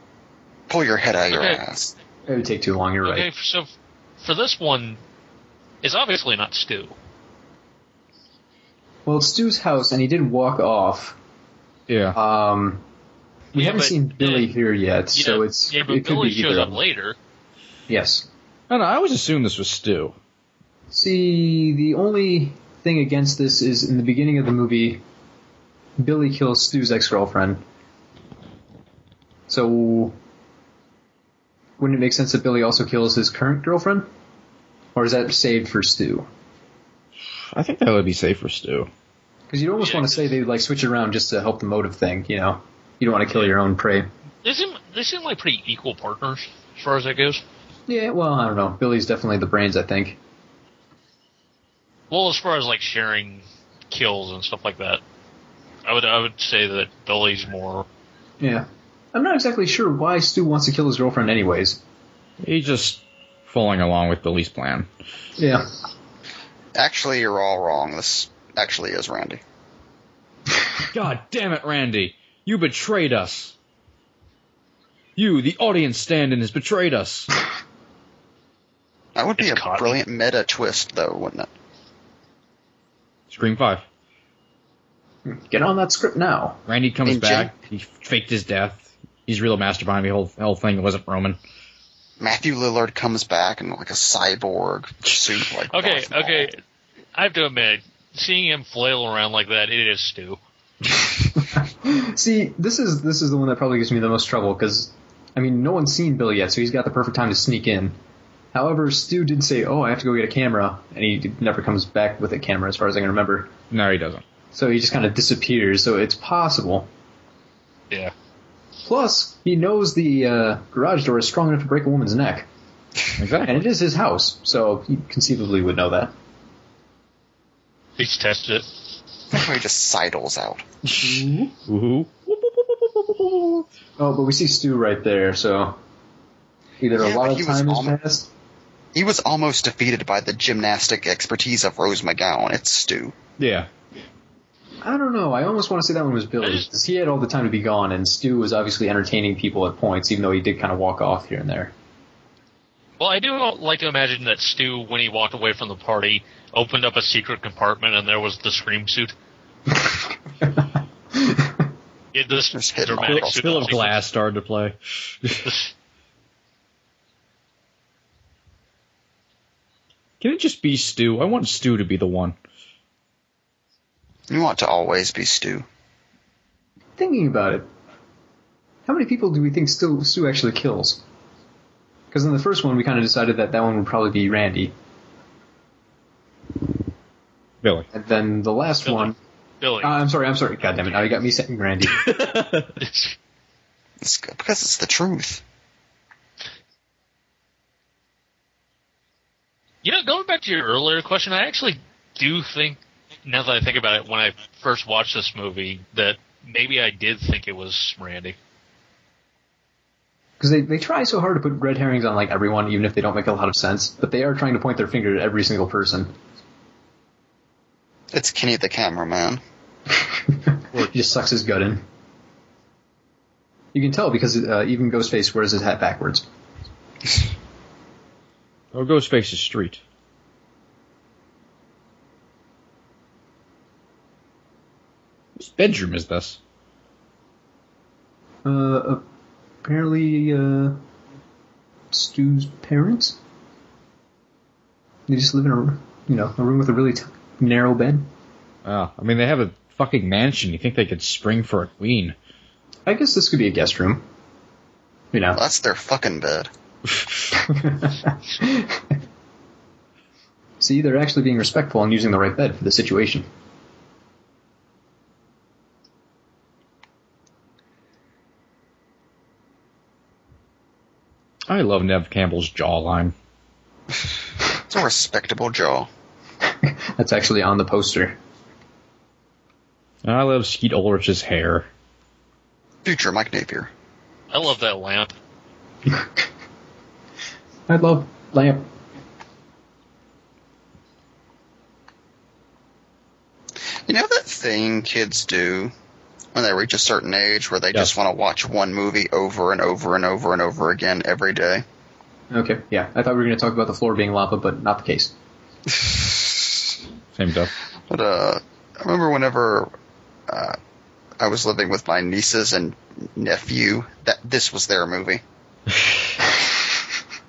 Speaker 8: Pull your head out of your
Speaker 2: Okay.
Speaker 8: ass.
Speaker 6: It would take too long. You're
Speaker 2: Okay,
Speaker 6: right.
Speaker 2: so f- for this one, it's obviously not stew.
Speaker 6: Well, it's Stu's house, and he did walk off.
Speaker 7: Yeah.
Speaker 2: Uh,
Speaker 6: Um, we
Speaker 2: Yeah,
Speaker 6: haven't
Speaker 2: but-
Speaker 6: seen Billy
Speaker 2: yeah.
Speaker 6: here yet,
Speaker 2: Yeah,
Speaker 6: so it's
Speaker 2: yeah, but
Speaker 6: it could
Speaker 2: Billy
Speaker 6: be
Speaker 2: shows
Speaker 6: either.
Speaker 2: up later.
Speaker 6: Yes.
Speaker 7: I don't know. I always assumed this was stew.
Speaker 6: See, the only thing against this is in the beginning of the movie, Billy kills Stu's ex-girlfriend. So, wouldn't it make sense that Billy also kills his current girlfriend? Or is that saved for Stu?
Speaker 7: I think that would be safe for stew.
Speaker 6: Because you'd almost
Speaker 2: Yeah,
Speaker 6: want to say they like switch it around just to help the motive thing, you know? You don't want to kill your own prey.
Speaker 2: They seem they seem like pretty equal partners as far as that goes.
Speaker 6: Yeah, well, I don't know. Billy's definitely the brains, I think.
Speaker 2: Well, as far as like sharing kills and stuff like that, I would I would say that Billy's more.
Speaker 6: Yeah. I'm not exactly sure why Stu wants to kill his girlfriend anyways.
Speaker 7: He's just following along with Billy's plan.
Speaker 6: Yeah.
Speaker 8: Actually, you're all wrong. This actually is Randy.
Speaker 7: God damn it, Randy! You betrayed us. You, the audience stand-in, has betrayed us.
Speaker 8: That would be
Speaker 2: It's
Speaker 8: a
Speaker 2: cotton.
Speaker 8: brilliant meta twist, though, wouldn't it?
Speaker 7: Scream five.
Speaker 6: Get on that script now.
Speaker 7: Randy comes
Speaker 8: And Jim-
Speaker 7: back. He faked his death. He's a real mastermind. The whole whole thing wasn't Roman.
Speaker 8: Matthew Lillard comes back in like a cyborg suit, like
Speaker 2: Okay,
Speaker 8: Darth Maul.
Speaker 2: okay. I have to admit, seeing him flail around like that, it is stew.
Speaker 6: See, this is this is the one that probably gives me the most trouble because, I mean, no one's seen Billy yet, so he's got the perfect time to sneak in. However, Stu did say, "Oh, I have to go get a camera," and he never comes back with a camera, as far as I can remember.
Speaker 7: No, he doesn't.
Speaker 6: So he just kind of disappears. So it's possible.
Speaker 2: Yeah.
Speaker 6: Plus, he knows the uh, garage door is strong enough to break a woman's neck,
Speaker 7: Exactly.
Speaker 6: and it is his house, so he conceivably would know that.
Speaker 2: He's tested it.
Speaker 8: He just sidles out.
Speaker 7: Woohoo. Whoop, whoop, whoop, whoop, whoop, whoop, whoop.
Speaker 6: Oh, but we see Stu right there, so either a
Speaker 8: Yeah,
Speaker 6: lot
Speaker 8: but
Speaker 6: of
Speaker 8: he was
Speaker 6: time has
Speaker 8: almo-
Speaker 6: passed.
Speaker 8: He was almost defeated by the gymnastic expertise of Rose McGowan. It's Stu.
Speaker 7: Yeah.
Speaker 6: I don't know. I almost want to say that one was Billy's. 'cause He had all the time to be gone, and Stu was obviously entertaining people at points, even though he did kind of walk off here and there.
Speaker 2: Well, I do like to imagine that Stu, when he walked away from the party, opened up a secret compartment and there was the scream suit. Yeah, this
Speaker 8: Just hit
Speaker 2: dramatic
Speaker 8: Bill-
Speaker 2: suit.
Speaker 7: Bill of Glass started to
Speaker 2: (laughs)
Speaker 7: play. Can it just be Stu? I want Stu to be the one.
Speaker 8: You want to always be Stu.
Speaker 6: Thinking about it, how many people do we think Stu, Stu actually kills? Because in the first one, we kind of decided that that one would probably be Randy,
Speaker 7: Billy.
Speaker 6: and then the last
Speaker 2: Billy.
Speaker 6: one.
Speaker 2: Billy.
Speaker 6: Uh, I'm sorry, I'm sorry. God damn it! Now you got me saying Randy.
Speaker 2: (laughs)
Speaker 8: It's good because it's the truth.
Speaker 2: You know, going back to your earlier question, I actually do think, now that I think about it, when I first watched this movie, that maybe I did think it was Randy.
Speaker 6: Because they, they try so hard to put red herrings on like everyone, even if they don't make a lot of sense. But they are trying to point their finger at every single person.
Speaker 8: It's Kenny the cameraman.
Speaker 6: He just sucks his gut in. You can tell because uh, even Ghostface wears his hat backwards.
Speaker 7: Oh, Ghostface is Street. Whose bedroom is this?
Speaker 6: Uh, apparently, uh, Stu's parents. They just live in a you know a room with a really t- narrow bed.
Speaker 7: Ah, I mean, they have a fucking mansion. You think they could spring for a queen?
Speaker 6: I guess this could be a guest room. You know, (laughs)
Speaker 8: That's their fucking bed.
Speaker 6: see, they're actually being respectful and using the right bed for the situation. (laughs)
Speaker 7: I love Nev Campbell's jawline.
Speaker 8: It's a respectable jaw.
Speaker 6: That's actually on the poster.
Speaker 7: And I love Skeet Ulrich's hair.
Speaker 8: Future Mike Napier.
Speaker 2: I love that lamp.
Speaker 6: I love Lamp.
Speaker 8: You know that thing kids do when they reach a certain age where they
Speaker 7: Yeah.
Speaker 8: just want to watch one movie over and over and over and over again every day?
Speaker 6: Okay, yeah. I thought we were going to talk about the floor being lava, but not the case.
Speaker 7: Same stuff.
Speaker 8: But uh, I remember whenever uh, I was living with my nieces and nephew, that this was their movie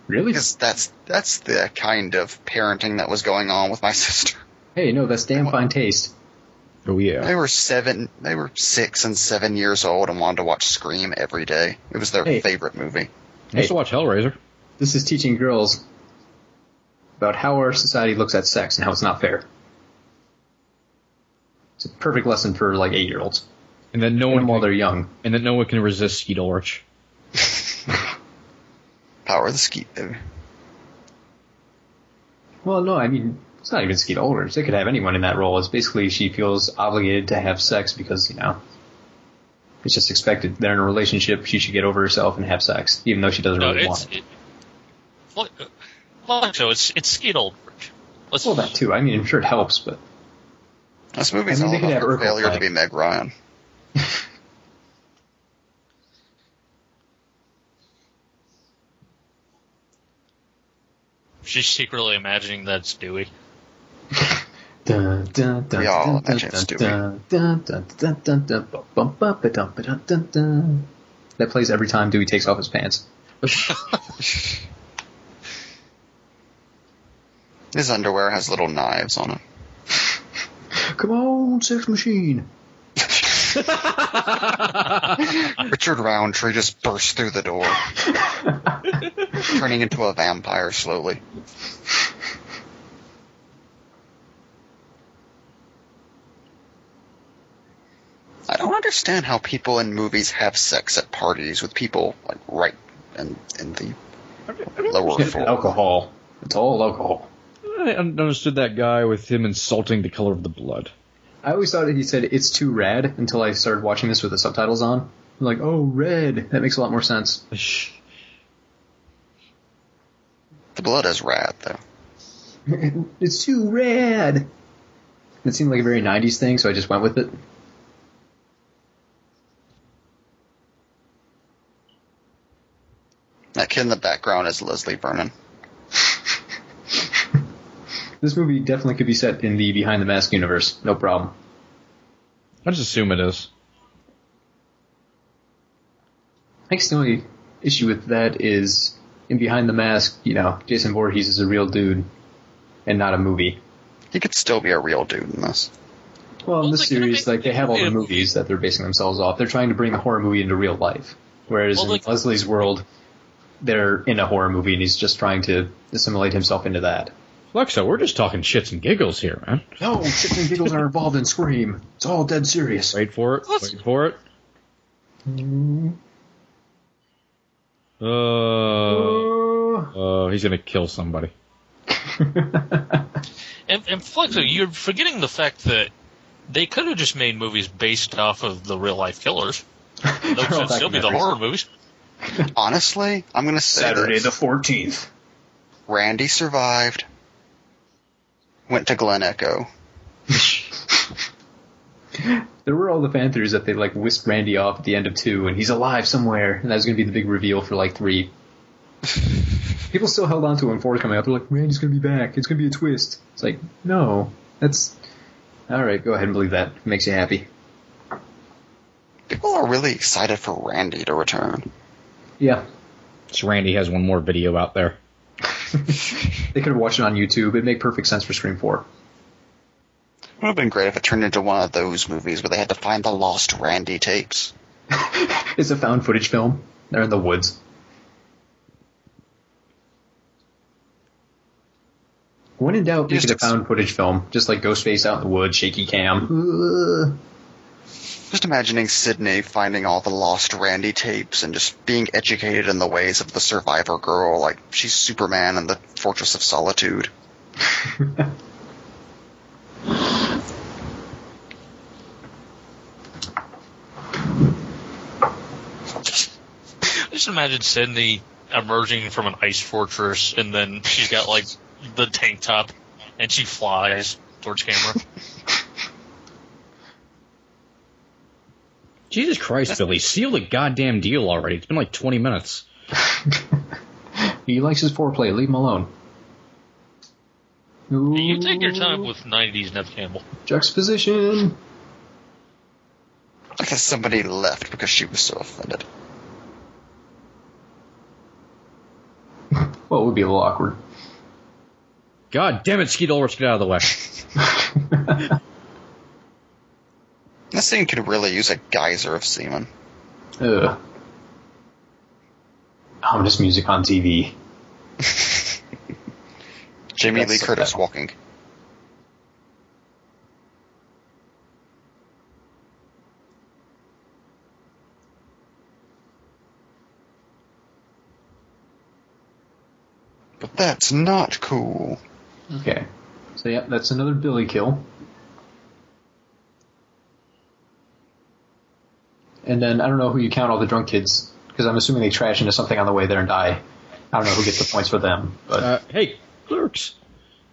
Speaker 6: Really?
Speaker 8: because that's that's the kind of parenting that was going on with my (laughs) sister.
Speaker 6: Hey, no, that's damn fine taste.
Speaker 7: Oh yeah.
Speaker 8: They were seven, they were six and seven years old and wanted to watch Scream every day. It was their
Speaker 6: Hey.
Speaker 8: favorite movie.
Speaker 7: I used to
Speaker 6: Hey.
Speaker 7: watch Hellraiser.
Speaker 6: This is teaching girls about how our society looks at sex and how it's not fair. It's a perfect lesson for like eight year olds.
Speaker 7: And then no one
Speaker 6: And while they're young.
Speaker 7: and then no one can resist Skeet Ulrich.
Speaker 8: Power of the Skeet, baby.
Speaker 6: Well, no, I mean, it's not even Skeet Ulrich. They could have anyone in that role. It's basically she feels obligated to have sex because, you know, it's just expected. They're in a relationship. She should get over herself and have sex, even though she doesn't
Speaker 2: No,
Speaker 6: really
Speaker 2: it's
Speaker 6: want it.
Speaker 2: it, like, like so it's it's Skeet Ulrich. Let's
Speaker 6: Well, that too. I mean, I'm sure it helps, but
Speaker 8: This movie's
Speaker 6: I mean, they
Speaker 8: all
Speaker 6: could have
Speaker 8: about her
Speaker 6: Urkel
Speaker 8: failure
Speaker 6: play.
Speaker 8: to be Meg Ryan.
Speaker 2: she's secretly imagining that's Dewey.
Speaker 6: Dun, dun, dun,
Speaker 8: We all
Speaker 6: dun, dun,
Speaker 8: imagine it's
Speaker 6: dun,
Speaker 8: Dewey.
Speaker 6: dun, dun, dun, dun, dun, bum, bum, bum, ba, dum, ba, dun, dun, dun. That plays every time Dewey takes off his pants.
Speaker 8: His underwear has little knives on it.
Speaker 6: Come on, sex machine.
Speaker 8: Richard Roundtree just bursts through the door, turning into a vampire slowly. I don't understand how people in movies have sex at parties with people like right in, in the lower floor.
Speaker 6: Alcohol. It's all alcohol.
Speaker 7: I understood that guy with him insulting the color of the blood.
Speaker 6: I always thought that he said it's too rad until I started watching this with the subtitles on. I'm like, oh, red. That makes a lot more sense. (laughs)
Speaker 8: The blood is rad though.
Speaker 6: It's too rad. It seemed like a very 90s thing, so I just went with it.
Speaker 8: That kid in the background is Leslie Vernon.
Speaker 6: This movie definitely could be set in the Behind the Mask universe. No problem.
Speaker 7: I just assume it is.
Speaker 6: I guess the only issue with that is in Behind the Mask, you know, Jason Voorhees is a real dude and not a movie.
Speaker 8: He could still be a real dude in this.
Speaker 6: Well, in
Speaker 2: Well,
Speaker 6: this
Speaker 2: they could've
Speaker 6: series,
Speaker 2: made-
Speaker 6: like they
Speaker 2: they
Speaker 6: have all
Speaker 2: could've made a
Speaker 6: the
Speaker 2: movie.
Speaker 6: movies that they're basing themselves off. They're trying to bring the horror movie into real life, whereas
Speaker 2: Well,
Speaker 6: in
Speaker 2: like-
Speaker 6: Leslie's world, they're in a horror movie and he's just trying to assimilate himself into that.
Speaker 7: Luxo, we're just talking shits and giggles here, man.
Speaker 6: No, shits and giggles are involved in Scream. It's all dead serious.
Speaker 7: Wait for it.
Speaker 2: Let's- Mm-hmm.
Speaker 7: Wait for it. Uh, uh, he's gonna kill somebody.
Speaker 2: (laughs) And, and Flexo, you're forgetting the fact that they could have just made movies based off of the real life
Speaker 7: (laughs)
Speaker 2: killers. Those
Speaker 6: all
Speaker 2: should still be the
Speaker 6: documentaries.
Speaker 2: horror movies.
Speaker 8: Honestly, I'm gonna say
Speaker 6: Saturday
Speaker 8: this.
Speaker 6: the fourteenth.
Speaker 8: Randy survived. Went to Glen Echo.
Speaker 6: There were all the fan theories that they like whisked Randy off at the end of two, and he's alive somewhere, and that was going to be the big reveal for like three. People still held on to him for coming up. They're like, Randy's going to be back. It's going to be a twist. It's like, no, that's all right. Go ahead and believe that. Makes you happy.
Speaker 8: People are really excited for Randy to return.
Speaker 6: Yeah,
Speaker 7: So Randy has one more video out there.
Speaker 6: they could have watched it on YouTube. It'd make perfect sense for Scream Four.
Speaker 8: It would have been great if it turned into one of those movies where they had to find the lost Randy tapes.
Speaker 6: It's a found footage film. They're in the woods. When in doubt, make
Speaker 8: Just
Speaker 6: it a
Speaker 8: ex-
Speaker 6: found footage film. Just like Ghostface out in the woods, shaky cam.
Speaker 8: Just imagining Sydney finding all the lost Randy tapes and just being educated in the ways of the survivor girl, like she's Superman in the Fortress of Solitude.
Speaker 2: just imagine Sydney emerging from an ice fortress, and then she's got like the tank top, and she flies towards camera.
Speaker 7: (laughs) Jesus Christ, Billy, seal the goddamn deal already. It's been like 20 minutes.
Speaker 6: He likes his foreplay. Leave him alone.
Speaker 2: you take your time with '90s Nev Campbell.
Speaker 6: Juxtaposition.
Speaker 8: I guess somebody left because she was so offended.
Speaker 6: Well, it would be a little awkward.
Speaker 7: God damn it, Skeet Ulrich, get out
Speaker 2: (laughs)
Speaker 7: of the way.
Speaker 8: This scene could really use a geyser of semen.
Speaker 6: Ugh. Ominous music on TV.
Speaker 8: Jamie
Speaker 6: That's
Speaker 8: Lee
Speaker 6: so
Speaker 8: Curtis
Speaker 6: bad.
Speaker 8: walking. But that's not cool.
Speaker 6: Okay. So, yeah, that's another Billy kill. And then I don't know who you count all the drunk kids, because I'm assuming they trash into something on the way there and die. I don't know who gets the points for them, but
Speaker 7: Uh, hey, clerks.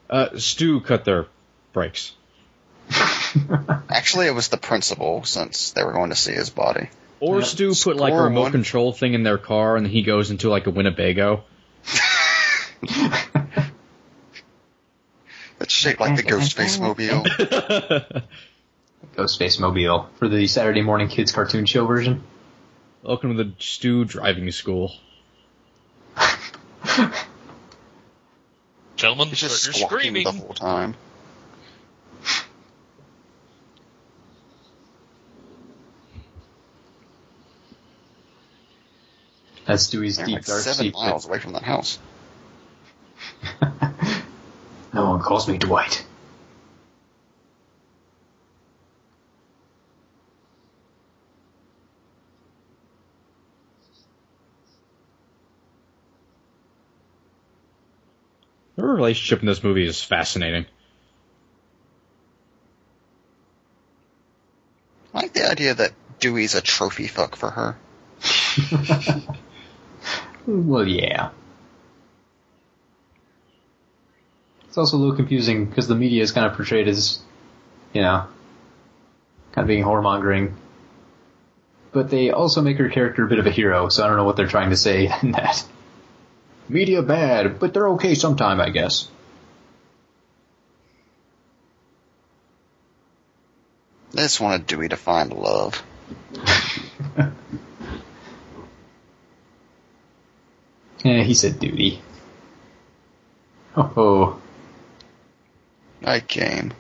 Speaker 7: Uh, Stu cut their brakes.
Speaker 8: Actually, it was the principal since they were going to see his body.
Speaker 7: Or
Speaker 6: Yeah.
Speaker 7: Stu put like a
Speaker 8: Score
Speaker 7: remote
Speaker 8: one.
Speaker 7: control thing in their car and he goes into like a Winnebago.
Speaker 8: It's shaped like the Ghostface mobile.
Speaker 6: Ghostface Mobile for the Saturday morning kids cartoon show version.
Speaker 7: Welcome to the Stu driving school.
Speaker 2: (laughs) Gentlemen,
Speaker 8: He's just
Speaker 2: you're
Speaker 8: squawking
Speaker 2: screaming.
Speaker 8: the whole time.
Speaker 6: That's Dewey's
Speaker 8: They're
Speaker 6: deep
Speaker 8: like
Speaker 6: dark
Speaker 8: seven
Speaker 6: secret.
Speaker 8: miles away from that house.
Speaker 6: No one calls me Dwight.
Speaker 7: Their relationship in this movie is fascinating.
Speaker 8: I like the idea that Dewey's a trophy fuck for her.
Speaker 6: Well, yeah. It's also a little confusing because the media is kind of portrayed as, you know, kind of being whoremongering. But they also make her character a bit of a hero, so I don't know what they're trying to say (laughs) in that. Media bad, but they're okay sometime, I guess.
Speaker 8: They just wanted Dewey to find love.
Speaker 6: Eh, he said duty. Oh, oh.
Speaker 8: I came.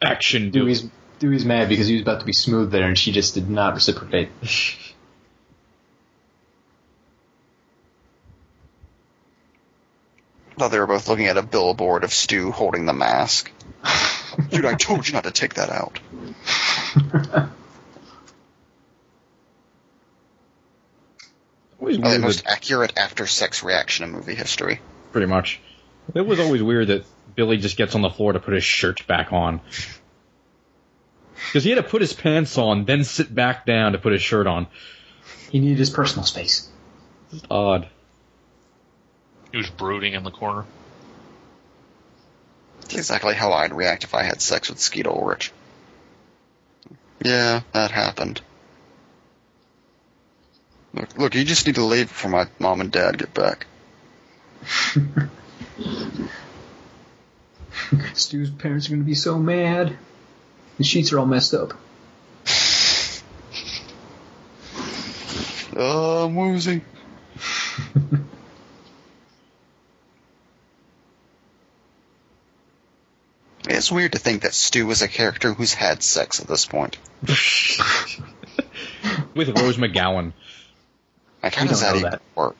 Speaker 7: Action dude.
Speaker 6: Dewey's, Dewey's mad because he was about to be smooth there and she just did not reciprocate.
Speaker 8: thought they were both looking at a billboard of Stu holding the mask. Dude, I told you not to take that out.
Speaker 7: Always
Speaker 8: Probably
Speaker 7: weird
Speaker 8: the most
Speaker 7: that-
Speaker 8: accurate after sex reaction in movie history.
Speaker 7: pretty much. It was always weird that Billy just gets on the floor to put his shirt back on. Because he had to put his pants on, then sit back down to put his shirt on.
Speaker 6: (laughs) He needed his personal space.
Speaker 7: It's odd.
Speaker 2: He was brooding in the corner.
Speaker 8: That's exactly how I'd react if I had sex with Skeet Ulrich. Yeah, that happened. Look, look, you just need to leave before my mom and dad get back.
Speaker 6: (laughs) Stu's parents are going to be so mad. The sheets are all messed
Speaker 8: (laughs)
Speaker 6: up.
Speaker 8: Uh, I'm woozy. it's weird to think that Stu is a character who's had sex at this point.
Speaker 7: (laughs) With Rose McGowan
Speaker 8: Like, how
Speaker 6: We
Speaker 8: does
Speaker 6: don't
Speaker 8: that
Speaker 6: know
Speaker 8: even
Speaker 6: that.
Speaker 8: work?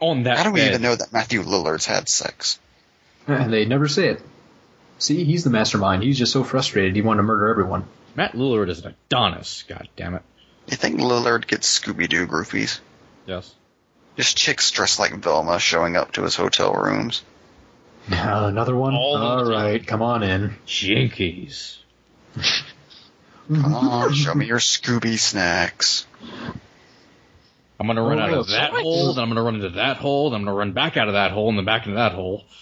Speaker 7: on that
Speaker 8: How do we
Speaker 7: bed.
Speaker 8: even know that Matthew Lillard's had sex?
Speaker 6: And they never say it. See, he's the mastermind. He's just so frustrated he wanted to murder everyone.
Speaker 7: Matt Lillard is an Adonis. God damn it.
Speaker 8: You think Lillard gets Scooby Doo groupies?
Speaker 7: Yes.
Speaker 8: Just chicks dressed like Velma showing up to his hotel rooms.
Speaker 6: Now another one.
Speaker 2: All the
Speaker 6: All
Speaker 2: time.
Speaker 6: right, come on in.
Speaker 7: Jinkies.
Speaker 8: Come on, show me your Scooby snacks.
Speaker 7: I'm gonna run
Speaker 6: Oh,
Speaker 7: out of
Speaker 6: so
Speaker 7: that
Speaker 6: much.
Speaker 7: hole, then I'm gonna run into that hole, then I'm gonna run back out of that hole, and then back into that hole. (laughs)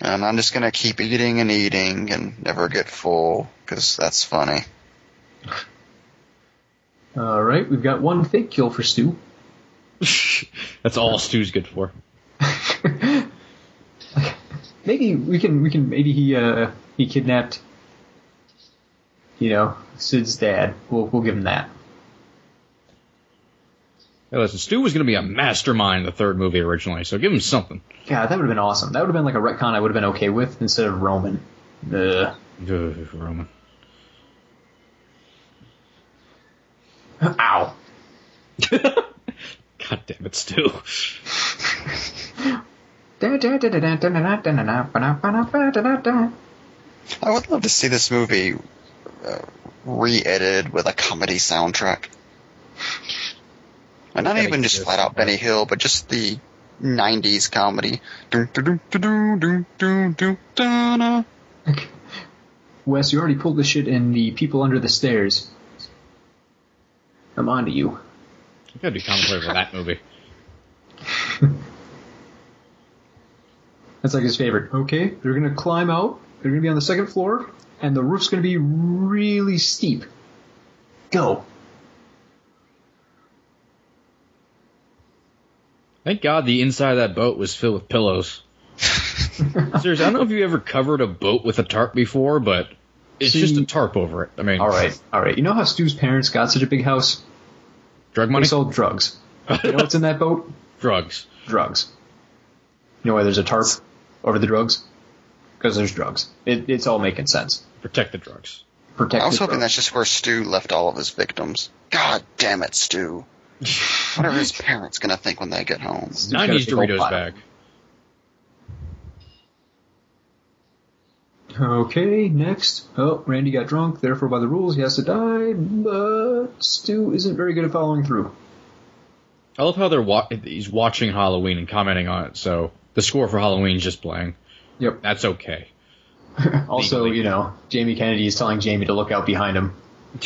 Speaker 8: And I'm just gonna keep eating and eating and never get full because that's funny.
Speaker 6: All right, we've got one fake kill for Stu.
Speaker 7: That's all Stu's good for.
Speaker 6: Maybe we can we can maybe he uh he kidnapped. You know, Sid's dad. We'll we'll give him that.
Speaker 7: Hey, listen, Stu was gonna be a mastermind in the third movie originally, so give him something.
Speaker 6: God, that would have been awesome. That would have been like a retcon I would have been okay with instead of Roman. Ugh.
Speaker 7: Ugh, Roman. (laughs)
Speaker 6: Ow.
Speaker 7: God damn it, Stu.
Speaker 8: I would love to see this movie uh, re-edited with a comedy soundtrack, and not
Speaker 7: Gotta
Speaker 8: even
Speaker 7: get
Speaker 8: just
Speaker 7: this
Speaker 8: flat out Benny Hill, but just the '90s comedy. Dun, dun, dun, dun, dun, dun, dun, dun, dun.
Speaker 6: Wes, you already pulled the shit in the people under the stairs. I'm onto you.
Speaker 7: You gotta do commentary for that movie.
Speaker 6: That's like his favorite. Okay, they're gonna climb out. They're gonna be on the second floor, and the roof's gonna be really steep. Go.
Speaker 7: Thank God the inside of that boat was filled with pillows.
Speaker 6: (laughs)
Speaker 7: Seriously, I don't know if you ever covered a boat with a tarp before, but it's
Speaker 6: See-
Speaker 7: just a tarp over it. I mean,
Speaker 6: All right, all right. You know how Stu's parents got such a big house?
Speaker 7: drug
Speaker 6: They
Speaker 7: money,
Speaker 6: sold drugs. You know what's in that boat?
Speaker 7: drugs.
Speaker 6: Drugs. You know why there's a tarp over the drugs? Because there's drugs. It, it's all making sense.
Speaker 7: Protect the drugs.
Speaker 6: Protect.
Speaker 8: I was
Speaker 6: the
Speaker 8: hoping
Speaker 6: drugs.
Speaker 8: that's just where Stu left all of his victims. God damn it, Stu! What are his parents gonna think when they get home?
Speaker 6: Stu's got a
Speaker 7: 90s
Speaker 6: big old
Speaker 7: Doritos
Speaker 6: bottom.
Speaker 7: bag.
Speaker 6: Okay, next. Oh, Randy got drunk, therefore by the rules he has to die, but Stu isn't very good at following through.
Speaker 7: I love how they're wa- he's watching Halloween and commenting on it. So the score for Halloween's just playing.
Speaker 6: Yep. (laughs)
Speaker 7: That's okay.
Speaker 6: Also,
Speaker 7: Legally.
Speaker 6: you know, Jamie Kennedy is telling Jamie to look out behind him.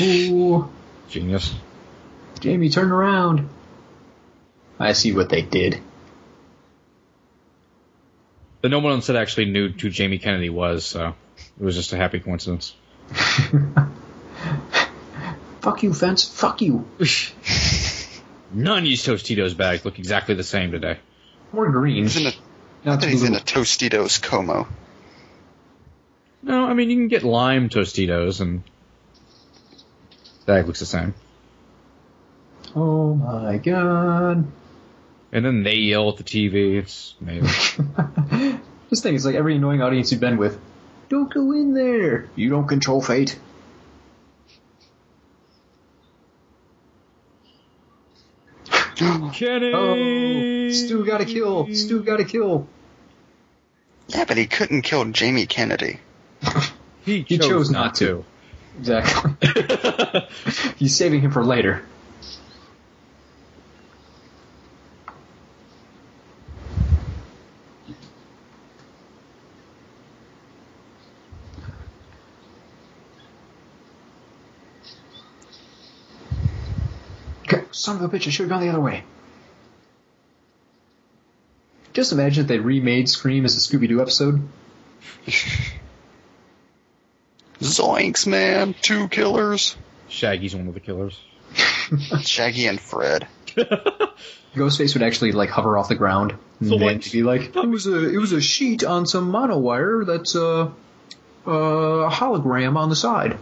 Speaker 6: Ooh,
Speaker 7: Genius.
Speaker 6: Jamie, turn around. I see what they did.
Speaker 7: But no one on set actually knew who Jamie Kennedy was, so it was just a happy
Speaker 6: (laughs)
Speaker 7: coincidence.
Speaker 6: Fuck you, fence. Fuck you.
Speaker 7: None use Tostitos bags look exactly the same today.
Speaker 6: More green.
Speaker 8: He's in a,
Speaker 6: Now
Speaker 8: I
Speaker 6: it's
Speaker 8: bet he's in
Speaker 6: blue.
Speaker 8: a Tostitos como.
Speaker 7: No, I mean you can get lime Tostitos and bag looks the same.
Speaker 6: Oh my god.
Speaker 7: And then they yell at the TV. It's
Speaker 6: (laughs)
Speaker 7: amazing.
Speaker 6: This thing is like every annoying audience you've been with. Don't go in there. You don't control fate.
Speaker 7: Kenny.
Speaker 6: Oh, Stu got a kill. Stu got a kill.
Speaker 8: Yeah, but he couldn't kill Jamie Kennedy.
Speaker 7: He chose,
Speaker 6: He chose
Speaker 7: not,
Speaker 6: not
Speaker 7: to.
Speaker 6: Exactly. (laughs) He's saving him for later. Okay, Son of a bitch, I should have gone the other way. Just imagine if they remade Scream as a Scooby Doo episode.
Speaker 8: Zoinks, man! Two killers.
Speaker 7: (laughs) Shaggy's one of the killers.
Speaker 8: Shaggy and Fred.
Speaker 6: Ghostface would actually like hover off the ground and
Speaker 7: So
Speaker 6: then
Speaker 7: what-
Speaker 6: be like, "It was a it was a sheet on some monowire that's a, a hologram on the side."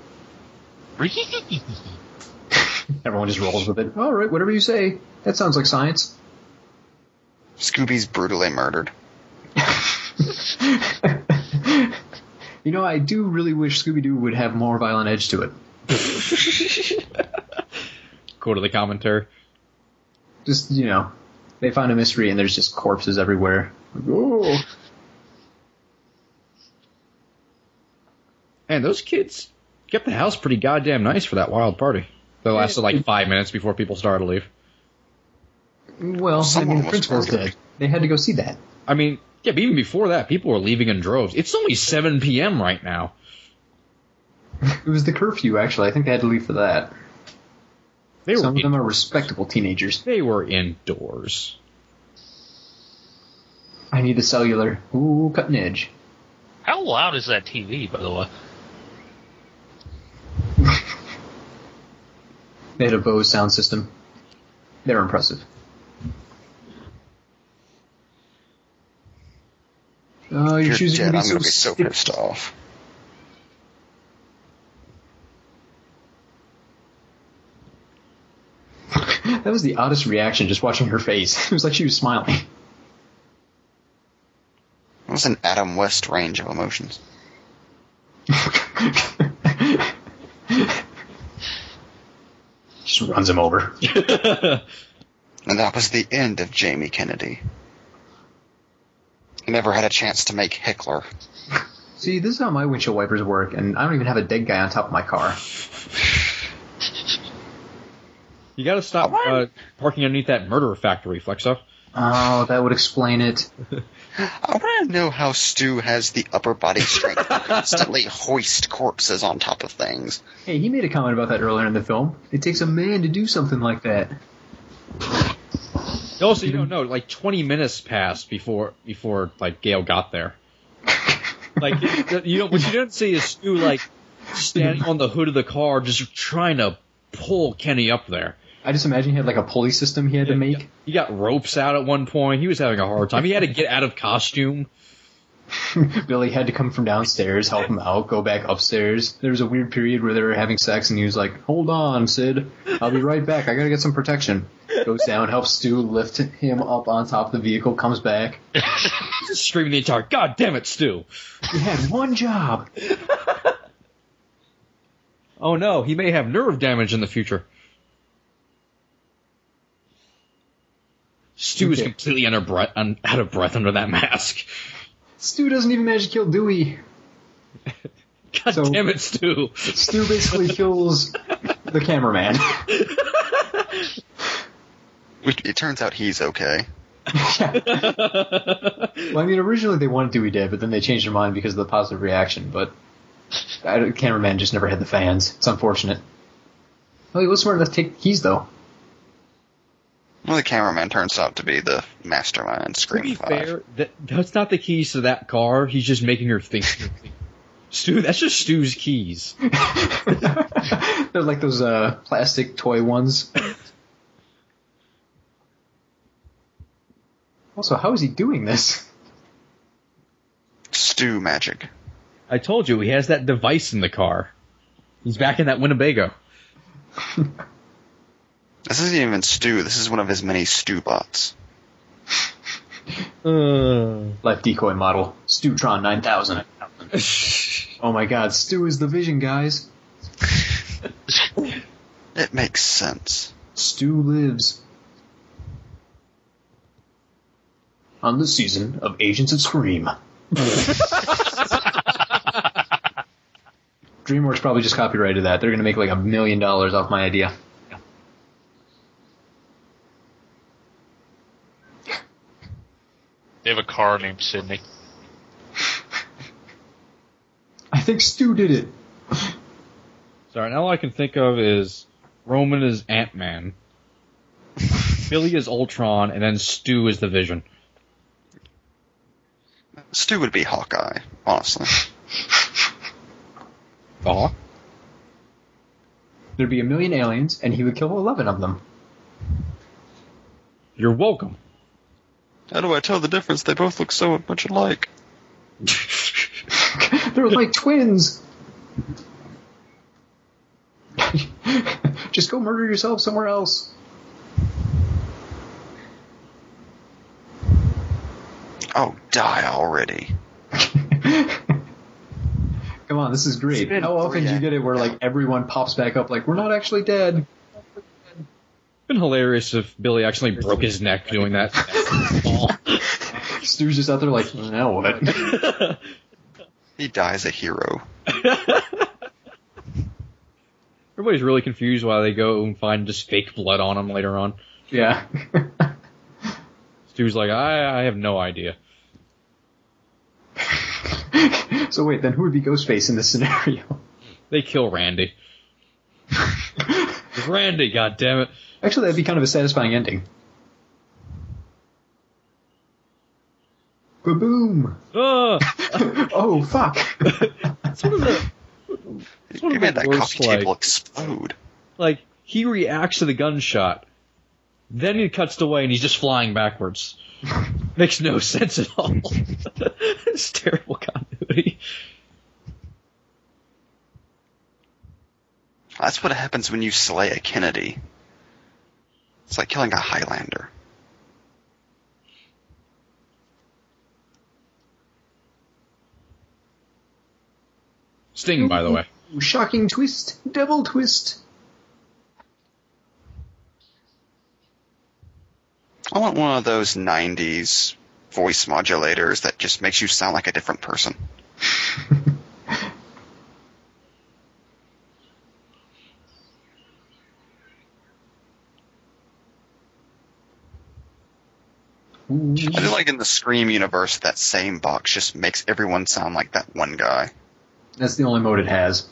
Speaker 6: Everyone just rolls with it. All right, whatever you say. That sounds like science. (laughs)
Speaker 8: Scooby's brutally murdered.
Speaker 6: You know, I do really wish Scooby Doo would have more violent edge to it.
Speaker 7: Go to the commentary.
Speaker 6: Just you know, they found a mystery and there's just corpses everywhere. Like, oh,
Speaker 7: Man, those kids kept the house pretty goddamn nice for that wild party. That lasted like five minutes before people started to leave.
Speaker 6: well, I mean,
Speaker 8: Someone
Speaker 6: the
Speaker 8: was
Speaker 6: principal's
Speaker 8: murdered.
Speaker 6: dead. They had to go see that.
Speaker 7: I mean, Yeah, but even before that, people were leaving in droves. It's only 7 p.m. right now.
Speaker 6: It was the curfew, actually. I think they had to leave for that.
Speaker 7: They were
Speaker 6: Some of
Speaker 7: in-
Speaker 6: them are respectable teenagers.
Speaker 7: they were indoors.
Speaker 6: I need a cellular. Ooh, cutting edge.
Speaker 2: How loud is that TV, by the way?
Speaker 6: They had a Bose sound system. They're impressive. Oh, your
Speaker 8: You're
Speaker 6: shoes are
Speaker 8: dead.
Speaker 6: gonna
Speaker 8: I'm
Speaker 6: be so
Speaker 8: gonna be so
Speaker 6: stiff.
Speaker 8: pissed off.
Speaker 6: (laughs) That was the oddest reaction, just watching her face. (laughs) It was like she was smiling.
Speaker 8: That was an Adam West range of emotions.
Speaker 6: Just runs him over. (laughs)
Speaker 8: And that was the end of Jamie Kennedy. Never had a chance to make Hickler.
Speaker 6: See, this is how my windshield wipers work, and I don't even have a dead guy on top of my car.
Speaker 7: You gotta stop uh, parking underneath that murder factory, Flexo.
Speaker 6: Oh, that would explain it.
Speaker 8: I want to know how Stu has the upper body strength to constantly hoist corpses on top of things.
Speaker 6: Hey, he made a comment about that earlier in the film. It takes a man to do something like that.
Speaker 7: Also, you don't know, like 20 minutes passed before, before like, Gail got there. Like, you don't, what you don't see is Stu, like, standing on the hood of the car just trying to pull Kenny up there.
Speaker 6: I just imagine he had like a pulley system he had to make.
Speaker 7: He got ropes out at one point. He was having a hard time. He had to get out of costume.
Speaker 6: Billy had to come from downstairs, help him out, go back upstairs. There was a weird period where they were having sex, and he was like, "Hold on, Sid, I'll be right back. I gotta get some protection." Goes down, helps Stu lift him up on top of the vehicle, comes back.
Speaker 7: Just screaming the entire, God damn it, Stu.
Speaker 6: You had one job.
Speaker 7: Oh no, he may have nerve damage in the future. Stu is
Speaker 6: Okay.
Speaker 7: completely under breath, un, out of breath under that mask. (laughs)
Speaker 6: Stu doesn't even manage to kill Dewey.
Speaker 7: God
Speaker 6: So-
Speaker 7: damn it, Stu.
Speaker 6: Stu basically kills the cameraman.
Speaker 8: Which it turns out he's okay.
Speaker 6: Well, I mean, originally they wanted Dewey dead, but then they changed their mind because of the positive reaction. But I don't- cameraman just never had the fans. It's unfortunate. Well, he was smart enough to take the keys, though.
Speaker 8: Well, the cameraman turns out to be the mastermind.
Speaker 7: To
Speaker 8: Scream
Speaker 7: be
Speaker 8: Five.
Speaker 7: fair, that, that's not the keys to that car. He's just making her think. (laughs) Stu, that's just Stu's keys.
Speaker 6: (laughs) They're like those uh, plastic toy ones. also, how is he doing this?
Speaker 8: Stu magic.
Speaker 7: I told you, he has that device in the car. He's back in that Winnebago.
Speaker 8: This isn't even Stu. This is one of his many Stu bots.
Speaker 7: Uh.
Speaker 6: Life decoy model, Stutron 9000. oh my god, Stu is the vision, guys.
Speaker 8: It makes sense.
Speaker 6: Stu lives. On the season of Agents of Scream. DreamWorks probably just copyrighted that. They're going to make like a million dollars off my idea.
Speaker 2: They have a car named Sydney.
Speaker 6: I think Stu did it.
Speaker 7: Sorry, now all I can think of is Roman is Ant (laughs) Man, Billy is Ultron, and then Stu is the Vision.
Speaker 8: Stu would be Hawkeye, honestly.
Speaker 7: Aw.
Speaker 6: There'd be a million aliens, and he would kill 11 of them.
Speaker 7: You're welcome.
Speaker 8: (laughs) How do I tell the difference? They both look so much alike.
Speaker 6: (laughs) They're like twins! (laughs) just go murder yourself somewhere else.
Speaker 8: Oh, die already.
Speaker 6: Come on, this is great.
Speaker 8: been
Speaker 6: How often
Speaker 8: three
Speaker 6: do you get it where like everyone pops back up like we're not actually dead?
Speaker 7: Been hilarious if Billy actually broke his neck doing that.
Speaker 6: Stu's just out there like, now
Speaker 8: (laughs)
Speaker 6: what?
Speaker 8: He dies a hero.
Speaker 7: Everybody's really confused why they go and find just fake blood on him later on.
Speaker 6: yeah. (laughs)
Speaker 7: Stu's like, I, I have no idea.
Speaker 6: So wait, then who would be Ghostface in this scenario? (laughs)
Speaker 7: They kill Randy. It's Randy, God damn it!
Speaker 6: Actually, that'd be kind of a satisfying ending. Boom!
Speaker 7: Ah,
Speaker 6: Oh fuck!
Speaker 7: it's one of the it's one
Speaker 8: You
Speaker 7: of
Speaker 8: made
Speaker 7: the
Speaker 8: that
Speaker 7: worst
Speaker 8: coffee table
Speaker 7: like,
Speaker 8: explode.
Speaker 7: like he reacts to the gunshot, then he cuts away and he's just flying (laughs) backwards. Makes no sense at all. (laughs) it's terrible continuity.
Speaker 8: That's what happens when you slay a Kennedy. It's like killing a Highlander.
Speaker 7: Sting, by the way.
Speaker 6: (laughs) Shocking twist, double twist.
Speaker 8: I want one of those 90s voice modulators that just makes you sound like a different person. I feel like in the Scream universe, that same box just makes everyone sound like that one guy.
Speaker 6: That's the only mode it has.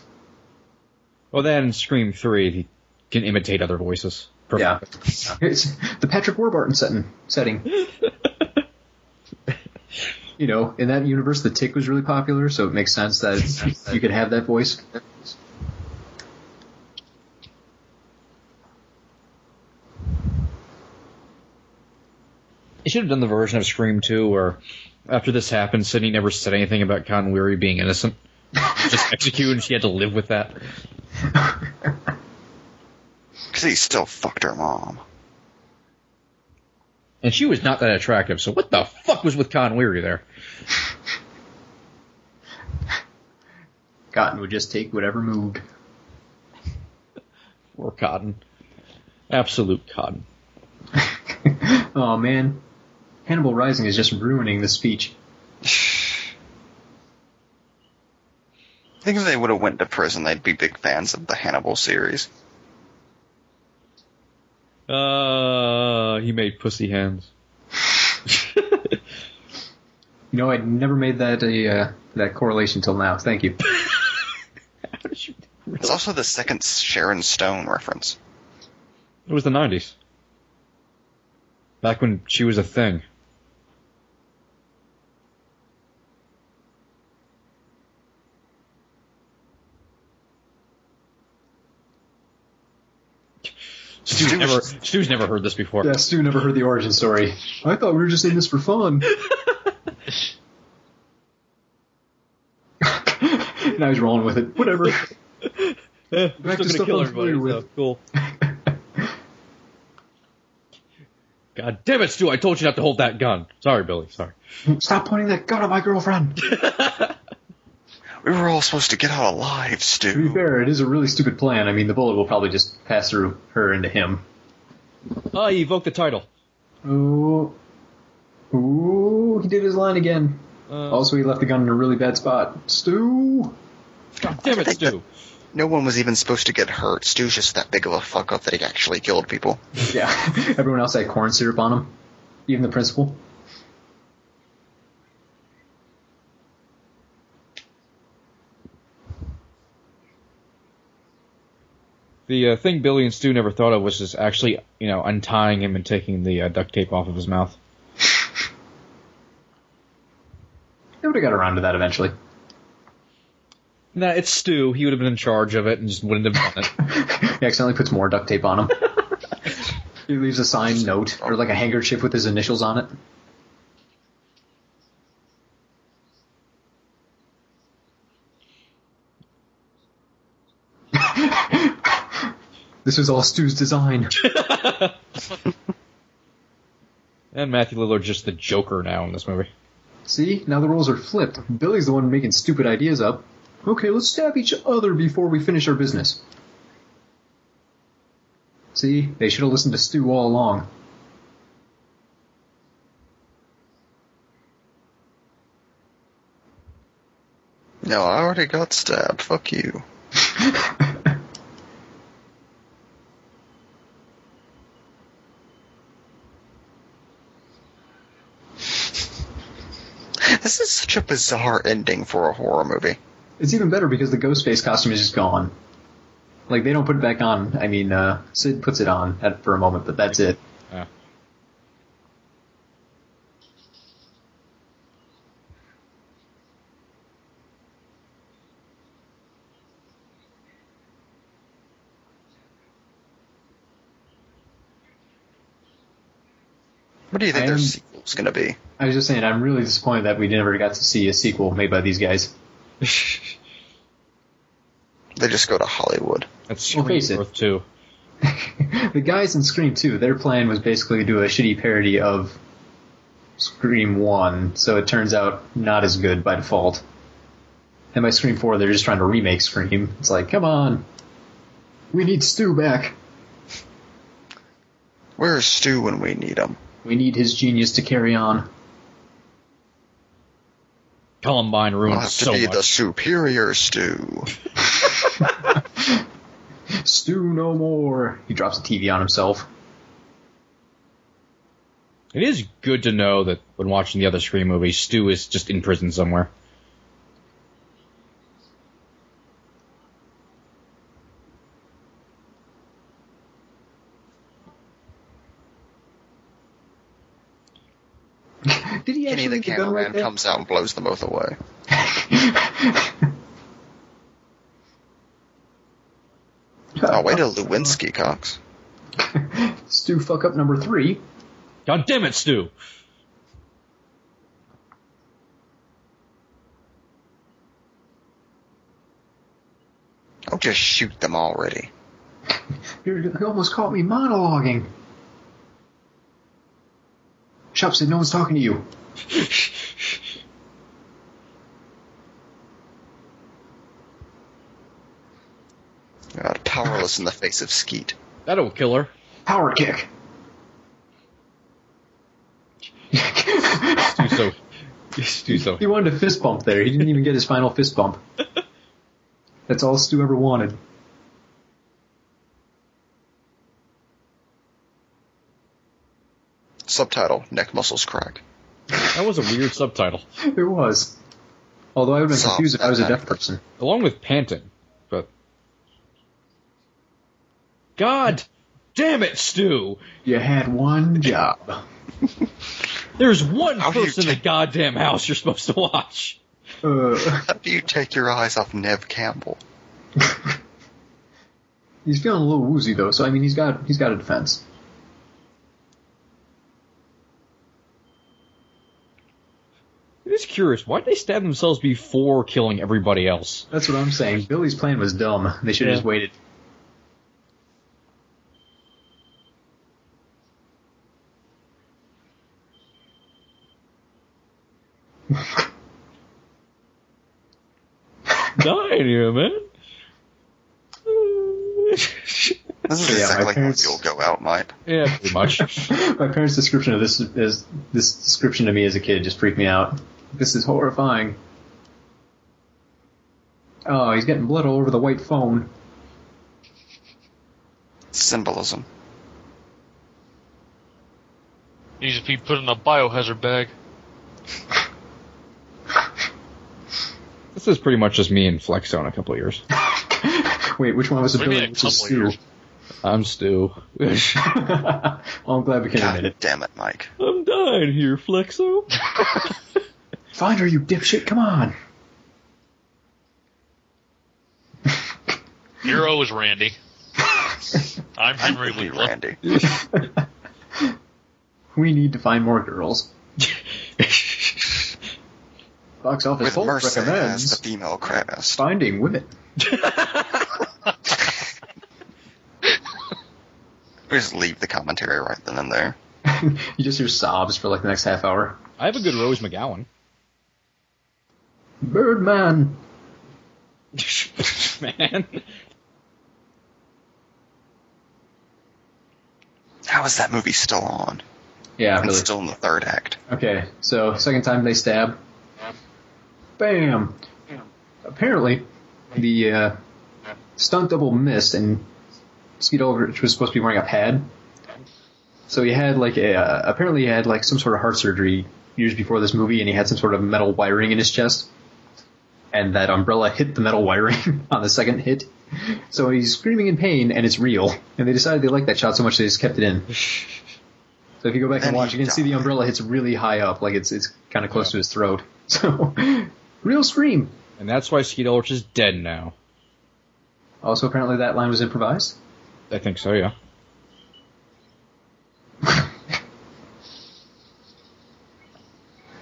Speaker 7: Well, then Scream Three he can imitate other voices.
Speaker 6: Yeah. It's the Patrick Warburton setting. setting. (laughs) you know, in that universe, the tick was really popular, so it makes sense that you could have that voice.
Speaker 7: He should have done the version of Scream 2 where after this happened, Sydney never said anything about Con Weary being innocent. Just executed and she had to live with that.
Speaker 8: Because he still fucked her mom.
Speaker 7: And she was not that attractive, so what the fuck was with Con Weary there?
Speaker 6: Cotton would just take whatever moved.
Speaker 7: Poor Cotton. Absolute Cotton.
Speaker 6: Oh man, Hannibal Rising is just ruining the speech.
Speaker 8: I think if they would have went to prison, they'd be big fans of the Hannibal series.
Speaker 7: Uh, he made pussy hands.
Speaker 6: You know, I'd never made that a uh, that correlation till now. Thank you.
Speaker 8: It's also the second Sharon Stone reference.
Speaker 7: It was the 90s. Back when she was a thing. Stu's
Speaker 8: Stu-
Speaker 7: never, Stu's never heard this before.
Speaker 6: Yeah, Stu never heard the origin story. I thought we were just in this for (laughs) fun. now he's rolling with it. Whatever.
Speaker 7: Eh,
Speaker 6: Back
Speaker 7: we're
Speaker 6: to
Speaker 7: still
Speaker 6: stuff
Speaker 7: gonna kill
Speaker 6: I'm
Speaker 7: everybody.
Speaker 6: familiar
Speaker 7: so cool. God damn it, Stu! I told you not to hold that gun. Sorry, Billy. Sorry.
Speaker 6: Stop pointing that gun at my girlfriend. to
Speaker 8: We were all supposed to get out alive,
Speaker 6: be (laughs)
Speaker 8: Stu.
Speaker 6: fair, it is a really stupid plan. I mean, the bullet will probably just pass through her into him.
Speaker 7: Oh, you evoked the title.
Speaker 6: Ooh. Ooh, he did his line again.
Speaker 7: Uh.
Speaker 6: also, he left the gun in a really bad spot. Stu!
Speaker 7: God damn it, Stu!
Speaker 8: No one was even supposed to get hurt. Stu's just that big of a fuck up that he actually killed people.
Speaker 6: Yeah, (laughs) everyone else had corn syrup on him. Even the principal.
Speaker 7: The uh, thing Billy and Stu never thought of was just actually, you know, untying him and taking the uh, duct tape off of his mouth.
Speaker 6: They would have got around to that eventually.
Speaker 7: Nah, it's Stu. He would have been in charge of it and just wouldn't have done it.
Speaker 6: He accidentally puts more duct tape on him. he leaves a signed note or like a handkerchief with his initials on it. (laughs) this was all Stu's design.
Speaker 7: (laughs) and Matthew Lillard's just the Joker now in this movie.
Speaker 6: See, now the roles are flipped. Billy's the one making stupid ideas up. Okay, let's stab each other before we finish our business. See, they should have listened to Stu all along.
Speaker 8: No, I already got stabbed. Fuck you. (laughs) This is such a bizarre ending for a horror movie.
Speaker 6: It's even better because the Ghostface costume is just gone. Like they don't put it back on. I mean, uh, Sid puts it on at, for a moment, but that's it.
Speaker 7: (laughs) Yeah.
Speaker 8: What do you think
Speaker 6: I
Speaker 8: their
Speaker 6: am-
Speaker 8: sequel's going to be?
Speaker 6: I was just saying, I'm really disappointed that we never got to see a sequel made by these guys. (laughs)
Speaker 8: They just go to Hollywood.
Speaker 7: That's
Speaker 6: Well,
Speaker 7: Scream
Speaker 6: face it.
Speaker 7: Earth 2.
Speaker 6: the guys in Scream 2, their plan was basically to do a shitty parody of Scream 1, so it turns out not as good by default. And by Scream 4, they're just trying to remake Scream. It's like, come on. We need Stu back.
Speaker 8: Where's Stu when we need him?
Speaker 6: We need his genius to carry on.
Speaker 7: Columbine
Speaker 8: I'll
Speaker 7: ruined
Speaker 8: have to
Speaker 7: so
Speaker 8: be
Speaker 7: much.
Speaker 8: the superior Stu.
Speaker 6: Stu no more. He drops the TV on himself.
Speaker 7: It is good to know that when watching the other Scream movie, Stu is just in prison somewhere.
Speaker 6: Did he
Speaker 8: Kenny
Speaker 6: actually
Speaker 8: the
Speaker 6: get the gun right
Speaker 8: cameraman
Speaker 6: there?
Speaker 8: comes out and blows them
Speaker 6: (laughs)
Speaker 8: both away. Oh, wait a Lewinsky, Cox.
Speaker 6: Stu fuck up number three.
Speaker 7: God damn it, Stu!
Speaker 8: I'll just shoot them already.
Speaker 6: You you almost caught me monologuing. Shop said no one's talking to you.
Speaker 8: God, powerless in the face of Skeet.
Speaker 7: That'll kill her.
Speaker 6: Power kick.
Speaker 7: Stu's (laughs) so. Stu's so.
Speaker 6: He wanted a fist bump there. He didn't even get his final fist bump. That's all Stu ever wanted.
Speaker 8: Subtitle: Neck muscles crack.
Speaker 7: That was a weird subtitle.
Speaker 6: It was. Although I would have been
Speaker 8: Soft
Speaker 6: confused if I was a deaf
Speaker 8: attack.
Speaker 6: person.
Speaker 7: Along with panting, but. God damn it, Stu!
Speaker 6: You had one
Speaker 8: (laughs)
Speaker 6: job.
Speaker 7: There's one
Speaker 8: How do you
Speaker 7: person in the
Speaker 8: take-
Speaker 7: goddamn house you're supposed to watch.
Speaker 6: Uh,
Speaker 8: How do you take your eyes off Nev Campbell?
Speaker 6: he's feeling a little woozy though, so I mean he's got he's got a defense.
Speaker 7: I'm just curious, why'd they stab themselves before killing everybody else?
Speaker 6: That's what I'm saying. Billy's plan was dumb. They should have
Speaker 7: Yeah.
Speaker 6: just waited.
Speaker 7: Dying here, man.
Speaker 8: This is
Speaker 6: Yeah, my
Speaker 8: exactly how
Speaker 6: parents-
Speaker 8: you'll go out, Mike.
Speaker 7: (laughs) yeah, pretty much.
Speaker 6: My parents' description of this is this description to me as a kid just freaked me out. This is horrifying. Oh, he's getting blood all over the white phone.
Speaker 8: Symbolism.
Speaker 2: (laughs) Needs to be put in a biohazard bag.
Speaker 7: This is pretty much just me and Flex on a couple of years.
Speaker 6: Wait, which one was a
Speaker 2: What do you
Speaker 6: Billy?
Speaker 2: mean a
Speaker 6: Which was
Speaker 2: couple
Speaker 6: Stu?
Speaker 2: years?
Speaker 7: I'm Stu. (laughs)
Speaker 6: (laughs) well, I'm glad we can admit
Speaker 8: God
Speaker 6: it.
Speaker 8: damn it, Mike.
Speaker 7: I'm dying here, Flexo.
Speaker 6: Find her, you dipshit! Come on.
Speaker 2: Hero is Randy. I'm Henry
Speaker 8: Really,
Speaker 2: Leland.
Speaker 8: Randy.
Speaker 6: We need to find more
Speaker 2: (laughs)
Speaker 6: girls. Box office
Speaker 8: With
Speaker 6: Pulp
Speaker 8: Mercy as the
Speaker 6: recommends
Speaker 8: female crest.
Speaker 6: finding women. (laughs)
Speaker 8: We just leave the commentary right then and there.
Speaker 6: you just hear sobs for like the next half hour.
Speaker 7: I have a good Rose McGowan.
Speaker 6: (laughs) Birdman.
Speaker 7: Man.
Speaker 8: How is that movie still on?
Speaker 6: Yeah,
Speaker 8: And
Speaker 6: really.
Speaker 8: still in the third act.
Speaker 6: Okay, so second time they stab. Bam! Apparently, the uh, stunt double missed, and Skeet Ulrich was supposed to be wearing a pad. So he had like a uh, apparently he had like some sort of heart surgery years before this movie, and he had some sort of metal wiring in his chest. And that umbrella hit the metal wiring (laughs) on the second hit. So he's screaming in pain, and it's real. And they decided they liked that shot so much they just kept it in. So if you go back and
Speaker 8: Then
Speaker 6: watch,
Speaker 8: he
Speaker 6: you can see the
Speaker 8: died.
Speaker 6: umbrella hits really high up, like it's it's kind of close to his throat. (laughs) So real scream.
Speaker 7: And that's why Skeet Ulrich is dead now.
Speaker 6: Also, apparently that line was improvised.
Speaker 7: I think so, yeah.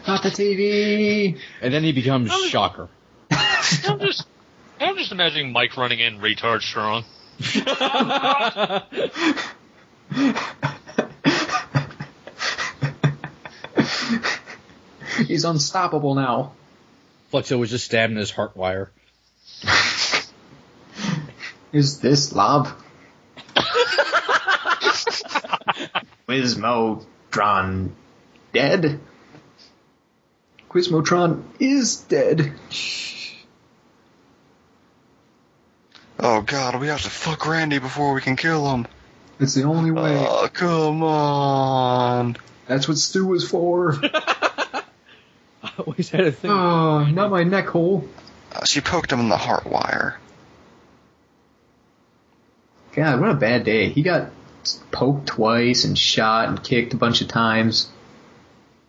Speaker 6: Not the TV.
Speaker 7: And then he becomes Shocker.
Speaker 2: I'm just, I'm just imagining Mike running in retard strong.
Speaker 6: He's unstoppable now.
Speaker 7: Flexo was just stabbing his heart wire.
Speaker 6: Is this love? Quizmotron dead? Quizmotron is dead.
Speaker 8: Oh god, we have to fuck Randy before we can kill him.
Speaker 6: It's the only way.
Speaker 8: Oh, come on.
Speaker 6: That's what Stu was for.
Speaker 7: (laughs) I always had a thing.
Speaker 6: Ah, not my neck hole.
Speaker 8: Uh, she poked him in the heart wire.
Speaker 6: God, what a bad day. He got poked twice and shot and kicked a bunch of times.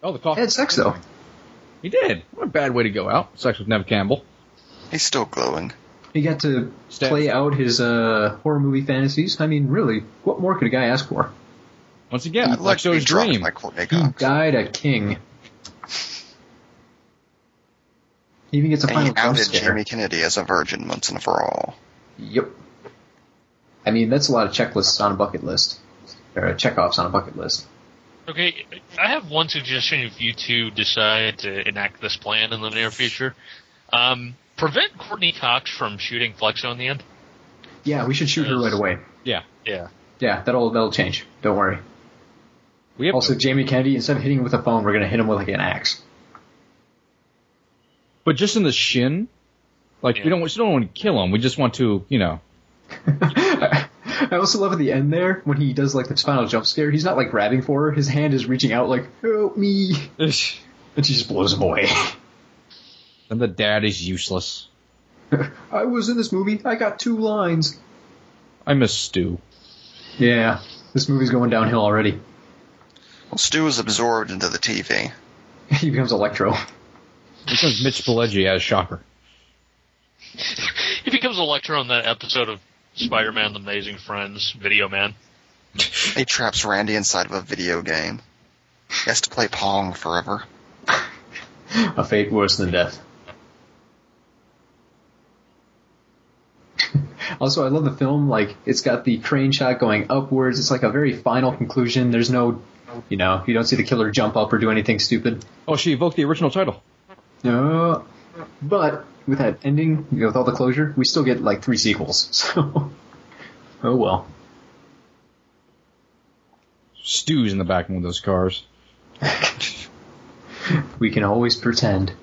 Speaker 7: oh, the coffee.
Speaker 6: Had sex though.
Speaker 7: He did. What a bad way to go out. Sex with Nev Campbell.
Speaker 8: He's still glowing.
Speaker 6: He got to
Speaker 7: Stats.
Speaker 6: play out his uh, horror movie fantasies. I mean, really, what more could a guy ask for?
Speaker 7: Once again,
Speaker 8: I'd like to be
Speaker 7: Flexo's
Speaker 8: dropped
Speaker 7: dream.
Speaker 8: by Courtney
Speaker 6: He
Speaker 8: Cox.
Speaker 6: died a king. He even gets a
Speaker 8: And he
Speaker 6: final jump
Speaker 8: outed
Speaker 6: scare.
Speaker 8: Jamie Kennedy as a virgin once and for all.
Speaker 6: Yep. I mean, that's a lot of checklists on a bucket list, or uh, checkoffs on a bucket list.
Speaker 2: Okay, I have one suggestion if you two decide to enact this plan in the near future. Um, prevent Courtney Cox from shooting Flexo in the end.
Speaker 6: Yeah, we should shoot her
Speaker 2: Yes.
Speaker 6: right away.
Speaker 7: Yeah.
Speaker 2: Yeah.
Speaker 6: Yeah, that'll that'll change. Don't worry.
Speaker 7: We have
Speaker 6: Also,
Speaker 7: also,
Speaker 6: Jamie Kennedy, instead of hitting him with a phone, we're gonna hit him with like an axe.
Speaker 7: but just in the shin. Like
Speaker 2: Yeah.
Speaker 7: we don't, we just don't want to kill him. We just want to, you know.
Speaker 6: (laughs) I also love at the end there when he does like the final jump scare. He's not like grabbing for her; his hand is reaching out like "help (laughs) me," and she just blows him away.
Speaker 7: And the dad is useless.
Speaker 6: (laughs) I was in this movie. I got two lines.
Speaker 7: I miss Stu.
Speaker 6: Yeah, this movie's going downhill already. (laughs)
Speaker 8: Well, Stu is absorbed into the TV.
Speaker 6: he becomes Electro.
Speaker 7: Here comes Mitch Pileggi as Shocker.
Speaker 2: He becomes Electro on that episode of Spider-Man: The Amazing Friends, Video Man.
Speaker 8: He traps Randy inside of a video game. He has to play Pong forever.
Speaker 6: A fate worse than death. (laughs) also, I love the film. Like, it's got the crane shot going upwards. It's like a very final conclusion. There's no, you know, you don't see the killer jump up or do anything stupid.
Speaker 7: Oh, she evoked the original title.
Speaker 6: No. But with that ending, you know, with all the closure, we still get like three sequels. (laughs) So, oh well.
Speaker 7: Stu's in the back of one of those cars.
Speaker 6: We can always pretend.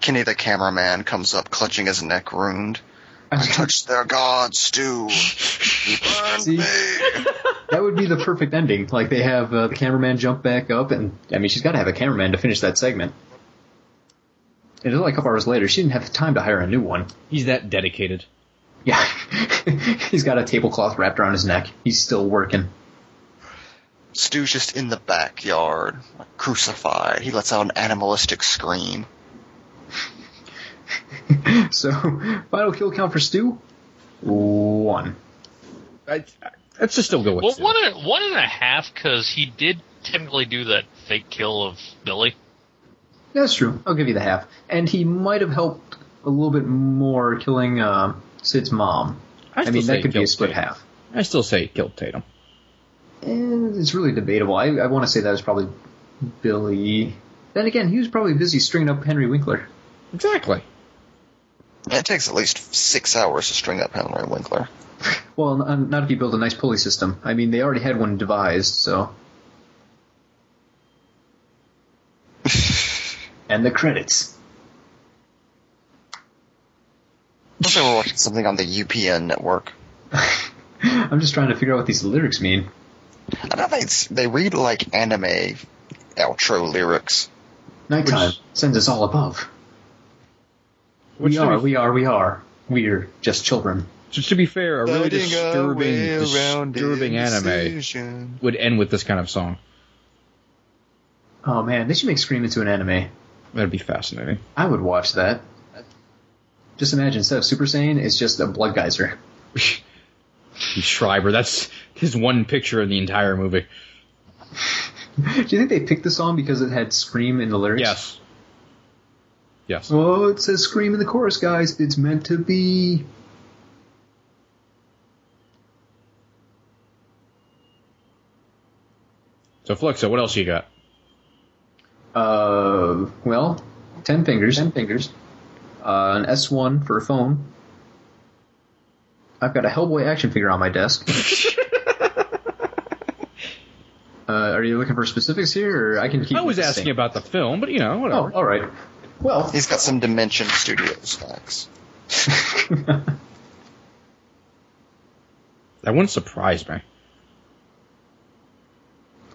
Speaker 8: Kenny the cameraman comes up clutching his neck ruined. I touched their god, Stu. You burned
Speaker 6: See?
Speaker 8: me.
Speaker 6: That would be the perfect ending. Like they have uh, the cameraman jump back up, and I mean, she's got to have a cameraman to finish that segment. And it's only a couple hours later. She didn't have time to hire a new one.
Speaker 7: He's that dedicated.
Speaker 6: Yeah, (laughs) he's got a tablecloth wrapped around his neck. He's still working. (laughs)
Speaker 8: Stu's just in the backyard, like, crucified. He lets out an animalistic scream.
Speaker 6: So, final kill count for Stu, one.
Speaker 7: I, I, let's just still go with
Speaker 2: Well,
Speaker 7: Stu.
Speaker 2: one and, one and a half because he did technically do that fake kill of Billy.
Speaker 6: That's true. I'll give you the half. And he might have helped a little bit more killing uh, Sid's mom. I,
Speaker 7: still
Speaker 6: mean,
Speaker 7: say
Speaker 6: that could be a
Speaker 7: guilt,
Speaker 6: split
Speaker 7: Tatum.
Speaker 6: half.
Speaker 7: I still say he killed Tatum.
Speaker 6: And it's really debatable. I, I want to say that was probably Billy. Then again, he was probably busy stringing up Henry Winkler.
Speaker 7: Exactly.
Speaker 8: It takes at least six hours to string up Henry Winkler.
Speaker 6: Well, n- not if you build a nice pulley system. I mean, they already had one devised,
Speaker 7: (laughs)
Speaker 6: so. and the credits.
Speaker 8: Looks like we're watching something on the UPN network.
Speaker 6: I'm just trying to figure out what these lyrics mean.
Speaker 8: I don't think it's, they read like anime outro lyrics.
Speaker 6: Nighttime
Speaker 7: Which-
Speaker 6: sends us all above.
Speaker 7: Which
Speaker 6: We
Speaker 7: to
Speaker 6: are,
Speaker 7: be-
Speaker 6: we are, we are. We're just children.
Speaker 7: Just to be fair, a really disturbing, disturbing anime
Speaker 8: anime.
Speaker 7: would end with this kind of song.
Speaker 6: Oh man, they should make Scream into an anime.
Speaker 7: That'd be fascinating. (laughs)
Speaker 6: I would watch that. Just imagine, instead of Super Saiyan, it's just a blood geyser. (laughs)
Speaker 7: Schreiber, that's his one picture in the entire movie.
Speaker 6: Do you think they picked the song because it had Scream in the lyrics?
Speaker 7: Yes. Yes.
Speaker 6: Oh, it says Scream in the chorus, guys. It's meant to be.
Speaker 7: So Fluxo, what else you got?
Speaker 6: Uh, well, ten fingers. Ten fingers. Uh, an S1 for a phone. I've got a Hellboy action figure on my desk.
Speaker 7: (laughs)
Speaker 6: uh, are you looking for specifics here, or I can keep?
Speaker 7: I was
Speaker 6: it the
Speaker 7: asking
Speaker 6: same?
Speaker 7: about the film, but you know,
Speaker 6: Oh,
Speaker 7: whatever.
Speaker 6: all right. Well,
Speaker 8: He's got some Dimension Studios facts.
Speaker 7: That wouldn't surprise me.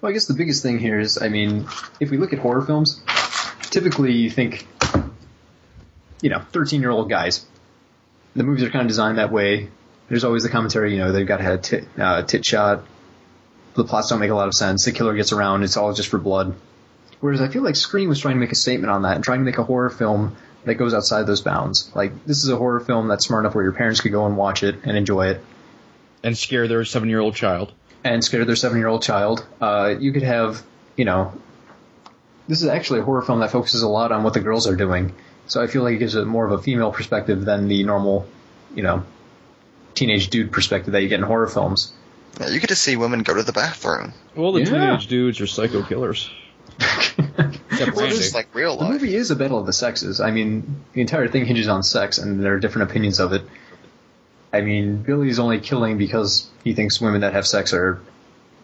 Speaker 6: Well, I guess the biggest thing here is, I mean, if we look at horror films, typically you think, you know, 13 year old guys. The movies are kind of designed that way. There's always the commentary, you know, they've got to have a tit, uh, tit shot. The plots don't make a lot of sense. The killer gets around. It's all just for blood. Whereas I feel like Scream was trying to make a statement on that and trying to make a horror film that goes outside those bounds. Like, this is a horror film that's smart enough where your parents could go and watch it and enjoy it
Speaker 7: And scare their seven year old child.
Speaker 6: and scared their seven year old child. Uh, you could have, you know, this is actually a horror film that focuses a lot on what the girls are doing. So I feel like it gives it more of a female perspective than the normal, you know, teenage dude perspective that you get in horror films. (laughs)
Speaker 8: Yeah, you get to see women go to the bathroom.
Speaker 7: Well, the
Speaker 6: Yeah.
Speaker 7: teenage dudes are psycho
Speaker 8: (laughs)
Speaker 7: killers. Except
Speaker 8: It's
Speaker 7: Randy.
Speaker 8: just like real
Speaker 6: The
Speaker 8: life.
Speaker 6: movie is a battle of the sexes. I mean, the entire thing hinges on sex, and there are different opinions of it. I mean, Billy's only killing because he thinks women that have sex are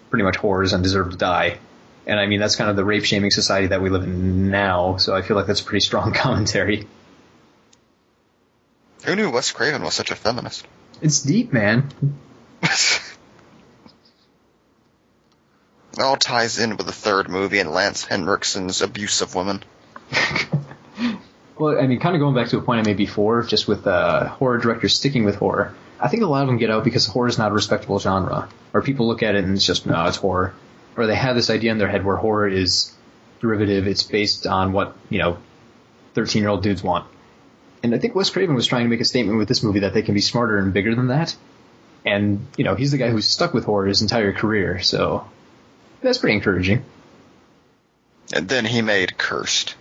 Speaker 6: pretty much whores and deserve to die. And I mean, that's kind of the rape shaming society that we live in now, so I feel like that's a pretty strong (laughs) commentary.
Speaker 8: Who knew Wes Craven was such a feminist?
Speaker 6: It's deep, man.
Speaker 8: it all ties in with the third movie and Lance Henriksen's abuse of women.
Speaker 6: Well, I mean, kind of going back to a point I made before, just with uh, horror directors sticking with horror. I think a lot of them get out because horror is not a respectable genre, or people look at it and it's just no, it's horror, or they have this idea in their head where horror is derivative. It's based on what you know, thirteen-year-old dudes want. And I think Wes Craven was trying to make a statement with this movie that they can be smarter and bigger than that. And you know, he's the guy who's stuck with horror his entire career, so that's pretty encouraging.
Speaker 8: And then he made Cursed,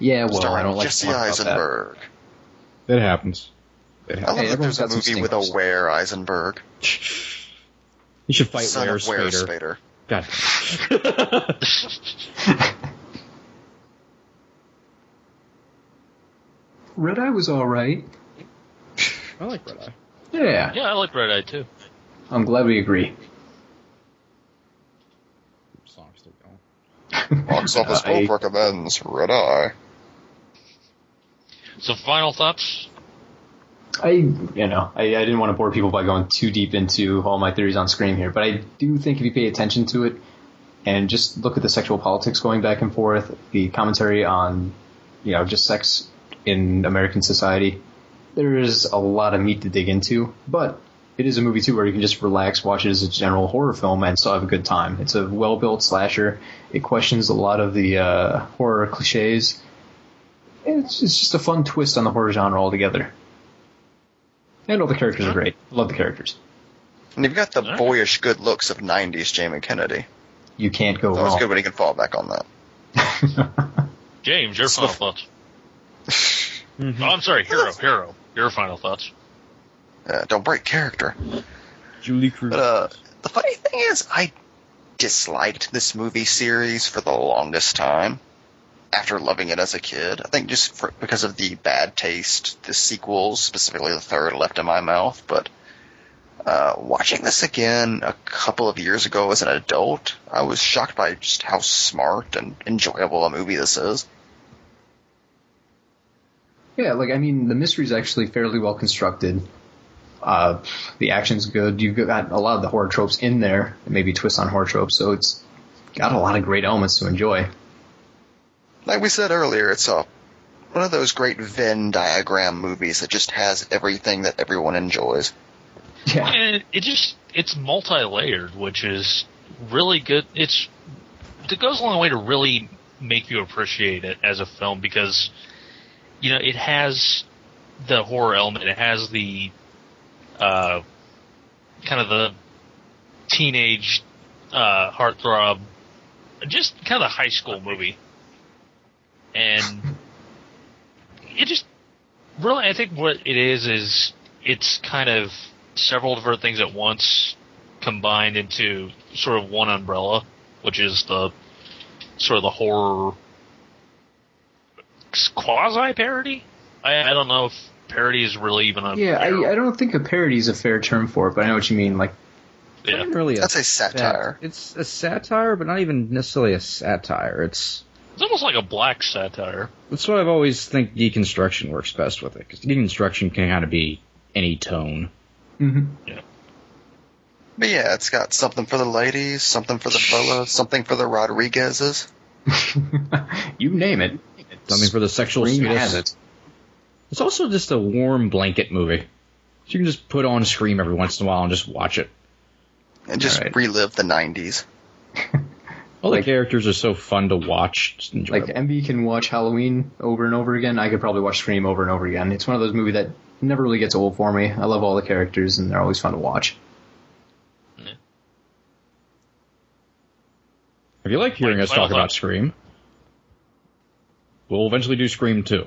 Speaker 6: Yeah, well, I
Speaker 8: starring
Speaker 6: don't like to
Speaker 8: Jesse
Speaker 6: talk about that.
Speaker 8: Eisenberg.
Speaker 7: That happens. It
Speaker 8: I
Speaker 7: happens.
Speaker 8: love
Speaker 6: Hey,
Speaker 8: that
Speaker 6: everyone's
Speaker 8: there's a
Speaker 6: got some
Speaker 8: movie with
Speaker 6: stingers.
Speaker 8: a Ware Eisenberg.
Speaker 7: You should fight
Speaker 8: Son
Speaker 7: Ware
Speaker 8: of Ware
Speaker 7: Spader.
Speaker 8: Spader. (laughs)
Speaker 7: God.
Speaker 6: Red Eye was all right.
Speaker 7: I like Red Eye.
Speaker 6: Yeah.
Speaker 2: Yeah, I like Red Eye too.
Speaker 6: I'm glad we agree.
Speaker 7: Song's still
Speaker 6: (laughs)
Speaker 7: going.
Speaker 8: Box office
Speaker 6: I-
Speaker 8: Bob recommends Red Eye.
Speaker 2: So, final thoughts?
Speaker 6: I, you know, I, I didn't want to bore people by going too deep into all my theories on Scream here, but I do think if you pay attention to it and just look at the sexual politics going back and forth, the commentary on, you know, just sex in American society, there is a lot of meat to dig into, but it is a movie too where you can just relax, watch it as a general horror film, and still have a good time. It's a well-built slasher. It questions a lot of the uh, horror cliches. It's, it's just a fun twist on the horror genre altogether. And all the characters are great. Love the characters.
Speaker 8: And you've got the
Speaker 2: Alright.
Speaker 8: boyish good looks of 90s Jamie Kennedy.
Speaker 6: You can't go
Speaker 8: That was
Speaker 6: wrong.
Speaker 8: good when he can fall back on that.
Speaker 2: James, your
Speaker 8: So-
Speaker 2: final thoughts. Oh, I'm sorry, Hero, Hero. Your final thoughts.
Speaker 8: Uh, don't break character.
Speaker 7: Julie Cruz.
Speaker 8: But uh, the funny thing is, I disliked this movie series for the longest time. After loving it as a kid, I think just for, because of the bad taste the sequels, specifically the third, left in my mouth. But uh, watching this again a couple of years ago as an adult, I was shocked by just how smart and enjoyable a movie this is.
Speaker 6: yeah, like I mean, the mystery's actually fairly well constructed. Uh, the action's good. You've got a lot of the horror tropes in there, and maybe twists on horror tropes. So it's got a lot of great elements to enjoy.
Speaker 8: Like we said earlier, it's a one of those great Venn diagram movies that just has everything that everyone enjoys.
Speaker 6: Yeah,
Speaker 2: And it just it's multi-layered, which is really good. It's it goes a long way to really make you appreciate it as a film because you know it has the horror element, it has the uh, kind of the teenage uh, heartthrob, just kind of the high school movie, and it just really I think what it is is it's kind of several different things at once combined into sort of one umbrella, which is the sort of the horror quasi parody. I, I don't know if parody is really even a
Speaker 6: yeah. I, I don't think a parody is a fair term for it, but I know what you mean. Like,
Speaker 2: Yeah.
Speaker 7: Not really uh, a
Speaker 8: That's a satire.
Speaker 7: sat- it's a satire, but not even necessarily a satire. It's
Speaker 2: It's almost like a black satire.
Speaker 7: that's what I've always think deconstruction works best with it because deconstruction can kind of be any tone.
Speaker 8: But yeah, it's got something for the ladies, something for the fellas, something for the Rodriguezes.
Speaker 6: you name it.
Speaker 7: Something for the sexual
Speaker 6: Scream
Speaker 7: sadist.
Speaker 6: has it.
Speaker 7: It's also just a warm blanket movie. So you can just put on Scream every once in a while and just watch it.
Speaker 8: And just
Speaker 6: Alright.
Speaker 8: relive the 90s.
Speaker 7: All the
Speaker 6: Like-
Speaker 7: characters are so fun to watch. It's
Speaker 6: Like
Speaker 7: enjoyable.
Speaker 6: MV can watch Halloween over and over again. I could probably watch Scream over and over again. It's one of those movies that never really gets old for me. I love all the characters, and they're always fun to watch.
Speaker 7: if you like hearing
Speaker 2: Like,
Speaker 7: us talk
Speaker 2: final
Speaker 7: about
Speaker 2: thoughts.
Speaker 7: Scream, we'll eventually do Scream 2.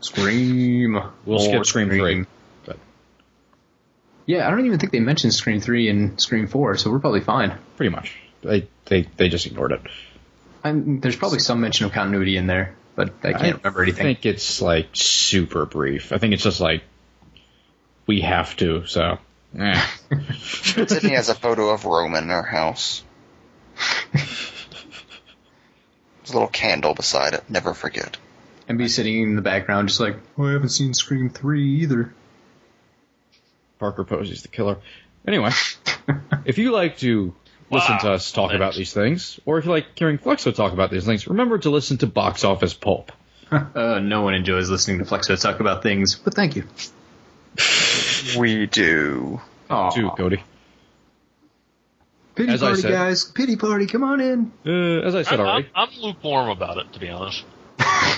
Speaker 6: Scream. More
Speaker 7: We'll skip Scream 3. But
Speaker 6: Yeah, I don't even think they mentioned Scream 3 and Scream 4, so we're probably fine.
Speaker 7: pretty much. They, they, they just ignored it.
Speaker 6: I'm, there's probably some mention of continuity in there, but I can't remember anything.
Speaker 7: I think it's like super brief. I think it's just like we have to. So,
Speaker 6: (laughs)
Speaker 7: eh.
Speaker 8: Sydney has a photo of Roman in her house. There's a little candle beside it. Never forget.
Speaker 6: and be sitting in the background just like, oh, I haven't seen Scream 3 either.
Speaker 7: Parker Posey's the killer. Anyway, if you like to listen to us talk
Speaker 2: Thanks.
Speaker 7: about these things, or if you like hearing Fluxo talk about these things, remember to listen to Box Office Pulp.
Speaker 6: Uh, no one enjoys listening to Flexo talk about things, but thank you.
Speaker 8: We do.
Speaker 6: Aw.
Speaker 7: Too, Cody.
Speaker 6: Pity
Speaker 7: As I
Speaker 6: party,
Speaker 7: said-
Speaker 6: guys. Pity party, come on in.
Speaker 7: Uh, as I said
Speaker 2: I'm,
Speaker 7: already,
Speaker 2: I'm, I'm lukewarm about it, to be honest.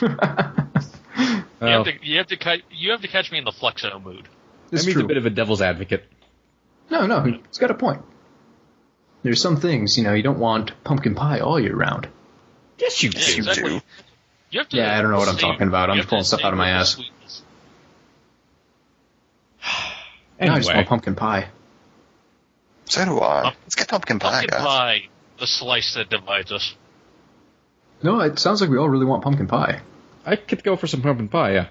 Speaker 2: You,
Speaker 7: uh,
Speaker 2: have to, you have to cut. You have to catch me in the flexo mood.
Speaker 6: It's
Speaker 7: I mean,
Speaker 6: true.
Speaker 7: a bit of a devil's advocate.
Speaker 6: no, no, he's got a point. There's some things, you know, you don't want pumpkin pie all year round.
Speaker 7: Yes, you
Speaker 2: Yeah,
Speaker 7: do.
Speaker 2: exactly.
Speaker 8: do.
Speaker 2: You have to
Speaker 6: Yeah, I don't know what I'm
Speaker 2: save-
Speaker 6: talking about. I'm
Speaker 2: you have to
Speaker 6: pulling stuff out of my
Speaker 2: savor the
Speaker 6: ass. (sighs)
Speaker 2: sweetness.
Speaker 6: No, I just
Speaker 7: Anyway,
Speaker 6: want pumpkin pie.
Speaker 8: So do I. Let's get pumpkin pie,
Speaker 2: Pumpkin
Speaker 8: guys.
Speaker 2: pie, the slice that divides us.
Speaker 6: No, it sounds like we all really want pumpkin pie.
Speaker 7: I could go for some pumpkin pie. Yeah,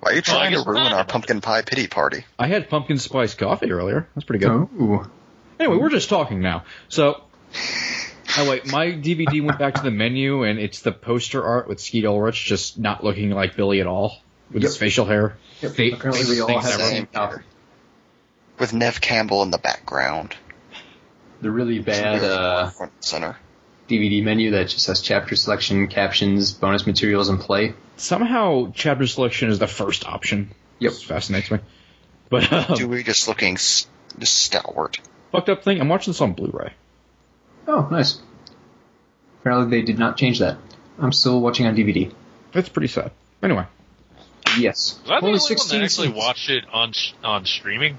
Speaker 8: Why are
Speaker 2: Well,
Speaker 8: you
Speaker 2: I
Speaker 8: trying
Speaker 2: guess
Speaker 8: to ruin
Speaker 2: not.
Speaker 8: our pumpkin pie pity party?
Speaker 7: I had pumpkin spice coffee earlier. That's pretty good.
Speaker 6: Oh.
Speaker 7: Anyway, we're just talking now.
Speaker 6: (laughs)
Speaker 7: So, oh wait, my DVD went back to the menu, and it's the poster art with Skeet Ulrich just not looking like Billy at all with his
Speaker 6: Yep.
Speaker 7: facial hair. Fa-
Speaker 6: Apparently
Speaker 7: faces
Speaker 6: we all
Speaker 7: things
Speaker 6: have the
Speaker 7: ever.
Speaker 6: same outfit.
Speaker 8: With Nev Campbell in the background.
Speaker 6: The really bad uh,
Speaker 8: front and center.
Speaker 6: DVD menu that just has chapter selection, captions, bonus materials, and play.
Speaker 7: Somehow, chapter selection is the first option.
Speaker 6: Yep.
Speaker 7: This fascinates me. But (laughs) um,
Speaker 8: Dewey just looking s- just stalwart.
Speaker 7: fucked up thing. I'm watching this on Blu-ray.
Speaker 6: Oh, nice. Apparently they did not change that. I'm still watching on DVD.
Speaker 7: That's pretty sad. Anyway,
Speaker 6: Yes.
Speaker 2: Was I the
Speaker 6: Only
Speaker 2: only one that actually
Speaker 6: scenes.
Speaker 2: watched it on s- on streaming?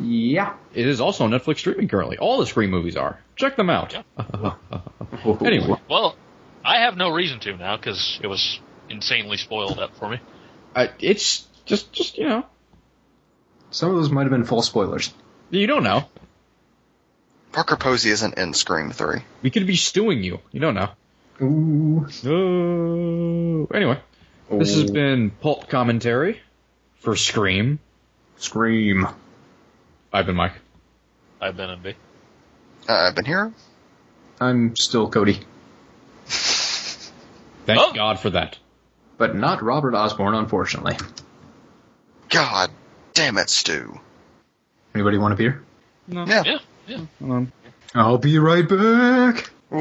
Speaker 6: Yeah.
Speaker 7: it is also on Netflix streaming currently. All the Scream movies are. Check them out. (laughs) Anyway.
Speaker 2: Well, I have no reason to now because it was insanely spoiled up for me.
Speaker 7: I, it's just, just you know,
Speaker 6: Some of those might have been full spoilers.
Speaker 7: you don't know.
Speaker 8: Parker Posey isn't in Scream 3.
Speaker 7: We could be stewing you. You don't know.
Speaker 6: Ooh.
Speaker 7: No. Anyway, this has
Speaker 6: Oh.
Speaker 7: been pulp commentary for Scream.
Speaker 6: Scream.
Speaker 7: I've been Mike.
Speaker 2: I've been in B.
Speaker 8: Uh, I've been here.
Speaker 6: I'm still Cody.
Speaker 7: Thank
Speaker 2: Oh. (laughs)
Speaker 7: God for that.
Speaker 6: But not Robert Osborne, unfortunately.
Speaker 8: God Damn it, Stu.
Speaker 6: Anybody want a beer?
Speaker 8: Yeah.
Speaker 13: Yeah, yeah.
Speaker 6: I'll be right back.
Speaker 2: Oh!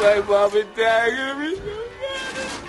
Speaker 7: My mom and dad are gonna be so mad at